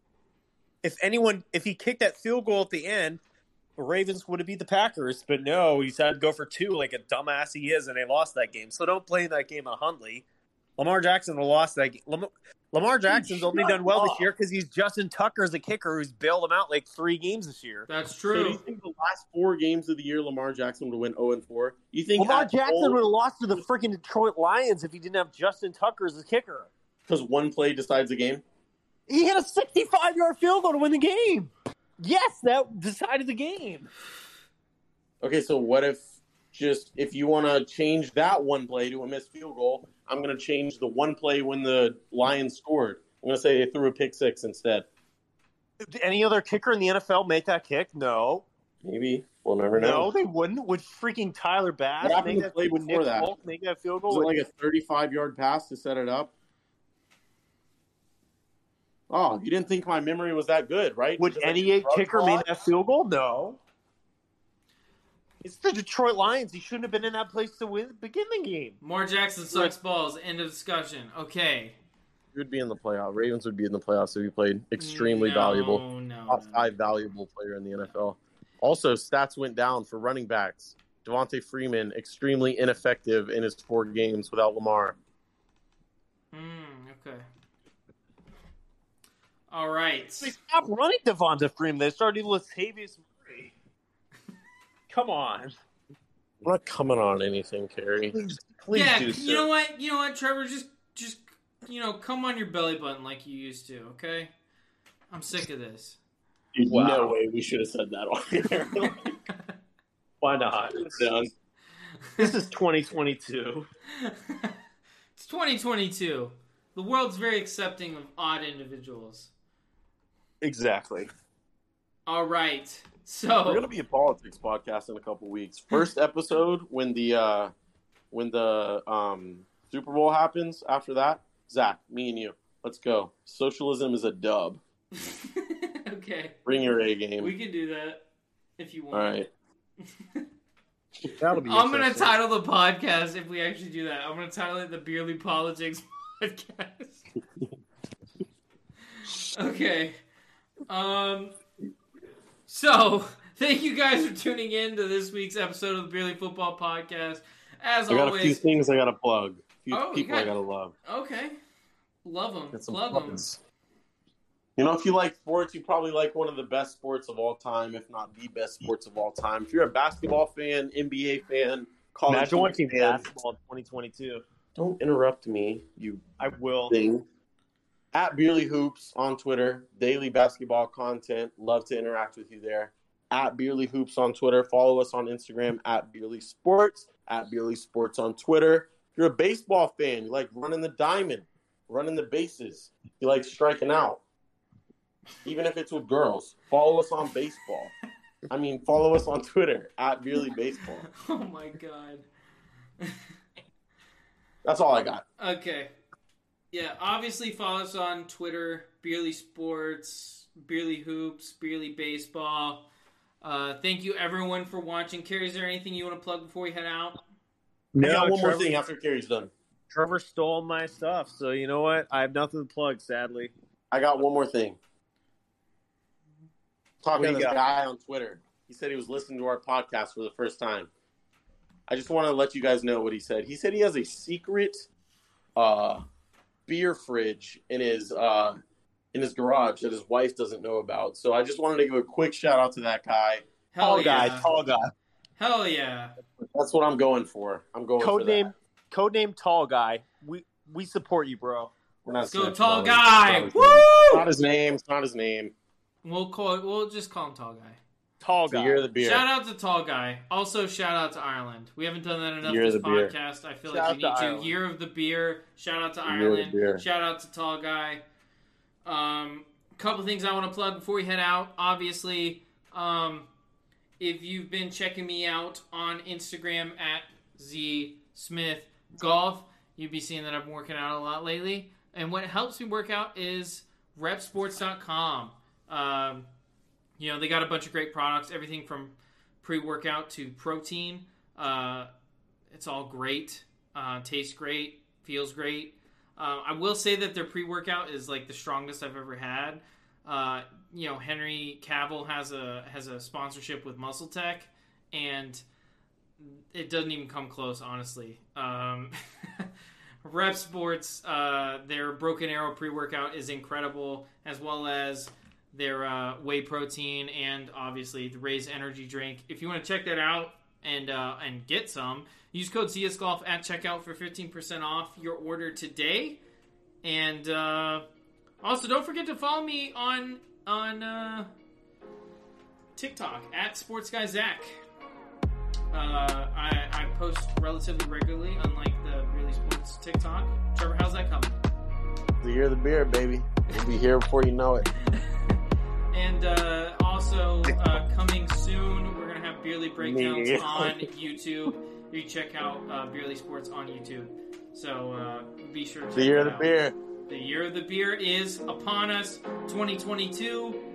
Speaker 3: If anyone, if he kicked that field goal at the end, the Ravens would have beat the Packers. But no, he decided to go for two, like a dumbass he is, and they lost that game. So don't blame that game on Huntley. Lamar Jackson will lost that game. Lamar, Lamar Jackson's only
Speaker 2: shut
Speaker 3: done well
Speaker 2: up.
Speaker 3: this year because he's Justin Tucker as a kicker who's bailed him out like three games this year.
Speaker 1: That's
Speaker 2: So do you
Speaker 1: true.
Speaker 2: think the last four games of the year, Lamar Jackson would have went zero and four? You think
Speaker 3: Lamar Jackson would have lost to the freaking Detroit Lions if he didn't have Justin Tucker as a kicker.
Speaker 2: because one play decides the game?
Speaker 3: He hit a 65 yard field goal to win the game. Yes, that decided the game.
Speaker 2: Okay, so what if just if you want to change that one play to a missed field goal, I'm going to change the one play when the Lions scored. I'm going to say they threw a pick six instead.
Speaker 3: Did any other kicker in the NFL make that kick? No.
Speaker 2: Maybe we'll never
Speaker 3: No,
Speaker 2: know.
Speaker 3: they wouldn't. Would freaking Tyler Bass
Speaker 2: What happened
Speaker 3: make
Speaker 2: to
Speaker 3: that,
Speaker 2: play
Speaker 3: would
Speaker 2: before
Speaker 3: Nick
Speaker 2: that?
Speaker 3: Folk make that field
Speaker 2: Was
Speaker 3: goal?
Speaker 2: it like a 35 yard pass to set it up? Oh, you didn't think my memory was that good, right?
Speaker 3: would
Speaker 2: Because I
Speaker 3: any
Speaker 2: did
Speaker 3: eight
Speaker 2: drug
Speaker 3: kicker
Speaker 2: fraud?
Speaker 3: make that field goal? No. It's the Detroit Lions. He shouldn't have been in that place to win begin the game.
Speaker 1: Lamar Jackson sucks balls. End of discussion. Okay.
Speaker 2: You would be in the playoff. Ravens would be in the playoffs if you played extremely
Speaker 1: No,
Speaker 2: valuable,
Speaker 1: No,
Speaker 2: top
Speaker 1: no.
Speaker 2: five valuable player in the NFL. Also, stats went down for running backs. Devontae Freeman extremely ineffective in his four games without Lamar.
Speaker 1: Mm, okay. All right.
Speaker 4: They stopped running Devonta Freeman. They started with Latavius Murray. Come on.
Speaker 2: I'm not coming on anything, Carrie.
Speaker 4: Please, please
Speaker 1: yeah,
Speaker 4: do so.
Speaker 1: you know what? You know what, Trevor? Just, just, you know, come on your belly button like you used to. Okay. I'm sick of this.
Speaker 2: Dude,
Speaker 4: Wow.
Speaker 2: No way. We should have said that on here.
Speaker 4: Why not?
Speaker 2: Done.
Speaker 4: This is 2022.
Speaker 1: it's 2022. The world's very accepting of odd individuals.
Speaker 2: Exactly.
Speaker 1: All right. So
Speaker 2: We're gonna be a politics podcast in a couple weeks. First episode when the uh, when the um, Super Bowl happens. After that, Zach, me and you, let's go. Socialism is a dub.
Speaker 1: okay,
Speaker 2: Bring your A game.
Speaker 1: we can do that if you
Speaker 2: All
Speaker 1: want.
Speaker 2: right.
Speaker 4: That'll be
Speaker 1: I'm gonna title the podcast if we actually do that. I'm gonna title it the Beerly Politics Podcast. okay. Um. So thank you guys for tuning in to this week's episode of the Beerly Football Podcast. As
Speaker 2: I got a few
Speaker 1: always,
Speaker 2: things I gotta plug. A few
Speaker 1: Oh, you
Speaker 2: people I
Speaker 1: got-
Speaker 2: gotta love.
Speaker 1: okay. Love them.
Speaker 2: Got some
Speaker 1: Love them.
Speaker 2: plugs. You know, if you like sports, you probably like one of the best sports of all time, if not the best sports of all time. If you're a basketball fan, NBA fan, college
Speaker 4: Imagine watching
Speaker 2: fan,
Speaker 4: basketball in 2022.
Speaker 2: don't interrupt me, you
Speaker 4: I will.
Speaker 2: thing. At Beerly Hoops on Twitter, daily basketball content. Love to interact with you there. At Beerly Hoops on Twitter. Follow us on Instagram at Beerly Sports. At Beerly Sports on Twitter. If you're a baseball fan, you like running the diamond, running the bases. You like striking out, even if it's with girls. Follow us on baseball. I mean, follow us on Twitter at Beerly Baseball.
Speaker 1: Oh my god.
Speaker 2: That's all I got.
Speaker 1: Okay. Yeah, obviously follow us on Twitter, Beerly Sports, Beerly Hoops, Beerly Baseball. Uh, thank you everyone for watching. Carrie, is there anything you want to plug before we head out?
Speaker 2: I got one
Speaker 4: Trevor,
Speaker 2: more thing after Carrie's done.
Speaker 4: Trevor stole my stuff, so you know what? I have nothing to plug, sadly.
Speaker 2: I got one more thing.
Speaker 4: What
Speaker 2: Talking
Speaker 4: do
Speaker 2: to
Speaker 4: you
Speaker 2: this
Speaker 4: got?
Speaker 2: guy on Twitter. He said he was listening to our podcast for the first time. I just want to let you guys know what he said. He said he has a secret uh, beer fridge in his uh, in his garage that his wife doesn't know about. So I just wanted to give a quick shout out to that guy.
Speaker 1: Hell yeah.
Speaker 4: tall guy.
Speaker 1: Hell yeah.
Speaker 2: That's what I'm going for. I'm going for that.
Speaker 4: Codename, codename Tall Guy. We we support you, bro.
Speaker 2: We're not
Speaker 1: Let's go,
Speaker 2: snitching
Speaker 1: tall
Speaker 2: on him.
Speaker 1: guy.
Speaker 2: It's
Speaker 1: Woo!
Speaker 2: Not his name. It's not his name.
Speaker 1: We'll call it we'll just call him Tall Guy.
Speaker 4: Tall
Speaker 2: It's the
Speaker 4: Guy.
Speaker 2: year of the beer.
Speaker 1: Shout out to Tall Guy. Also shout out to Ireland. We haven't done that enough
Speaker 2: Year of
Speaker 1: this
Speaker 2: the beer.
Speaker 1: podcast. I feel
Speaker 4: Shout
Speaker 1: like we
Speaker 4: out to
Speaker 1: need to.
Speaker 4: Ireland.
Speaker 1: Year of the beer. Shout out to
Speaker 2: Year of the
Speaker 1: Ireland.
Speaker 2: beer.
Speaker 1: Shout out to Tall Guy. Um, couple things I want to plug before we head out. Obviously, um, if you've been checking me out on Instagram at Z Smith Golf, you'd be seeing that I've been working out a lot lately. And what helps me work out is repsports.com. Um, you know, they got a bunch of great products, everything from pre workout to protein. Uh, it's all great, uh, tastes great, feels great. Uh, I will say that their pre workout is like the strongest I've ever had. Uh, you know, Henry Cavill has a has a sponsorship with Muscle Tech, and it doesn't even come close, honestly. Um, Rep Sports, uh, their Broken Arrow pre workout is incredible, as well as their uh, whey protein and obviously the Raise Energy drink. If you want to check that out and uh, and get some, use code CSGolf at checkout for 15% off your order today. And uh, also, don't forget to follow me on on uh, TikTok at Sports Guy Zach. Uh, I, I post relatively regularly, unlike the really sports TikTok. Trevor, how's that coming?
Speaker 2: the year of the beer, baby. We'll be here before you know it.
Speaker 1: And uh, also, uh, coming soon, we're going to have Beerly Breakdowns
Speaker 2: Me.
Speaker 1: on YouTube. You can check out uh, Beerly Sports on YouTube. So uh, be sure to
Speaker 2: The
Speaker 1: check
Speaker 2: year
Speaker 1: that
Speaker 2: of the
Speaker 1: out.
Speaker 2: beer.
Speaker 1: The year of the beer is upon us, 2022.